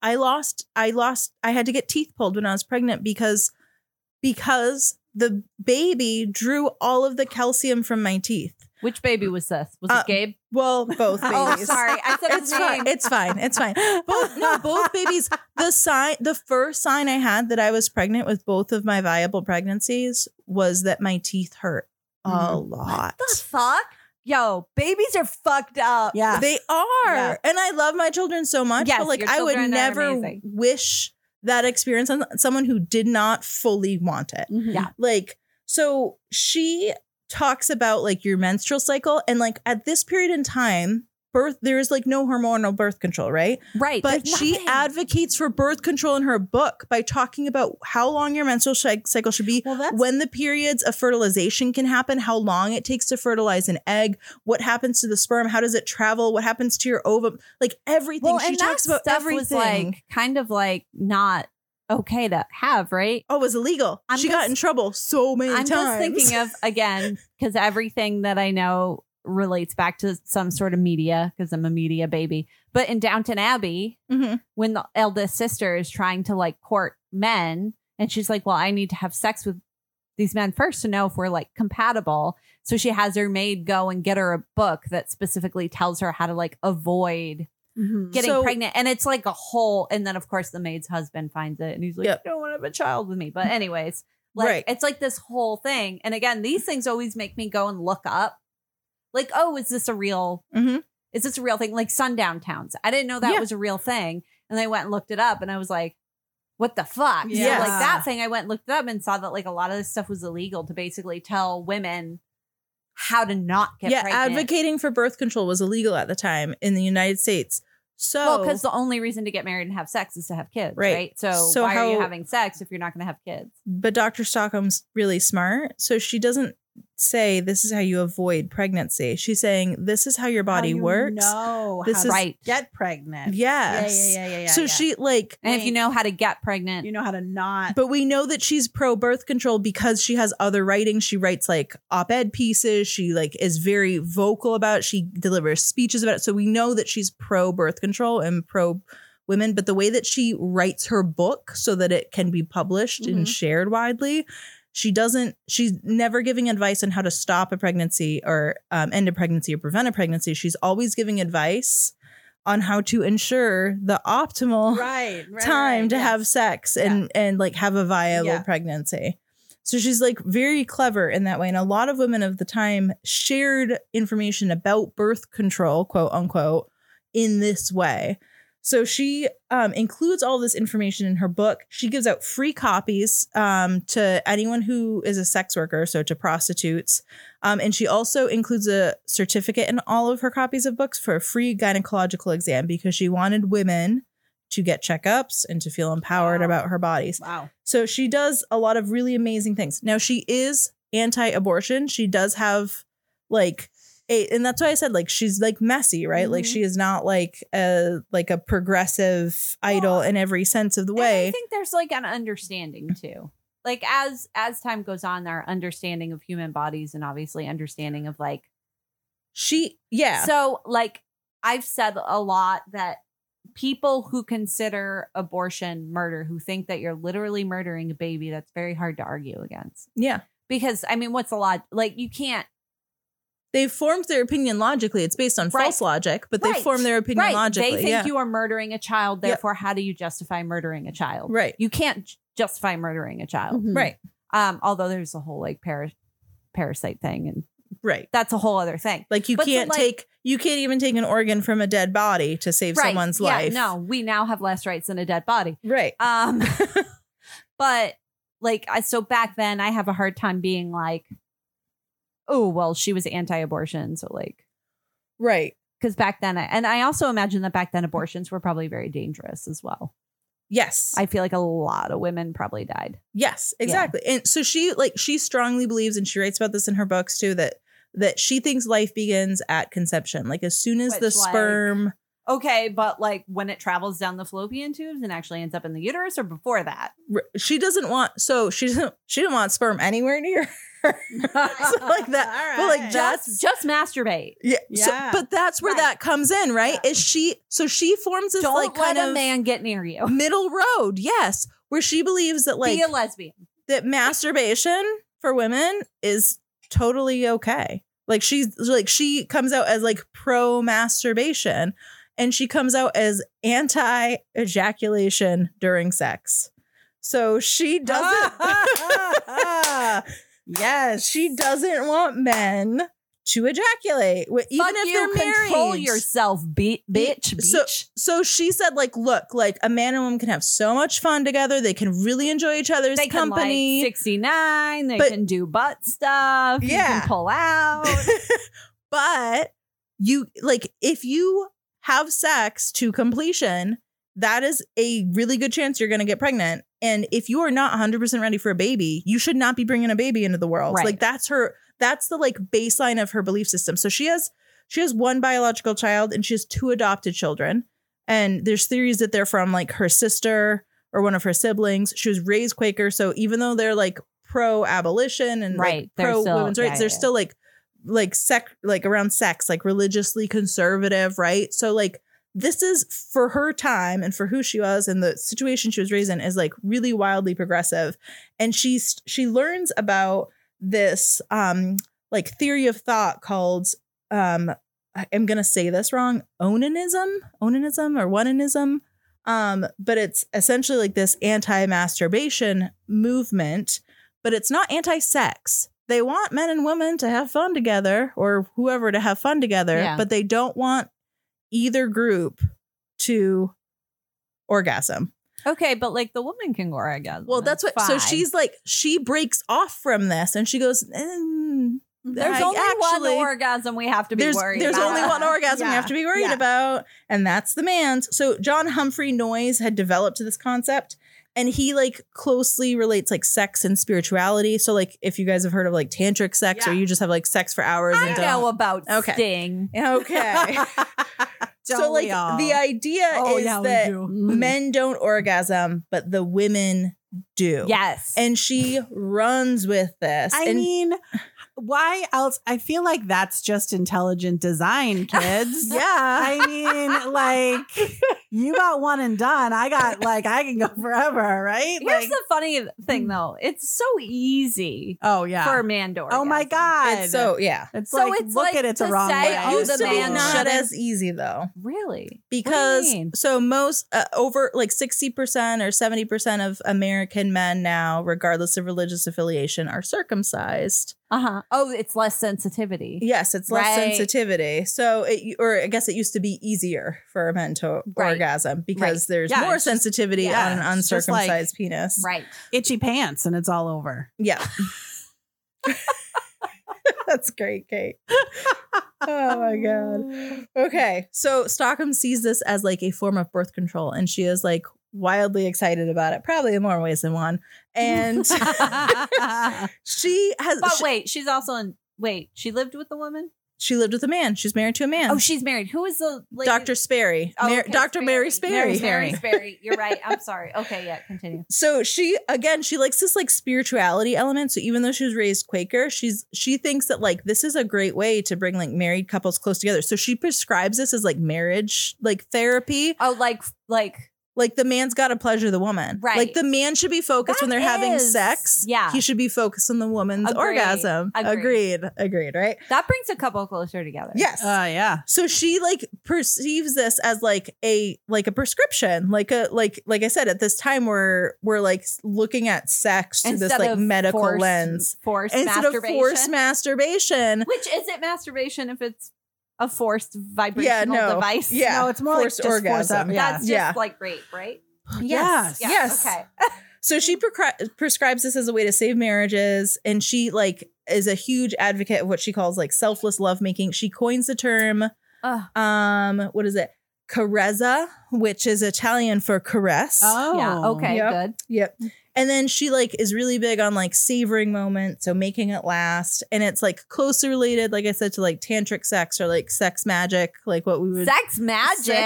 [SPEAKER 2] I lost. I lost. I had to get teeth pulled when I was pregnant because because the baby drew all of the calcium from my teeth.
[SPEAKER 1] which baby was this? Was
[SPEAKER 2] Uh,
[SPEAKER 1] it Gabe?
[SPEAKER 2] Well, both
[SPEAKER 1] Oh,
[SPEAKER 2] babies.
[SPEAKER 1] sorry. I said his
[SPEAKER 2] It's fine.
[SPEAKER 1] name.
[SPEAKER 2] It's fine. It's fine. Both no, both babies. The sign, the first sign I had that I was pregnant with both of my viable pregnancies was that my teeth hurt a
[SPEAKER 3] Oh.
[SPEAKER 1] Mm-hmm.
[SPEAKER 2] lot.
[SPEAKER 1] the fuck? Yo, babies are fucked up.
[SPEAKER 3] Yeah.
[SPEAKER 2] They are,
[SPEAKER 3] Yeah.
[SPEAKER 2] and I love my children so much.
[SPEAKER 1] Yes,
[SPEAKER 2] but like,
[SPEAKER 1] your
[SPEAKER 2] I would
[SPEAKER 1] children are
[SPEAKER 2] never
[SPEAKER 1] amazing.
[SPEAKER 2] wish that experience on someone who did not fully want it.
[SPEAKER 1] Yeah.
[SPEAKER 2] like so she talks about like your menstrual cycle and like at this period in time birth there is like no hormonal birth control right
[SPEAKER 1] Right.
[SPEAKER 2] but
[SPEAKER 1] there's
[SPEAKER 2] she
[SPEAKER 1] nothing.
[SPEAKER 2] advocates for birth control in her book by talking about how long your menstrual cy- cycle should be
[SPEAKER 3] Well, that's
[SPEAKER 2] when the periods of fertilization can happen, how long it takes to fertilize an egg, what happens to the sperm, how does it travel, what happens to your ovum, like everything. she
[SPEAKER 1] and that
[SPEAKER 2] talks about
[SPEAKER 1] stuff
[SPEAKER 2] everything.
[SPEAKER 1] Was like kind of like not okay to have, right?
[SPEAKER 2] oh, it was illegal.
[SPEAKER 1] I'm
[SPEAKER 2] she got
[SPEAKER 1] just-
[SPEAKER 2] in trouble so many
[SPEAKER 1] I'm
[SPEAKER 2] times.
[SPEAKER 1] just thinking of again because everything that I know relates back to some sort of media because I'm a media baby. But in Downton Abbey,
[SPEAKER 2] Mhm.
[SPEAKER 1] when the eldest sister is trying to like court men, and she's like, "Well, I need to have sex with these men first to know if we're like compatible." So she has her maid go and get her a book that specifically tells her how to like avoid getting
[SPEAKER 2] So-
[SPEAKER 1] pregnant and it's like a whole and then of course the maid's husband finds it and he's like
[SPEAKER 2] Yep.
[SPEAKER 1] you don't want to have a child with me but anyways like
[SPEAKER 2] Right.
[SPEAKER 1] it's like this whole thing and again these things always make me go and look up like oh is this a real
[SPEAKER 2] Mhm.
[SPEAKER 1] is this a real thing like sundown towns i didn't know that
[SPEAKER 2] Yeah.
[SPEAKER 1] was a real thing and i went and looked it up and i was like what the fuck So,
[SPEAKER 3] Yes.
[SPEAKER 1] like that thing i went and looked it up and saw that like a lot of this stuff was illegal to basically tell women how to not get
[SPEAKER 2] yeah,
[SPEAKER 1] pregnant
[SPEAKER 2] advocating for birth control was illegal at the time in the United States. So
[SPEAKER 1] Well, because the only reason to get married and have sex is to have kids,
[SPEAKER 2] Oh. Right.
[SPEAKER 1] right? So,
[SPEAKER 2] So
[SPEAKER 1] why are you
[SPEAKER 2] how-
[SPEAKER 1] having sex if you're not going to have kids?
[SPEAKER 2] but Dr. Stockholm's really smart, so she doesn't say this is how you avoid pregnancy. She's saying this is how your body works.
[SPEAKER 3] No,
[SPEAKER 2] This is-
[SPEAKER 1] right.
[SPEAKER 3] get pregnant.
[SPEAKER 2] Yes.
[SPEAKER 3] Yeah, yeah, yeah, yeah.
[SPEAKER 2] so
[SPEAKER 3] yeah.
[SPEAKER 2] she like
[SPEAKER 1] and if you
[SPEAKER 3] Right.
[SPEAKER 1] know how to get pregnant,
[SPEAKER 3] you know how to not.
[SPEAKER 2] but we know that she's pro birth control because she has other writing. She writes like op-ed pieces. She like is very vocal about it. She delivers speeches about it. So we know that she's pro birth control and pro women, but the way that she writes her book so that it can be published
[SPEAKER 3] Mm-hmm.
[SPEAKER 2] and shared widely, she doesn't she's never giving advice on how to stop a pregnancy or um, end a pregnancy or prevent a pregnancy. She's always giving advice on how to ensure the optimal
[SPEAKER 3] right, right,
[SPEAKER 2] time
[SPEAKER 3] right,
[SPEAKER 2] to
[SPEAKER 3] yes.
[SPEAKER 2] have sex and and like have a viable
[SPEAKER 3] Yeah.
[SPEAKER 2] pregnancy. So she's like very clever in that way. And a lot of women of the time shared information about birth control, quote unquote, in this way. So she um, includes all this information in her book. She gives out free copies um, to anyone who is a sex worker, so to prostitutes. Um, and she also includes a certificate in all of her copies of books for a free gynecological exam because she wanted women to get checkups and to feel empowered
[SPEAKER 3] Wow.
[SPEAKER 2] about her bodies.
[SPEAKER 3] Wow.
[SPEAKER 2] So she does a lot of really amazing things. Now she is anti-abortion. She does have like a and that's why I said like she's like messy, right? Like
[SPEAKER 1] Mhm.
[SPEAKER 2] she is not like a like a progressive idol in every sense of the
[SPEAKER 1] And I
[SPEAKER 2] way.
[SPEAKER 1] think there's like an understanding too. Like as as time goes on, our understanding of human bodies and obviously understanding of like
[SPEAKER 2] She yeah.
[SPEAKER 1] So, like, I've said a lot that people who consider abortion murder, who think that you're literally murdering a baby, that's very hard to argue against.
[SPEAKER 2] yeah.
[SPEAKER 1] Because, I mean, what's a lot? Like, you can't.
[SPEAKER 2] They've formed their opinion logically. It's based on
[SPEAKER 1] Right.
[SPEAKER 2] false logic, but they
[SPEAKER 1] Right.
[SPEAKER 2] form their opinion
[SPEAKER 1] Right.
[SPEAKER 2] logically.
[SPEAKER 1] They think
[SPEAKER 2] yeah.
[SPEAKER 1] you are murdering a child.
[SPEAKER 2] Yep.
[SPEAKER 1] Therefore, how do you justify murdering a child?
[SPEAKER 2] right. Mm-hmm.
[SPEAKER 1] You can't j- justify murdering a child.
[SPEAKER 2] Right.
[SPEAKER 1] Um, although there's a whole like para- parasite thing, and
[SPEAKER 2] Right.
[SPEAKER 1] that's a whole other thing.
[SPEAKER 2] Like you
[SPEAKER 1] But so,
[SPEAKER 2] can't
[SPEAKER 1] like-
[SPEAKER 2] take you can't even take an organ from a dead body to save
[SPEAKER 1] Right.
[SPEAKER 2] someone's
[SPEAKER 1] Yeah,
[SPEAKER 2] life.
[SPEAKER 1] No, we now have less rights than a dead body.
[SPEAKER 2] Right.
[SPEAKER 1] Um, but like, I so back then I have a hard time being like, oh, well, she was anti-abortion, so like,
[SPEAKER 2] Right.
[SPEAKER 1] because back then, I, and I also imagine that back then abortions were probably very dangerous as well.
[SPEAKER 2] Yes.
[SPEAKER 1] I feel like a lot of women probably died.
[SPEAKER 2] Yes, exactly. And so she like she strongly believes and she writes about this in her books too that that she thinks life begins at conception. Like as soon as the
[SPEAKER 1] Which, like-
[SPEAKER 2] sperm
[SPEAKER 1] Okay, but like when it travels down the fallopian tubes and actually ends up in the uterus, or before that,
[SPEAKER 2] r- she doesn't want so she doesn't she didn't want sperm anywhere near her. so like that.
[SPEAKER 3] All
[SPEAKER 2] But like
[SPEAKER 3] right.
[SPEAKER 2] that's
[SPEAKER 1] just just masturbate.
[SPEAKER 2] yeah. so-
[SPEAKER 3] Yeah.
[SPEAKER 2] but that's where
[SPEAKER 1] Right.
[SPEAKER 2] that comes in, right? Is she so she forms this
[SPEAKER 1] Don't
[SPEAKER 2] like
[SPEAKER 1] let
[SPEAKER 2] kind
[SPEAKER 1] a
[SPEAKER 2] of
[SPEAKER 1] man get near you.
[SPEAKER 2] middle road, yes, where she believes that like
[SPEAKER 1] Be a lesbian.
[SPEAKER 2] that masturbation for women is totally okay. Like she's like she comes out as like pro masturbation and she comes out as anti ejaculation during sex. So she doesn't
[SPEAKER 3] yes.
[SPEAKER 2] she doesn't want men to ejaculate wh- even
[SPEAKER 1] Fuck
[SPEAKER 2] if
[SPEAKER 1] you,
[SPEAKER 2] they're married.
[SPEAKER 1] control yourself, bi- bitch, bitch.
[SPEAKER 2] So- so she said like look like a man and woman can have so much fun together they can really enjoy each other's
[SPEAKER 1] they
[SPEAKER 2] company
[SPEAKER 1] can like 69 they
[SPEAKER 2] But-
[SPEAKER 1] can do butt stuff you
[SPEAKER 2] Yeah.
[SPEAKER 1] can pull out
[SPEAKER 2] but you like if you have sex to completion that is a really good chance you're going to get pregnant and if you are not 100% ready for a baby you should not be bringing a baby into the world
[SPEAKER 1] Right.
[SPEAKER 2] like that's her that's the like baseline of her belief system so she has she has one biological child and she has two adopted children and there's theories that they're from like her sister or one of her siblings she was raised quaker so even though they're like pro abolition and
[SPEAKER 1] Right, they're
[SPEAKER 2] pro
[SPEAKER 1] still-
[SPEAKER 2] women's rights
[SPEAKER 1] yeah,
[SPEAKER 2] they're
[SPEAKER 1] yeah.
[SPEAKER 2] still like like sec like around sex like religiously conservative right so like this is for her time and for who she was and the situation she was raised in is like really wildly progressive and she's she learns about this um like theory of thought called um I- i'm gonna say this wrong onanism onanism or oneanism um but it's essentially like this anti-masturbation movement but it's not anti-sex they want men and women to have fun together or whoever to have fun together
[SPEAKER 1] Yeah.
[SPEAKER 2] but they don't want either group to orgasm
[SPEAKER 1] okay but like the woman can go orgasm
[SPEAKER 2] well that's what so
[SPEAKER 1] fine.
[SPEAKER 2] she's like she breaks off from this and she goes "Mm,
[SPEAKER 1] there's
[SPEAKER 2] like,
[SPEAKER 1] only one
[SPEAKER 2] actually-
[SPEAKER 1] orgasm we have to be
[SPEAKER 2] there's,
[SPEAKER 1] worried
[SPEAKER 2] There's
[SPEAKER 1] about.
[SPEAKER 2] only one orgasm you have to be worried
[SPEAKER 3] Yeah.
[SPEAKER 2] about, and that's the man's. So John Humphrey Noyes had developed this concept, and he like closely relates like sex and spirituality. So like if you guys have heard of like tantric sex, or
[SPEAKER 3] Yeah.
[SPEAKER 2] you just have like sex for hours.
[SPEAKER 1] i
[SPEAKER 2] and
[SPEAKER 1] know about
[SPEAKER 2] Okay.
[SPEAKER 1] sting
[SPEAKER 2] Don't. Okay. so
[SPEAKER 3] Don't
[SPEAKER 2] like
[SPEAKER 3] we all?
[SPEAKER 2] the idea
[SPEAKER 3] Oh,
[SPEAKER 2] is that men don't orgasm, but the women do.
[SPEAKER 1] yes
[SPEAKER 2] And she runs with this.
[SPEAKER 3] I
[SPEAKER 2] and
[SPEAKER 3] mean, why else? I feel like that's just intelligent design, kids.
[SPEAKER 2] yeah.
[SPEAKER 3] I mean, like you got one and done. I got like I can go forever, right?
[SPEAKER 1] here's
[SPEAKER 3] Like,
[SPEAKER 1] the funny thing
[SPEAKER 2] mm.
[SPEAKER 1] though it's so easy
[SPEAKER 3] oh yeah.
[SPEAKER 1] for a man to orgasm.
[SPEAKER 3] oh my god.
[SPEAKER 2] It's so yeah.
[SPEAKER 3] it's
[SPEAKER 1] So
[SPEAKER 3] like
[SPEAKER 1] it's
[SPEAKER 3] look
[SPEAKER 1] like
[SPEAKER 3] at it
[SPEAKER 1] to
[SPEAKER 3] the wrong
[SPEAKER 1] say,
[SPEAKER 3] way.
[SPEAKER 1] oh,
[SPEAKER 3] all
[SPEAKER 1] the
[SPEAKER 3] the
[SPEAKER 2] Used to be
[SPEAKER 3] time.
[SPEAKER 1] man
[SPEAKER 2] not
[SPEAKER 1] should-
[SPEAKER 2] as easy though.
[SPEAKER 1] really
[SPEAKER 2] because
[SPEAKER 1] mean?
[SPEAKER 2] so most uh, over like 60% or 70% of american men now regardless of religious affiliation are circumcised
[SPEAKER 1] uh-huh oh it's less sensitivity
[SPEAKER 2] yes it's less
[SPEAKER 1] Right.
[SPEAKER 2] sensitivity so it or i guess it used to be easier for men to
[SPEAKER 1] Right.
[SPEAKER 2] orgasm because there's
[SPEAKER 3] Yeah,
[SPEAKER 2] more
[SPEAKER 3] it's just-
[SPEAKER 2] sensitivity
[SPEAKER 3] yeah,
[SPEAKER 2] on an
[SPEAKER 3] it's just like-
[SPEAKER 2] uncircumcised penis
[SPEAKER 1] right
[SPEAKER 3] itchy pants and it's all over.
[SPEAKER 2] yeah that's great kate oh my god Okay. So Stockholm sees this as like a form of birth control and she is like wildly excited about it, probably in more ways than one. And she has
[SPEAKER 1] but
[SPEAKER 2] she,
[SPEAKER 1] wait she's also in wait she lived with the woman
[SPEAKER 2] she lived with a man. She's married to a man.
[SPEAKER 1] oh she's married who is the lady-
[SPEAKER 2] Dr. Sperry.
[SPEAKER 1] Oh,
[SPEAKER 2] Mar-
[SPEAKER 1] okay,
[SPEAKER 2] Dr. Mary Sperry.
[SPEAKER 1] Sperry. Mary Sperry. You're right. I'm sorry. Okay, yeah, continue.
[SPEAKER 2] So she again, she likes this like spirituality element. So even though she was raised Quaker, she's she thinks that like this is a great way to bring like married couples close together. So she prescribes this as like marriage like therapy.
[SPEAKER 1] Oh, like like
[SPEAKER 2] Like the man's got to pleasure the woman.
[SPEAKER 1] Right.
[SPEAKER 2] Like the man should be focused when
[SPEAKER 1] That
[SPEAKER 2] they're having
[SPEAKER 1] is-
[SPEAKER 2] sex.
[SPEAKER 1] yeah.
[SPEAKER 2] He should be focused on the woman's
[SPEAKER 1] Agreed.
[SPEAKER 2] orgasm.
[SPEAKER 1] Agreed.
[SPEAKER 2] Agreed. Agreed, right?
[SPEAKER 1] That brings a couple closer together.
[SPEAKER 2] Yes.
[SPEAKER 3] Uh, yeah.
[SPEAKER 2] so she like perceives this as like a like a prescription like a like like i said at this time we're we're like looking at sex through
[SPEAKER 1] Instead
[SPEAKER 2] this like
[SPEAKER 1] of
[SPEAKER 2] medical
[SPEAKER 1] forced-
[SPEAKER 2] lens
[SPEAKER 1] Forced
[SPEAKER 2] instead of
[SPEAKER 1] masturbation.
[SPEAKER 2] forced masturbation
[SPEAKER 1] Which is it masturbation if it's a forced vibrational
[SPEAKER 2] yeah no
[SPEAKER 1] device?
[SPEAKER 2] yeah
[SPEAKER 3] No, it's more like
[SPEAKER 2] forced
[SPEAKER 3] just force
[SPEAKER 2] orgasm
[SPEAKER 3] up.
[SPEAKER 1] That's just
[SPEAKER 2] Yeah.
[SPEAKER 1] like rape, right?
[SPEAKER 3] Yes.
[SPEAKER 1] Yeah,
[SPEAKER 2] Yes.
[SPEAKER 1] Okay.
[SPEAKER 2] so she precri- prescribes this as a way to save marriages and she like is a huge advocate of what she calls like selfless lovemaking she coins the term
[SPEAKER 1] Ugh.
[SPEAKER 2] um what is it carezza which is italian for caress
[SPEAKER 3] Oh.
[SPEAKER 1] yeah. Okay.
[SPEAKER 2] Yep.
[SPEAKER 1] Good.
[SPEAKER 2] Yep. And then she like is really big on like savoring moments, so making it last. And it's like closely related, like I said, to like tantric sex or like sex magic, like what we would
[SPEAKER 1] Sex magic.
[SPEAKER 2] sex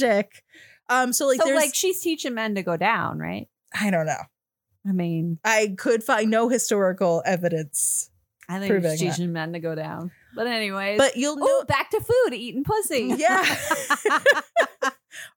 [SPEAKER 2] magic. Um, so like
[SPEAKER 1] so
[SPEAKER 2] there's
[SPEAKER 1] like she's teaching men to go down, right?
[SPEAKER 2] I don't know.
[SPEAKER 1] I mean,
[SPEAKER 2] I could find no historical evidence.
[SPEAKER 1] I think
[SPEAKER 2] Proving
[SPEAKER 1] she's
[SPEAKER 2] that.
[SPEAKER 1] teaching men to go down. But anyways,
[SPEAKER 2] But you'll know
[SPEAKER 1] oh, back to food, eating pussy.
[SPEAKER 2] Yeah.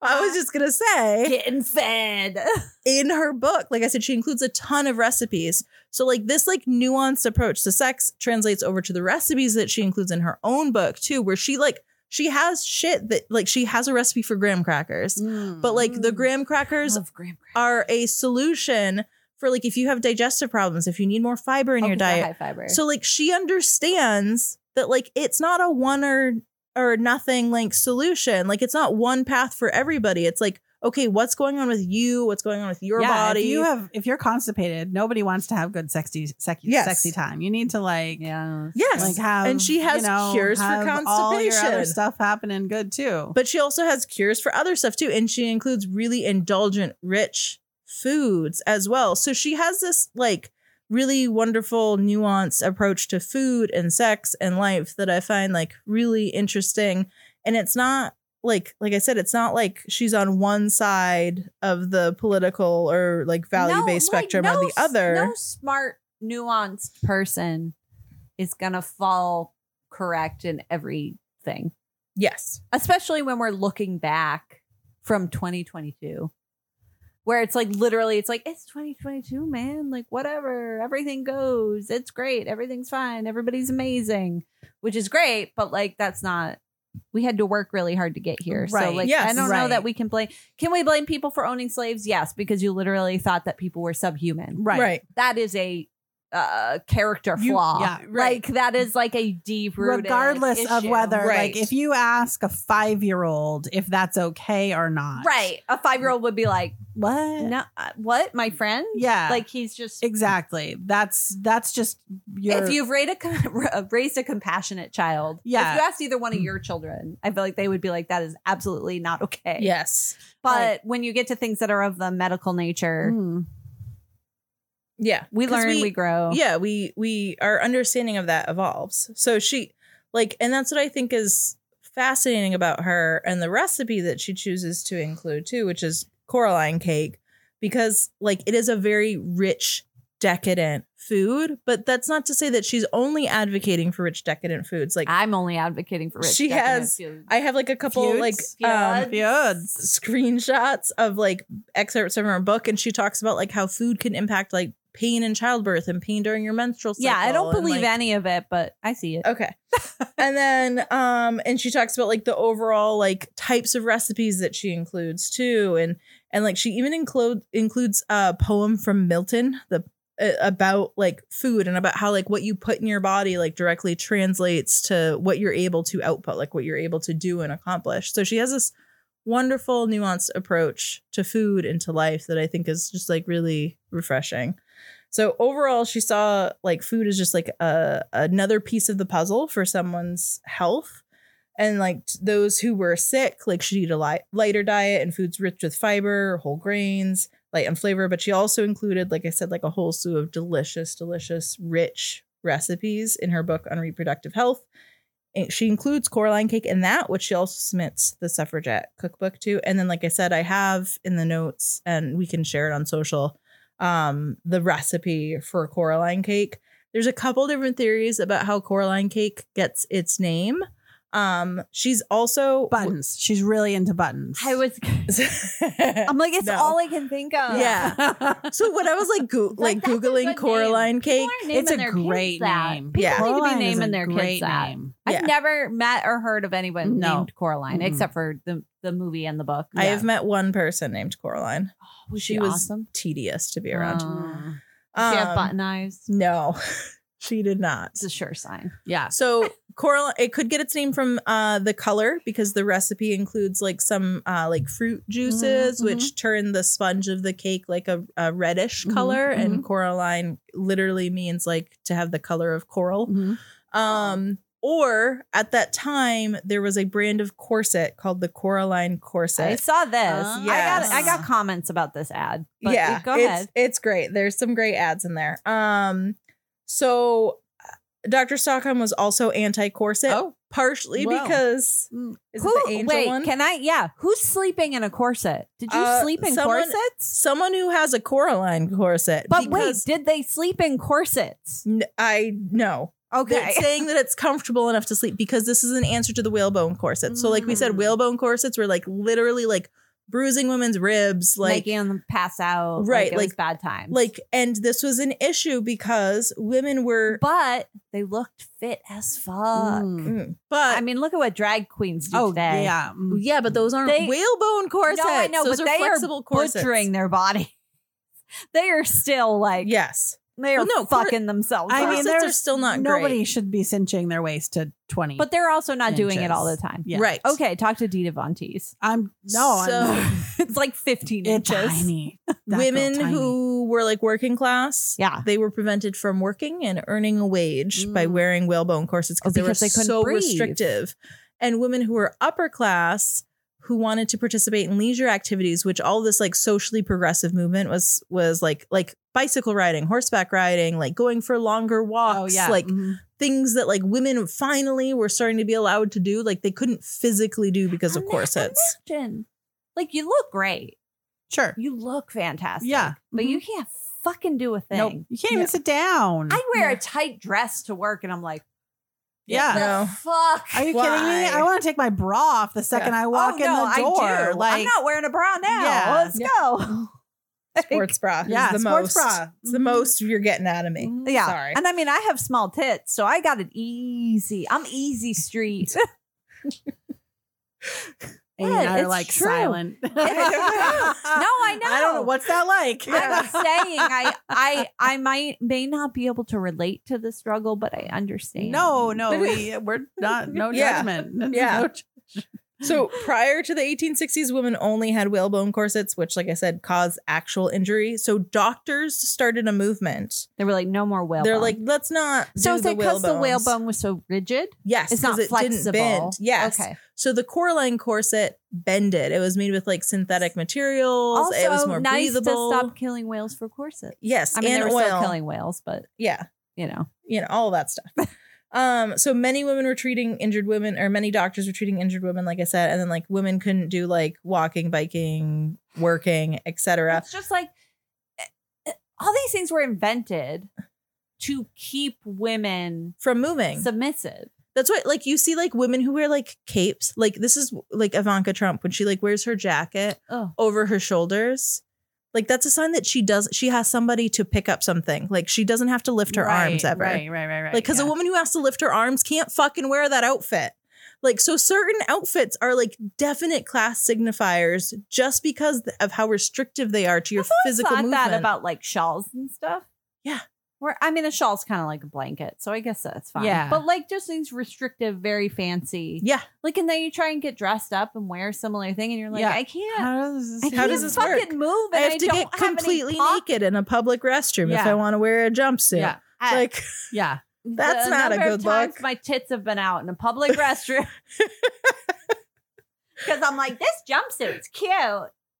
[SPEAKER 2] I was just gonna say
[SPEAKER 1] Getting fed.
[SPEAKER 2] in her book, like I said, she includes a ton of recipes. So like this like nuanced approach to sex translates over to the recipes that she includes in her own book too, where she like she has shit that like she has a recipe for graham crackers.
[SPEAKER 3] Hmm.
[SPEAKER 2] But like the graham crackers
[SPEAKER 1] Love graham crackers.
[SPEAKER 2] are a solution for like if you have digestive problems, if you need more fiber in
[SPEAKER 1] Oh,
[SPEAKER 2] your
[SPEAKER 1] 'cause they're
[SPEAKER 2] diet.
[SPEAKER 1] High fiber.
[SPEAKER 2] So like she understands that like it's not a one or or nothing like solution. Like it's not one path for everybody. It's like okay, what's going on with you? What's going on with your body?
[SPEAKER 3] If you have if you're constipated, nobody wants to have good sexy sexy,
[SPEAKER 2] Yes.
[SPEAKER 3] sexy time. You need to like
[SPEAKER 1] yeah.
[SPEAKER 2] yes,
[SPEAKER 3] like have
[SPEAKER 2] And she has
[SPEAKER 3] you know,
[SPEAKER 2] cures for
[SPEAKER 3] have all your other
[SPEAKER 2] constipation.
[SPEAKER 3] stuff happening good too.
[SPEAKER 2] but she also has cures for other stuff too, and she includes really indulgent, rich foods as well. So she has this like really wonderful, nuanced approach to food and sex and life that I find like really interesting. And it's not like like I said, it's not like she's on one side of the political or like value
[SPEAKER 1] No, like,
[SPEAKER 2] based spectrum
[SPEAKER 1] no
[SPEAKER 2] or the
[SPEAKER 1] s-
[SPEAKER 2] other.
[SPEAKER 1] No smart, nuanced person is gonna fall correct in everything,
[SPEAKER 2] Yes.
[SPEAKER 1] especially when we're looking back from 2022. Where it's like literally, it's like it's 2022, man. Like whatever, everything goes. It's great. Everything's fine. Everybody's amazing, which is great. But like, that's not. We had to work really hard to get here. So
[SPEAKER 3] Right.
[SPEAKER 1] like,
[SPEAKER 2] Yes.
[SPEAKER 1] I don't know
[SPEAKER 3] Right.
[SPEAKER 1] that we can blame. Can we blame people for owning slaves? Yes, because you literally thought that people were subhuman
[SPEAKER 3] right.
[SPEAKER 2] right.
[SPEAKER 1] that is a uh, character
[SPEAKER 3] You-
[SPEAKER 1] flaw.
[SPEAKER 3] yeah, right.
[SPEAKER 1] Like that is like a deep rooted.
[SPEAKER 3] Regardless of whether
[SPEAKER 2] Right.
[SPEAKER 3] like if you ask a five year old if that's okay or not.
[SPEAKER 1] right, a five year old would be like,
[SPEAKER 3] What?
[SPEAKER 1] no, uh, what, my friend?
[SPEAKER 3] Yeah.
[SPEAKER 1] Like he's just.
[SPEAKER 3] Exactly. That's that's just your
[SPEAKER 1] if you've raised a com- uh, raised a compassionate child,
[SPEAKER 3] Yeah.
[SPEAKER 1] If you asked either one
[SPEAKER 2] Mm.
[SPEAKER 1] of your children, I feel like they would be like, "That is absolutely not okay."
[SPEAKER 2] Yes.
[SPEAKER 1] But
[SPEAKER 3] right.
[SPEAKER 1] when you get to things that are of the medical nature,
[SPEAKER 3] Mm.
[SPEAKER 2] Yeah.
[SPEAKER 1] we
[SPEAKER 2] 'Cause
[SPEAKER 1] learn, we, grow.
[SPEAKER 2] yeah we we our understanding of that evolves so she like and that's what i think is fascinating about her and the recipe that she chooses to include too which is coraline cake because like it is a very rich decadent food but that's not to say that she's only advocating for rich decadent foods like i,
[SPEAKER 1] I'm only advocating for rich.
[SPEAKER 2] She
[SPEAKER 1] decadent
[SPEAKER 2] has-
[SPEAKER 1] food.
[SPEAKER 2] have like a couple
[SPEAKER 3] Feuds?
[SPEAKER 2] like um
[SPEAKER 1] Feuds?
[SPEAKER 3] Feuds.
[SPEAKER 2] screenshots of like excerpts from her book and she talks about like how food can impact like pain in childbirth and pain during your menstrual cycle
[SPEAKER 1] yeah, I don't
[SPEAKER 2] and,
[SPEAKER 1] believe
[SPEAKER 2] like,
[SPEAKER 1] any of it, but I see it.
[SPEAKER 2] Okay. and then um and she talks about like the overall like types of recipes that she includes too and and like she even include includes a poem from Milton the uh, about like food and about how like what you put in your body like directly translates to what you're able to output like what you're able to do and accomplish. So she has this wonderful nuanced approach to food and to life that I think is just like really refreshing. So overall, she saw like food is just like a another piece of the puzzle for someone's health. And like t- those who were sick, like should eat a light, lighter diet and foods rich with fiber, whole grains, light on flavor. But she also included, like I said, like a whole slew of delicious, delicious, rich recipes in her book on reproductive health. And she includes Coraline cake in that, which she also submits to the suffragette cookbook to. And then, like I said, I have in the notes, and we can share it on social um the recipe for Coraline cake. There's a couple different theories about how Coraline cake gets its name. Um, she's also
[SPEAKER 3] Buttons. She's really into buttons.
[SPEAKER 1] I was. I'm like, it's
[SPEAKER 2] No.
[SPEAKER 1] all I can think of.
[SPEAKER 2] yeah. so when I was like, goo- like
[SPEAKER 1] that's a good
[SPEAKER 2] googling
[SPEAKER 1] name.
[SPEAKER 2] Coraline cake,
[SPEAKER 1] People are naming
[SPEAKER 2] it's a
[SPEAKER 1] their
[SPEAKER 2] great
[SPEAKER 1] kids that.
[SPEAKER 2] name.
[SPEAKER 1] People
[SPEAKER 2] Yeah.
[SPEAKER 1] need to
[SPEAKER 3] Coraline
[SPEAKER 1] be
[SPEAKER 3] is a
[SPEAKER 1] naming their
[SPEAKER 3] great
[SPEAKER 1] kids that.
[SPEAKER 3] name.
[SPEAKER 2] Yeah.
[SPEAKER 1] I've never met or heard of anyone
[SPEAKER 3] No.
[SPEAKER 1] named Coraline
[SPEAKER 3] Mm-mm.
[SPEAKER 1] except for the the movie and the book.
[SPEAKER 2] I have met one person named Coraline.
[SPEAKER 1] was
[SPEAKER 2] she
[SPEAKER 1] Oh, she
[SPEAKER 2] was
[SPEAKER 1] awesome?
[SPEAKER 2] Tedious to be around.
[SPEAKER 1] Oh. Does she
[SPEAKER 2] Um,
[SPEAKER 1] have button eyes.
[SPEAKER 2] No, she did not.
[SPEAKER 1] It's a sure sign.
[SPEAKER 3] yeah.
[SPEAKER 2] So coral, it could get its name from uh, the color because the recipe includes like some uh, like fruit juices,
[SPEAKER 1] Mhm,
[SPEAKER 2] which turn the sponge of the cake like a, a reddish
[SPEAKER 1] Mm-hmm,
[SPEAKER 2] color. And Coraline literally means like to have the color of coral.
[SPEAKER 1] Mm-hmm.
[SPEAKER 2] Um, or at that time, there was a brand of corset called the Coraline corset.
[SPEAKER 1] I saw this.
[SPEAKER 3] Ah.
[SPEAKER 2] Yes.
[SPEAKER 1] Oh. I got I got comments about this ad. But
[SPEAKER 2] yeah,
[SPEAKER 1] go
[SPEAKER 2] it's,
[SPEAKER 1] ahead.
[SPEAKER 2] It's great. There's some great ads in there. Um, so uh, Dr. Stockholm was also anti-corset,
[SPEAKER 3] Oh.
[SPEAKER 2] partially
[SPEAKER 3] Wow.
[SPEAKER 2] because
[SPEAKER 1] Mm.
[SPEAKER 2] is
[SPEAKER 1] Who,
[SPEAKER 2] it the angel
[SPEAKER 1] wait,
[SPEAKER 2] one?
[SPEAKER 1] can I? Yeah, who's sleeping in a corset? Did you
[SPEAKER 2] Uh,
[SPEAKER 1] sleep in
[SPEAKER 2] someone-
[SPEAKER 1] corsets?
[SPEAKER 2] Someone who has a Coraline corset,
[SPEAKER 1] But wait,
[SPEAKER 2] because
[SPEAKER 1] did they sleep in corsets?
[SPEAKER 2] N- I know.
[SPEAKER 1] Okay,
[SPEAKER 2] It's saying that it's comfortable enough to sleep because this is an answer to the whalebone corset. So, like we said,
[SPEAKER 1] Mm.
[SPEAKER 2] whalebone corsets were like literally like bruising women's ribs, like
[SPEAKER 1] making them pass out.
[SPEAKER 2] Right,
[SPEAKER 1] like, it was
[SPEAKER 2] like-
[SPEAKER 1] bad times.
[SPEAKER 2] like, and this was an issue because women were.
[SPEAKER 1] but they looked fit as fuck.
[SPEAKER 2] er, Mm. But
[SPEAKER 1] I mean, look at what drag queens do
[SPEAKER 3] Oh
[SPEAKER 1] today.
[SPEAKER 3] yeah. Mm.
[SPEAKER 2] Yeah, but those aren't
[SPEAKER 1] They-
[SPEAKER 2] whalebone corsets.
[SPEAKER 1] No, I know,
[SPEAKER 2] those
[SPEAKER 1] but
[SPEAKER 2] are
[SPEAKER 1] they
[SPEAKER 2] flexible
[SPEAKER 1] are
[SPEAKER 2] corsets.
[SPEAKER 1] butchering their body. they are still like
[SPEAKER 2] Yes,
[SPEAKER 1] they are
[SPEAKER 2] Well, no, cor-
[SPEAKER 1] fucking themselves.
[SPEAKER 3] I
[SPEAKER 1] up.
[SPEAKER 3] mean,
[SPEAKER 2] corsets
[SPEAKER 3] there's
[SPEAKER 2] are still not
[SPEAKER 3] Nobody
[SPEAKER 2] great.
[SPEAKER 3] should be cinching their waist to twenty.
[SPEAKER 1] but they're also not doing it all the
[SPEAKER 3] Inches.
[SPEAKER 1] time.
[SPEAKER 3] Yeah.
[SPEAKER 2] Right.
[SPEAKER 1] Okay, talk to Dita Von Teese.
[SPEAKER 3] I'm no. I'm,
[SPEAKER 1] it's like 15
[SPEAKER 3] it's
[SPEAKER 1] inches.
[SPEAKER 3] tiny. That girl
[SPEAKER 2] women
[SPEAKER 3] tiny.
[SPEAKER 2] who were like working class,
[SPEAKER 1] Yeah.
[SPEAKER 2] they were prevented from working and earning a wage by
[SPEAKER 1] Mm.
[SPEAKER 2] wearing whalebone corsets
[SPEAKER 1] Oh,
[SPEAKER 2] because they were
[SPEAKER 1] because they couldn't
[SPEAKER 2] so
[SPEAKER 1] breathe.
[SPEAKER 2] restrictive. And women who were upper class who wanted to participate in leisure activities, which all this like socially progressive movement was was like like bicycle riding, horseback riding, like going for longer
[SPEAKER 3] Oh
[SPEAKER 2] walks,
[SPEAKER 3] yeah.
[SPEAKER 2] like
[SPEAKER 3] Mhm.
[SPEAKER 2] things that like women finally were starting to be allowed to do like they couldn't physically do because of
[SPEAKER 1] Ima-
[SPEAKER 2] corsets
[SPEAKER 1] Imagine. Like you look great.
[SPEAKER 3] sure.
[SPEAKER 1] You look fantastic.
[SPEAKER 3] Yeah.
[SPEAKER 1] But you can't fucking do a thing.
[SPEAKER 3] Nope. You can't
[SPEAKER 2] Yeah.
[SPEAKER 3] even sit down. Mm-hmm.
[SPEAKER 1] I wear a tight dress to work and I'm like,
[SPEAKER 3] yeah.
[SPEAKER 1] the
[SPEAKER 2] No.
[SPEAKER 1] fuck.
[SPEAKER 3] Are you kidding me?
[SPEAKER 2] Why?
[SPEAKER 3] I want to take my bra off the second I walk
[SPEAKER 1] Oh,
[SPEAKER 3] in
[SPEAKER 1] no,
[SPEAKER 3] the door.
[SPEAKER 1] I do.
[SPEAKER 3] Like
[SPEAKER 1] I'm not wearing a bra now.
[SPEAKER 3] Yeah.
[SPEAKER 1] Let's
[SPEAKER 2] Yeah.
[SPEAKER 1] go.
[SPEAKER 2] sports bra is
[SPEAKER 3] yeah,
[SPEAKER 2] the most
[SPEAKER 3] sports bra.
[SPEAKER 2] it's
[SPEAKER 1] Mm-hmm.
[SPEAKER 2] the most you're getting out of me
[SPEAKER 1] Yeah.
[SPEAKER 2] Sorry.
[SPEAKER 1] And I mean, I have small tits, so I got it easy. I'm easy street.
[SPEAKER 3] and
[SPEAKER 1] What?
[SPEAKER 3] you're
[SPEAKER 1] It's
[SPEAKER 3] like
[SPEAKER 1] true.
[SPEAKER 3] silent. no,
[SPEAKER 1] I
[SPEAKER 3] I don't know
[SPEAKER 1] know.
[SPEAKER 3] what's that like.
[SPEAKER 1] I'm saying I I I might may not be able to relate to the struggle, but I understand.
[SPEAKER 3] No, no, we we're not no
[SPEAKER 2] Yeah.
[SPEAKER 3] judgment.
[SPEAKER 2] Yeah.
[SPEAKER 3] No ju-
[SPEAKER 2] so prior to the 1860s women only had whalebone corsets which like i said caused actual injury so doctors started a movement
[SPEAKER 1] They were like, no more whalebone.
[SPEAKER 2] they're like let's not
[SPEAKER 1] so
[SPEAKER 2] do
[SPEAKER 1] is
[SPEAKER 2] the
[SPEAKER 1] it because the
[SPEAKER 2] whalebones.
[SPEAKER 1] whalebone was so rigid?
[SPEAKER 2] yes
[SPEAKER 1] It's
[SPEAKER 2] 'cause
[SPEAKER 1] not
[SPEAKER 2] it
[SPEAKER 1] flexible.
[SPEAKER 2] didn't bend yes
[SPEAKER 1] Okay.
[SPEAKER 2] so the coraline corset bended it was made with like synthetic materials
[SPEAKER 1] Also,
[SPEAKER 2] it was more
[SPEAKER 1] nice
[SPEAKER 2] breathable
[SPEAKER 1] to stop killing whales for corsets.
[SPEAKER 2] yes
[SPEAKER 1] I mean,
[SPEAKER 2] and
[SPEAKER 1] they were
[SPEAKER 2] oil
[SPEAKER 1] still killing whales, but
[SPEAKER 2] yeah
[SPEAKER 1] you know,
[SPEAKER 2] you know, all that stuff. Um, so many women were treating injured women, or many doctors were treating injured women, like I said, and then like women couldn't do like walking, biking, working, etc.
[SPEAKER 1] it's just like eh, eh, all these things were invented to keep women
[SPEAKER 2] From moving.
[SPEAKER 1] submissive.
[SPEAKER 2] That's what like you see like women who wear like capes. Like this is like Ivanka Trump when she like wears her jacket
[SPEAKER 1] Oh.
[SPEAKER 2] over her shoulders. Like that's a sign that she does she has somebody to pick up something. Like she doesn't have to lift her arms
[SPEAKER 3] Right,
[SPEAKER 2] ever.
[SPEAKER 3] Right, right, right, right.
[SPEAKER 2] Like, because
[SPEAKER 3] yeah.
[SPEAKER 2] a woman who has to lift her arms can't fucking wear that outfit. Like, so certain outfits are like definite class signifiers just because of how restrictive they are to your
[SPEAKER 1] I've always
[SPEAKER 2] physical
[SPEAKER 1] thought
[SPEAKER 2] movement.
[SPEAKER 1] that about like shawls and stuff.
[SPEAKER 2] Yeah.
[SPEAKER 1] Where I mean, a shawl's kind of like a blanket, so I guess that's fine.
[SPEAKER 3] Yeah.
[SPEAKER 1] But like just these restrictive, very fancy.
[SPEAKER 2] yeah.
[SPEAKER 1] Like, and then you try and get dressed up and wear a similar thing, and you're like,
[SPEAKER 3] Yeah.
[SPEAKER 1] I can't.
[SPEAKER 3] How does
[SPEAKER 1] I
[SPEAKER 3] this,
[SPEAKER 2] How
[SPEAKER 1] can't
[SPEAKER 2] does this work?
[SPEAKER 1] fucking move.
[SPEAKER 2] I
[SPEAKER 1] And
[SPEAKER 2] have to
[SPEAKER 1] don't
[SPEAKER 2] get
[SPEAKER 1] have any
[SPEAKER 2] completely
[SPEAKER 1] pocket-
[SPEAKER 2] naked in a public restroom if
[SPEAKER 3] Yeah.
[SPEAKER 2] I want to wear a jumpsuit.
[SPEAKER 3] Yeah.
[SPEAKER 1] I-
[SPEAKER 2] Like,
[SPEAKER 3] yeah.
[SPEAKER 2] That's
[SPEAKER 1] the
[SPEAKER 2] not a
[SPEAKER 1] number of
[SPEAKER 2] good
[SPEAKER 1] times
[SPEAKER 2] look.
[SPEAKER 1] My tits have been out in a public restroom because I'm like, this jumpsuit's cute.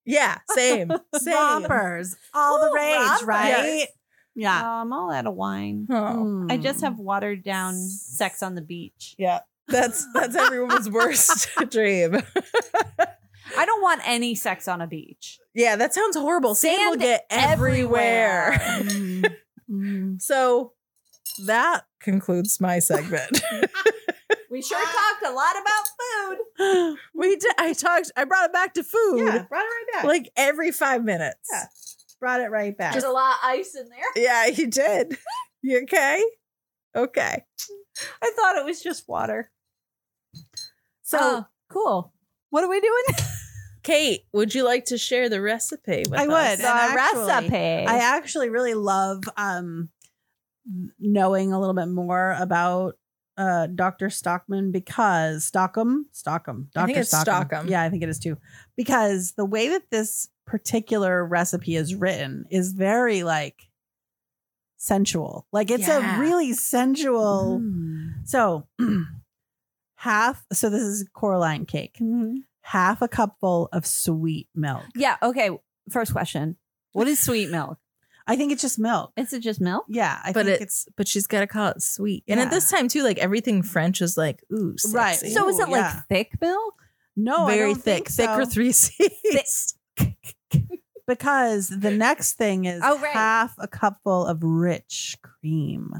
[SPEAKER 2] yeah, same, same.
[SPEAKER 3] Rompers. All the
[SPEAKER 1] Ooh,
[SPEAKER 3] rage,
[SPEAKER 1] rompers.
[SPEAKER 3] right? Yeah.
[SPEAKER 1] Um, I'll add a wine.
[SPEAKER 2] Oh,
[SPEAKER 1] I just
[SPEAKER 3] Hmm.
[SPEAKER 1] have watered down sex on the beach.
[SPEAKER 2] yeah. That's that's everyone's worst dream.
[SPEAKER 1] I don't want any sex on a beach.
[SPEAKER 2] Yeah, that sounds horrible. Sand, will
[SPEAKER 1] Sand
[SPEAKER 2] get everywhere.
[SPEAKER 3] Mm. Mm.
[SPEAKER 2] Hmm. So that concludes my segment.
[SPEAKER 1] We sure talked a lot about food.
[SPEAKER 2] we did, I talked I brought it back to food
[SPEAKER 3] Yeah, brought it right back.
[SPEAKER 2] like every 5 minutes.
[SPEAKER 3] Yeah. brought it right back.
[SPEAKER 1] There's a lot of ice in there.
[SPEAKER 2] Yeah, you did. You okay? Okay.
[SPEAKER 1] I thought it was just water.
[SPEAKER 3] so
[SPEAKER 1] Oh, cool. What are we doing?
[SPEAKER 2] Oh. Kate, would you like to share the recipe with
[SPEAKER 3] I
[SPEAKER 2] us?
[SPEAKER 3] would.
[SPEAKER 1] The
[SPEAKER 3] And actually,
[SPEAKER 1] recipe.
[SPEAKER 3] I actually really love um knowing a little bit more about uh Dr. Stockman because Stockham, Stockham, Dr.
[SPEAKER 2] I think it's Stockham.
[SPEAKER 3] Yeah, I think it is too. Because the way that this particular recipe is written is very like sensual. Like it's
[SPEAKER 2] Yeah. Hmm.
[SPEAKER 3] a really sensual.
[SPEAKER 1] Hmm.
[SPEAKER 3] So, half so this is Coraline cake. Half a cupful of sweet milk.
[SPEAKER 1] yeah. Okay. First question. What is sweet milk?
[SPEAKER 3] I think it's just milk.
[SPEAKER 1] Is it just milk?
[SPEAKER 3] Yeah, I
[SPEAKER 2] But
[SPEAKER 3] think
[SPEAKER 2] it's, but she's got to call it sweet. And at
[SPEAKER 3] Yeah.
[SPEAKER 2] this time too, like everything French is like ooh, sexy.
[SPEAKER 3] Right.
[SPEAKER 1] So is
[SPEAKER 3] Ooh,
[SPEAKER 1] it like
[SPEAKER 3] yeah.
[SPEAKER 1] thick milk?
[SPEAKER 3] No, I
[SPEAKER 2] very
[SPEAKER 3] don't think
[SPEAKER 2] thick, thicker
[SPEAKER 3] so.
[SPEAKER 2] three C's.
[SPEAKER 3] because the next thing is
[SPEAKER 1] Oh, right.
[SPEAKER 3] half a cupful of rich cream,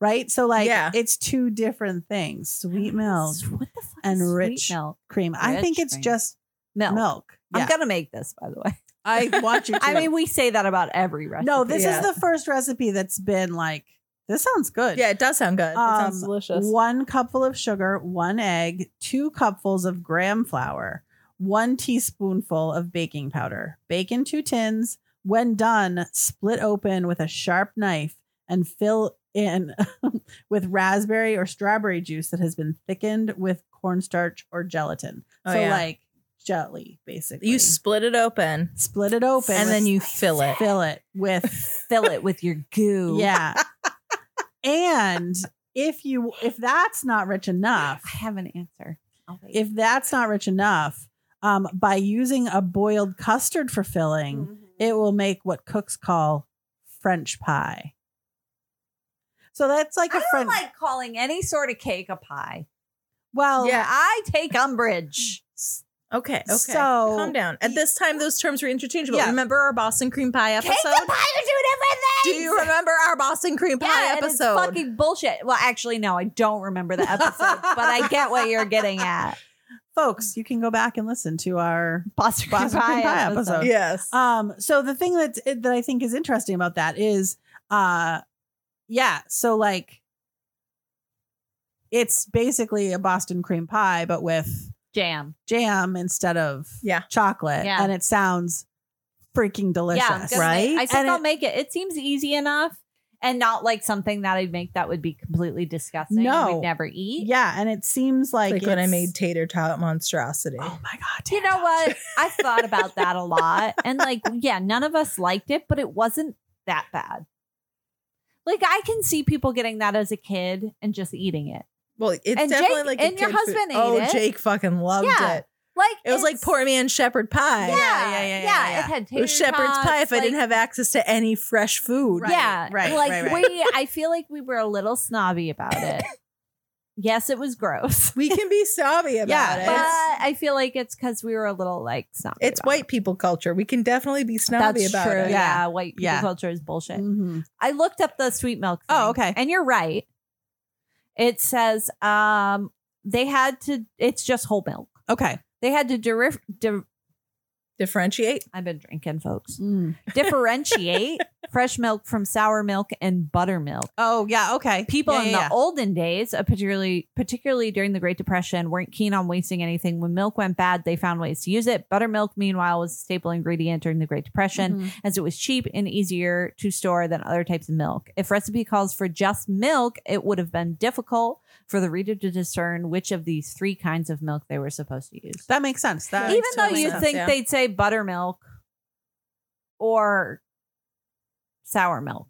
[SPEAKER 3] right? So like,
[SPEAKER 2] Yeah.
[SPEAKER 3] it's two different things: sweet milk,
[SPEAKER 1] S- What the fuck
[SPEAKER 3] and
[SPEAKER 1] is
[SPEAKER 3] rich
[SPEAKER 1] sweet milk?
[SPEAKER 3] cream. I think
[SPEAKER 1] Rich
[SPEAKER 3] it's
[SPEAKER 1] cream.
[SPEAKER 3] just
[SPEAKER 1] Milk.
[SPEAKER 3] milk.
[SPEAKER 1] I'm gonna make this, by the way.
[SPEAKER 3] I want you. To.
[SPEAKER 1] I mean, we say that about every recipe.
[SPEAKER 3] no, this
[SPEAKER 2] Yeah.
[SPEAKER 3] is the first recipe that's been like, this sounds good.
[SPEAKER 2] Yeah, it does sound good. it sounds
[SPEAKER 3] Um,
[SPEAKER 2] delicious.
[SPEAKER 3] One cupful of sugar, one egg, two cupfuls of graham flour, one teaspoonful of baking powder. Bake in two tins. When done, split open with a sharp knife and fill in with raspberry or strawberry juice that has been thickened with cornstarch or gelatin.
[SPEAKER 2] Oh,
[SPEAKER 3] so
[SPEAKER 2] yeah.
[SPEAKER 3] like jelly, basically.
[SPEAKER 2] you split it open,
[SPEAKER 3] split it open
[SPEAKER 2] and
[SPEAKER 3] with-
[SPEAKER 2] then you fill it.
[SPEAKER 3] fill it with
[SPEAKER 1] fill it with your goo.
[SPEAKER 3] yeah. and if you if that's not rich enough,
[SPEAKER 1] I have an answer. I'll wait.
[SPEAKER 3] if that's not rich enough, um, by using a boiled custard for filling,
[SPEAKER 1] Mm-hmm.
[SPEAKER 3] it will make what cooks call French pie. So that's like
[SPEAKER 1] I
[SPEAKER 3] a
[SPEAKER 1] don't
[SPEAKER 3] French.
[SPEAKER 1] like calling any sort of cake a pie.
[SPEAKER 3] well,
[SPEAKER 2] Yeah.
[SPEAKER 1] I take umbrage.
[SPEAKER 2] Okay, okay.
[SPEAKER 3] So-
[SPEAKER 2] calm down. At this time, those terms were interchangeable.
[SPEAKER 3] Yeah.
[SPEAKER 2] Remember our Boston cream pie
[SPEAKER 1] Cake
[SPEAKER 2] episode?
[SPEAKER 1] and pie are two different
[SPEAKER 2] Do
[SPEAKER 1] things.
[SPEAKER 2] you remember our Boston cream pie
[SPEAKER 1] yeah, and it's
[SPEAKER 2] episode?
[SPEAKER 1] fucking bullshit. Well, actually, no, I don't remember the episode, but I get what you're getting at.
[SPEAKER 3] folks, you can go back and listen to our
[SPEAKER 1] Boston,
[SPEAKER 3] Boston cream pie episode.
[SPEAKER 2] yes.
[SPEAKER 3] Um, so the thing that's that I think is interesting about that is, uh, yeah. So like, it's basically a Boston cream pie, but with
[SPEAKER 1] Jam.
[SPEAKER 3] jam instead of
[SPEAKER 2] Yeah.
[SPEAKER 3] chocolate,
[SPEAKER 1] Yeah.
[SPEAKER 3] and it sounds freaking delicious,
[SPEAKER 1] Yeah, I'm gonna
[SPEAKER 2] Right?
[SPEAKER 1] make- I think
[SPEAKER 3] And
[SPEAKER 1] I'll
[SPEAKER 3] it-
[SPEAKER 1] make it. It seems easy enough and not like something that I'd make that would be completely disgusting. and
[SPEAKER 3] No.
[SPEAKER 1] we'd never eat.
[SPEAKER 3] Yeah, and it seems like,
[SPEAKER 2] Like, when I
[SPEAKER 3] it's-
[SPEAKER 2] made tater tot monstrosity.
[SPEAKER 3] Oh my god!
[SPEAKER 1] You know what? I thought about that a lot. And like, yeah, none of us liked it, but it wasn't that bad. Like I can see people getting that as a kid and just eating it.
[SPEAKER 2] Well, it's
[SPEAKER 1] And
[SPEAKER 2] definitely
[SPEAKER 1] Jake-
[SPEAKER 2] like a
[SPEAKER 1] and your
[SPEAKER 2] kid food-
[SPEAKER 1] husband ate
[SPEAKER 2] Oh,
[SPEAKER 1] it.
[SPEAKER 2] Jake fucking loved
[SPEAKER 1] Yeah.
[SPEAKER 2] it.
[SPEAKER 1] Like
[SPEAKER 2] It was like
[SPEAKER 1] it's-
[SPEAKER 2] poor man shepherd pie.
[SPEAKER 1] Yeah, yeah, yeah. yeah, It had
[SPEAKER 2] It
[SPEAKER 1] tater
[SPEAKER 2] was shepherd's
[SPEAKER 1] tots,
[SPEAKER 2] pie if I didn't
[SPEAKER 1] like-
[SPEAKER 2] have access to any fresh food.
[SPEAKER 3] Right,
[SPEAKER 1] yeah,
[SPEAKER 3] right,
[SPEAKER 1] Like
[SPEAKER 3] right,
[SPEAKER 1] we, I feel like we were a little snobby about it. yes, it was gross,
[SPEAKER 2] We can be sobby about
[SPEAKER 3] Yeah,
[SPEAKER 2] it.
[SPEAKER 1] but
[SPEAKER 2] It's-
[SPEAKER 1] I feel like it's because we were a little like snobby.
[SPEAKER 2] It's
[SPEAKER 1] about
[SPEAKER 2] white
[SPEAKER 1] It.
[SPEAKER 2] people culture. We can definitely be snobby
[SPEAKER 1] That's
[SPEAKER 2] about
[SPEAKER 1] true.
[SPEAKER 2] it.
[SPEAKER 1] Yeah.
[SPEAKER 3] Yeah.
[SPEAKER 1] white people
[SPEAKER 3] Yeah.
[SPEAKER 1] culture is bullshit.
[SPEAKER 3] Mhm.
[SPEAKER 1] I looked up the sweet milk. Thing,
[SPEAKER 3] Oh, okay.
[SPEAKER 1] And you're right. It says um they had to. It's just whole milk.
[SPEAKER 3] Okay,
[SPEAKER 1] They had to derive. Der-
[SPEAKER 2] Differentiate.
[SPEAKER 1] I've been drinking, folks.
[SPEAKER 3] mm.
[SPEAKER 1] Differentiate fresh milk from sour milk and buttermilk.
[SPEAKER 3] oh yeah, okay.
[SPEAKER 1] people
[SPEAKER 3] Yeah,
[SPEAKER 1] in
[SPEAKER 3] yeah,
[SPEAKER 1] the olden days, uh, particularly particularly during the Great Depression, weren't keen on wasting anything. When milk went bad, they found ways to use it. Buttermilk, meanwhile, was a staple ingredient during the Great
[SPEAKER 3] yeah.
[SPEAKER 1] Depression,
[SPEAKER 3] Mhm.
[SPEAKER 1] as it was cheap and easier to store than other types of milk. If recipe calls for just milk, it would have been difficult for the reader to discern which of these three kinds of milk they were supposed to use.
[SPEAKER 3] that makes sense.
[SPEAKER 2] Yeah,
[SPEAKER 3] That
[SPEAKER 1] Even
[SPEAKER 2] makes
[SPEAKER 1] though
[SPEAKER 2] totally
[SPEAKER 1] you'd
[SPEAKER 2] sense,
[SPEAKER 1] think
[SPEAKER 2] yeah.
[SPEAKER 1] they'd say buttermilk or sour milk.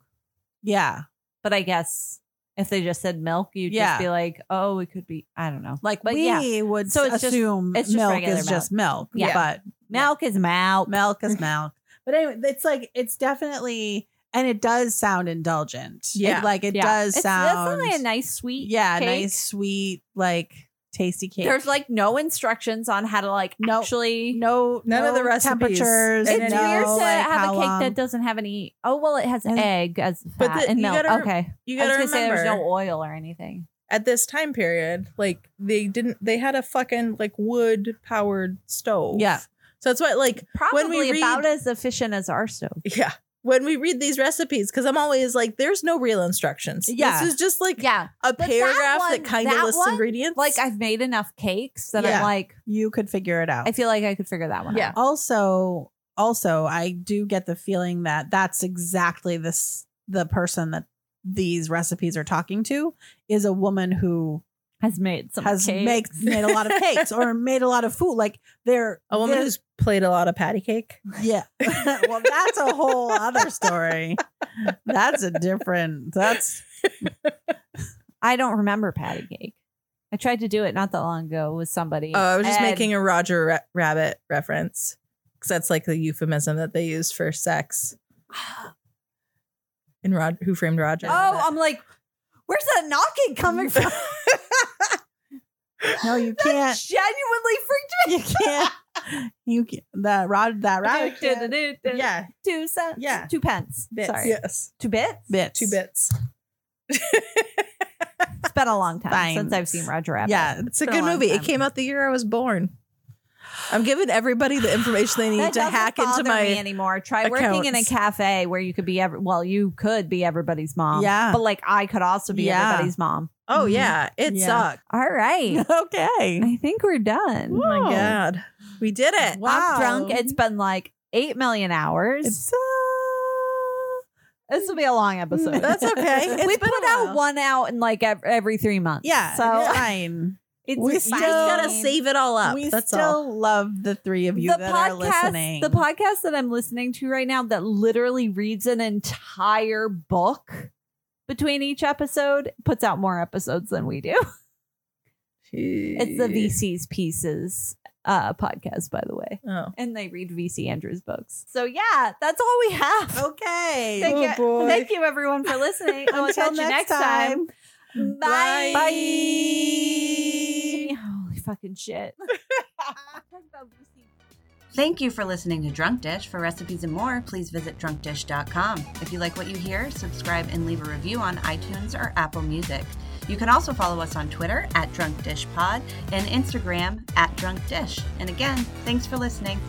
[SPEAKER 3] yeah,
[SPEAKER 1] But I guess if they just said milk, you'd
[SPEAKER 3] Yeah.
[SPEAKER 1] just be like, oh, it could be, I don't know.
[SPEAKER 3] like
[SPEAKER 1] But
[SPEAKER 3] we
[SPEAKER 1] yeah.
[SPEAKER 3] would
[SPEAKER 1] So
[SPEAKER 3] so
[SPEAKER 1] it's just-
[SPEAKER 3] assume
[SPEAKER 1] it's just
[SPEAKER 3] milk
[SPEAKER 1] regular
[SPEAKER 3] is just milk,
[SPEAKER 1] Yeah.
[SPEAKER 3] but
[SPEAKER 1] Milk is milk.
[SPEAKER 3] milk is milk. But anyway, it's like it's definitely, and it does sound indulgent. It-
[SPEAKER 2] Yeah.
[SPEAKER 3] like it
[SPEAKER 1] Yeah.
[SPEAKER 3] does
[SPEAKER 1] It's-
[SPEAKER 3] sound.
[SPEAKER 1] It's like a nice sweet.
[SPEAKER 3] yeah,
[SPEAKER 1] cake.
[SPEAKER 3] nice, sweet, like tasty cake.
[SPEAKER 1] There's like no instructions on how to like
[SPEAKER 3] No.
[SPEAKER 1] actually.
[SPEAKER 3] no
[SPEAKER 2] None
[SPEAKER 3] no
[SPEAKER 2] of the recipes.
[SPEAKER 3] temperatures.
[SPEAKER 1] It's
[SPEAKER 2] And
[SPEAKER 1] weird
[SPEAKER 2] no,
[SPEAKER 1] to
[SPEAKER 3] like,
[SPEAKER 1] have a
[SPEAKER 3] how
[SPEAKER 1] cake that
[SPEAKER 3] long.
[SPEAKER 1] doesn't have any. Oh well, it has
[SPEAKER 3] And-
[SPEAKER 1] egg as
[SPEAKER 2] But
[SPEAKER 1] fat
[SPEAKER 2] the-
[SPEAKER 1] and
[SPEAKER 2] you
[SPEAKER 1] milk.
[SPEAKER 2] gotta-
[SPEAKER 1] okay,
[SPEAKER 2] You
[SPEAKER 1] I was
[SPEAKER 2] gotta
[SPEAKER 1] gonna say
[SPEAKER 2] remember
[SPEAKER 1] there's no oil or anything.
[SPEAKER 2] at this time period, like they didn't they had a fucking like wood powered stove.
[SPEAKER 3] Yeah.
[SPEAKER 2] So that's why like
[SPEAKER 1] Probably
[SPEAKER 2] When we read-
[SPEAKER 1] about as efficient as our stove.
[SPEAKER 2] yeah. When we read these recipes, because I'm always like, there's no real instructions.
[SPEAKER 3] Yeah.
[SPEAKER 2] This is just like
[SPEAKER 1] Yeah.
[SPEAKER 2] a
[SPEAKER 1] that
[SPEAKER 2] paragraph that,
[SPEAKER 1] one-
[SPEAKER 2] kind of
[SPEAKER 1] that
[SPEAKER 2] lists
[SPEAKER 1] one,
[SPEAKER 2] ingredients.
[SPEAKER 1] Like I've made enough cakes that
[SPEAKER 2] Yeah.
[SPEAKER 1] I'm like,
[SPEAKER 3] You could figure it out.
[SPEAKER 1] I feel like I could figure that one
[SPEAKER 2] Yeah.
[SPEAKER 1] out.
[SPEAKER 3] also also i do get the feeling that that's exactly this the person that these recipes are talking to is a woman who
[SPEAKER 1] Has made some
[SPEAKER 3] has
[SPEAKER 1] cakes.
[SPEAKER 3] make, made a lot of cakes or made a lot of food like they're
[SPEAKER 2] a woman
[SPEAKER 3] they're-
[SPEAKER 2] who's played a lot of patty cake.
[SPEAKER 3] yeah well that's a whole other story that's a different that's
[SPEAKER 1] I don't remember patty cake. I tried to do it not that long ago with somebody.
[SPEAKER 2] Oh, I was just
[SPEAKER 1] and-
[SPEAKER 2] making a Roger Ra- Rabbit reference because that's like the euphemism that they use for sex in Rod- Who Framed Roger.
[SPEAKER 1] Oh,
[SPEAKER 2] Rabbit.
[SPEAKER 1] I'm like, where's that knocking coming from?
[SPEAKER 3] no you
[SPEAKER 1] That
[SPEAKER 3] can't
[SPEAKER 1] genuinely
[SPEAKER 3] you can't you can't that rod that rabbit
[SPEAKER 1] freaked
[SPEAKER 3] can't-
[SPEAKER 1] me. out.
[SPEAKER 2] yeah,
[SPEAKER 1] Two cents.
[SPEAKER 2] Yeah.
[SPEAKER 1] Two pence.
[SPEAKER 2] bits.
[SPEAKER 1] Sorry.
[SPEAKER 2] Yes,
[SPEAKER 1] Two bits.
[SPEAKER 3] bits
[SPEAKER 2] two bits.
[SPEAKER 1] It's been a long time since I've
[SPEAKER 3] Thanks.
[SPEAKER 1] seen Roger Rabbit.
[SPEAKER 3] yeah
[SPEAKER 2] It's a
[SPEAKER 3] been a
[SPEAKER 2] good
[SPEAKER 3] long
[SPEAKER 2] movie. It
[SPEAKER 3] time.
[SPEAKER 2] came out the year I was born. I'm giving everybody the information they need
[SPEAKER 1] That
[SPEAKER 2] to
[SPEAKER 1] doesn't
[SPEAKER 2] hack into
[SPEAKER 1] bother
[SPEAKER 2] my.
[SPEAKER 1] me anymore. Try working in a
[SPEAKER 2] accounts.
[SPEAKER 1] cafe where you could be every well, you could be everybody's mom.
[SPEAKER 3] Yeah.
[SPEAKER 1] But like I could also be
[SPEAKER 3] Yeah.
[SPEAKER 1] everybody's mom.
[SPEAKER 2] oh yeah, it
[SPEAKER 3] Yeah.
[SPEAKER 2] sucked.
[SPEAKER 1] All right.
[SPEAKER 3] okay
[SPEAKER 1] I think we're done.
[SPEAKER 2] Oh
[SPEAKER 3] Whoa.
[SPEAKER 2] my god, we did it.
[SPEAKER 3] Wow.
[SPEAKER 1] I'm drunk. It's been like eight million hours.
[SPEAKER 3] It's, uh,
[SPEAKER 1] this will be a long episode.
[SPEAKER 2] That's okay. It's
[SPEAKER 1] we
[SPEAKER 2] been
[SPEAKER 1] put
[SPEAKER 2] a
[SPEAKER 1] out
[SPEAKER 2] while.
[SPEAKER 1] one out in like ev- every three months.
[SPEAKER 3] Yeah,
[SPEAKER 1] So
[SPEAKER 3] it's fine.
[SPEAKER 1] it's
[SPEAKER 3] We
[SPEAKER 1] fine.
[SPEAKER 3] still-
[SPEAKER 2] You just gotta save it all up.
[SPEAKER 3] we
[SPEAKER 2] That's
[SPEAKER 3] still
[SPEAKER 2] all.
[SPEAKER 3] love the three of you
[SPEAKER 1] the
[SPEAKER 3] that are
[SPEAKER 1] podcast,
[SPEAKER 3] listening.
[SPEAKER 1] the podcast that I'm listening to right now that literally reads an entire book between each episode puts out more episodes than we do. It's the VC's Pieces uh, podcast, by the way.
[SPEAKER 2] Oh.
[SPEAKER 1] And they read VC Andrews books. So, yeah, that's all we have.
[SPEAKER 3] okay.
[SPEAKER 1] Thank,
[SPEAKER 2] Oh,
[SPEAKER 1] you,
[SPEAKER 2] boy.
[SPEAKER 1] thank you, everyone, for listening. And we'll
[SPEAKER 3] Until
[SPEAKER 1] catch you next
[SPEAKER 3] next
[SPEAKER 1] time. Bye.
[SPEAKER 2] Bye.
[SPEAKER 1] Holy fucking shit.
[SPEAKER 5] Thank you for listening to Drunk Dish. For recipes and more, please visit drunkdish.com. If you like what you hear, subscribe and leave a review on iTunes or Apple Music. You can also follow us on Twitter at Drunk Dish Pod and Instagram at Drunk Dish. And again, thanks for listening.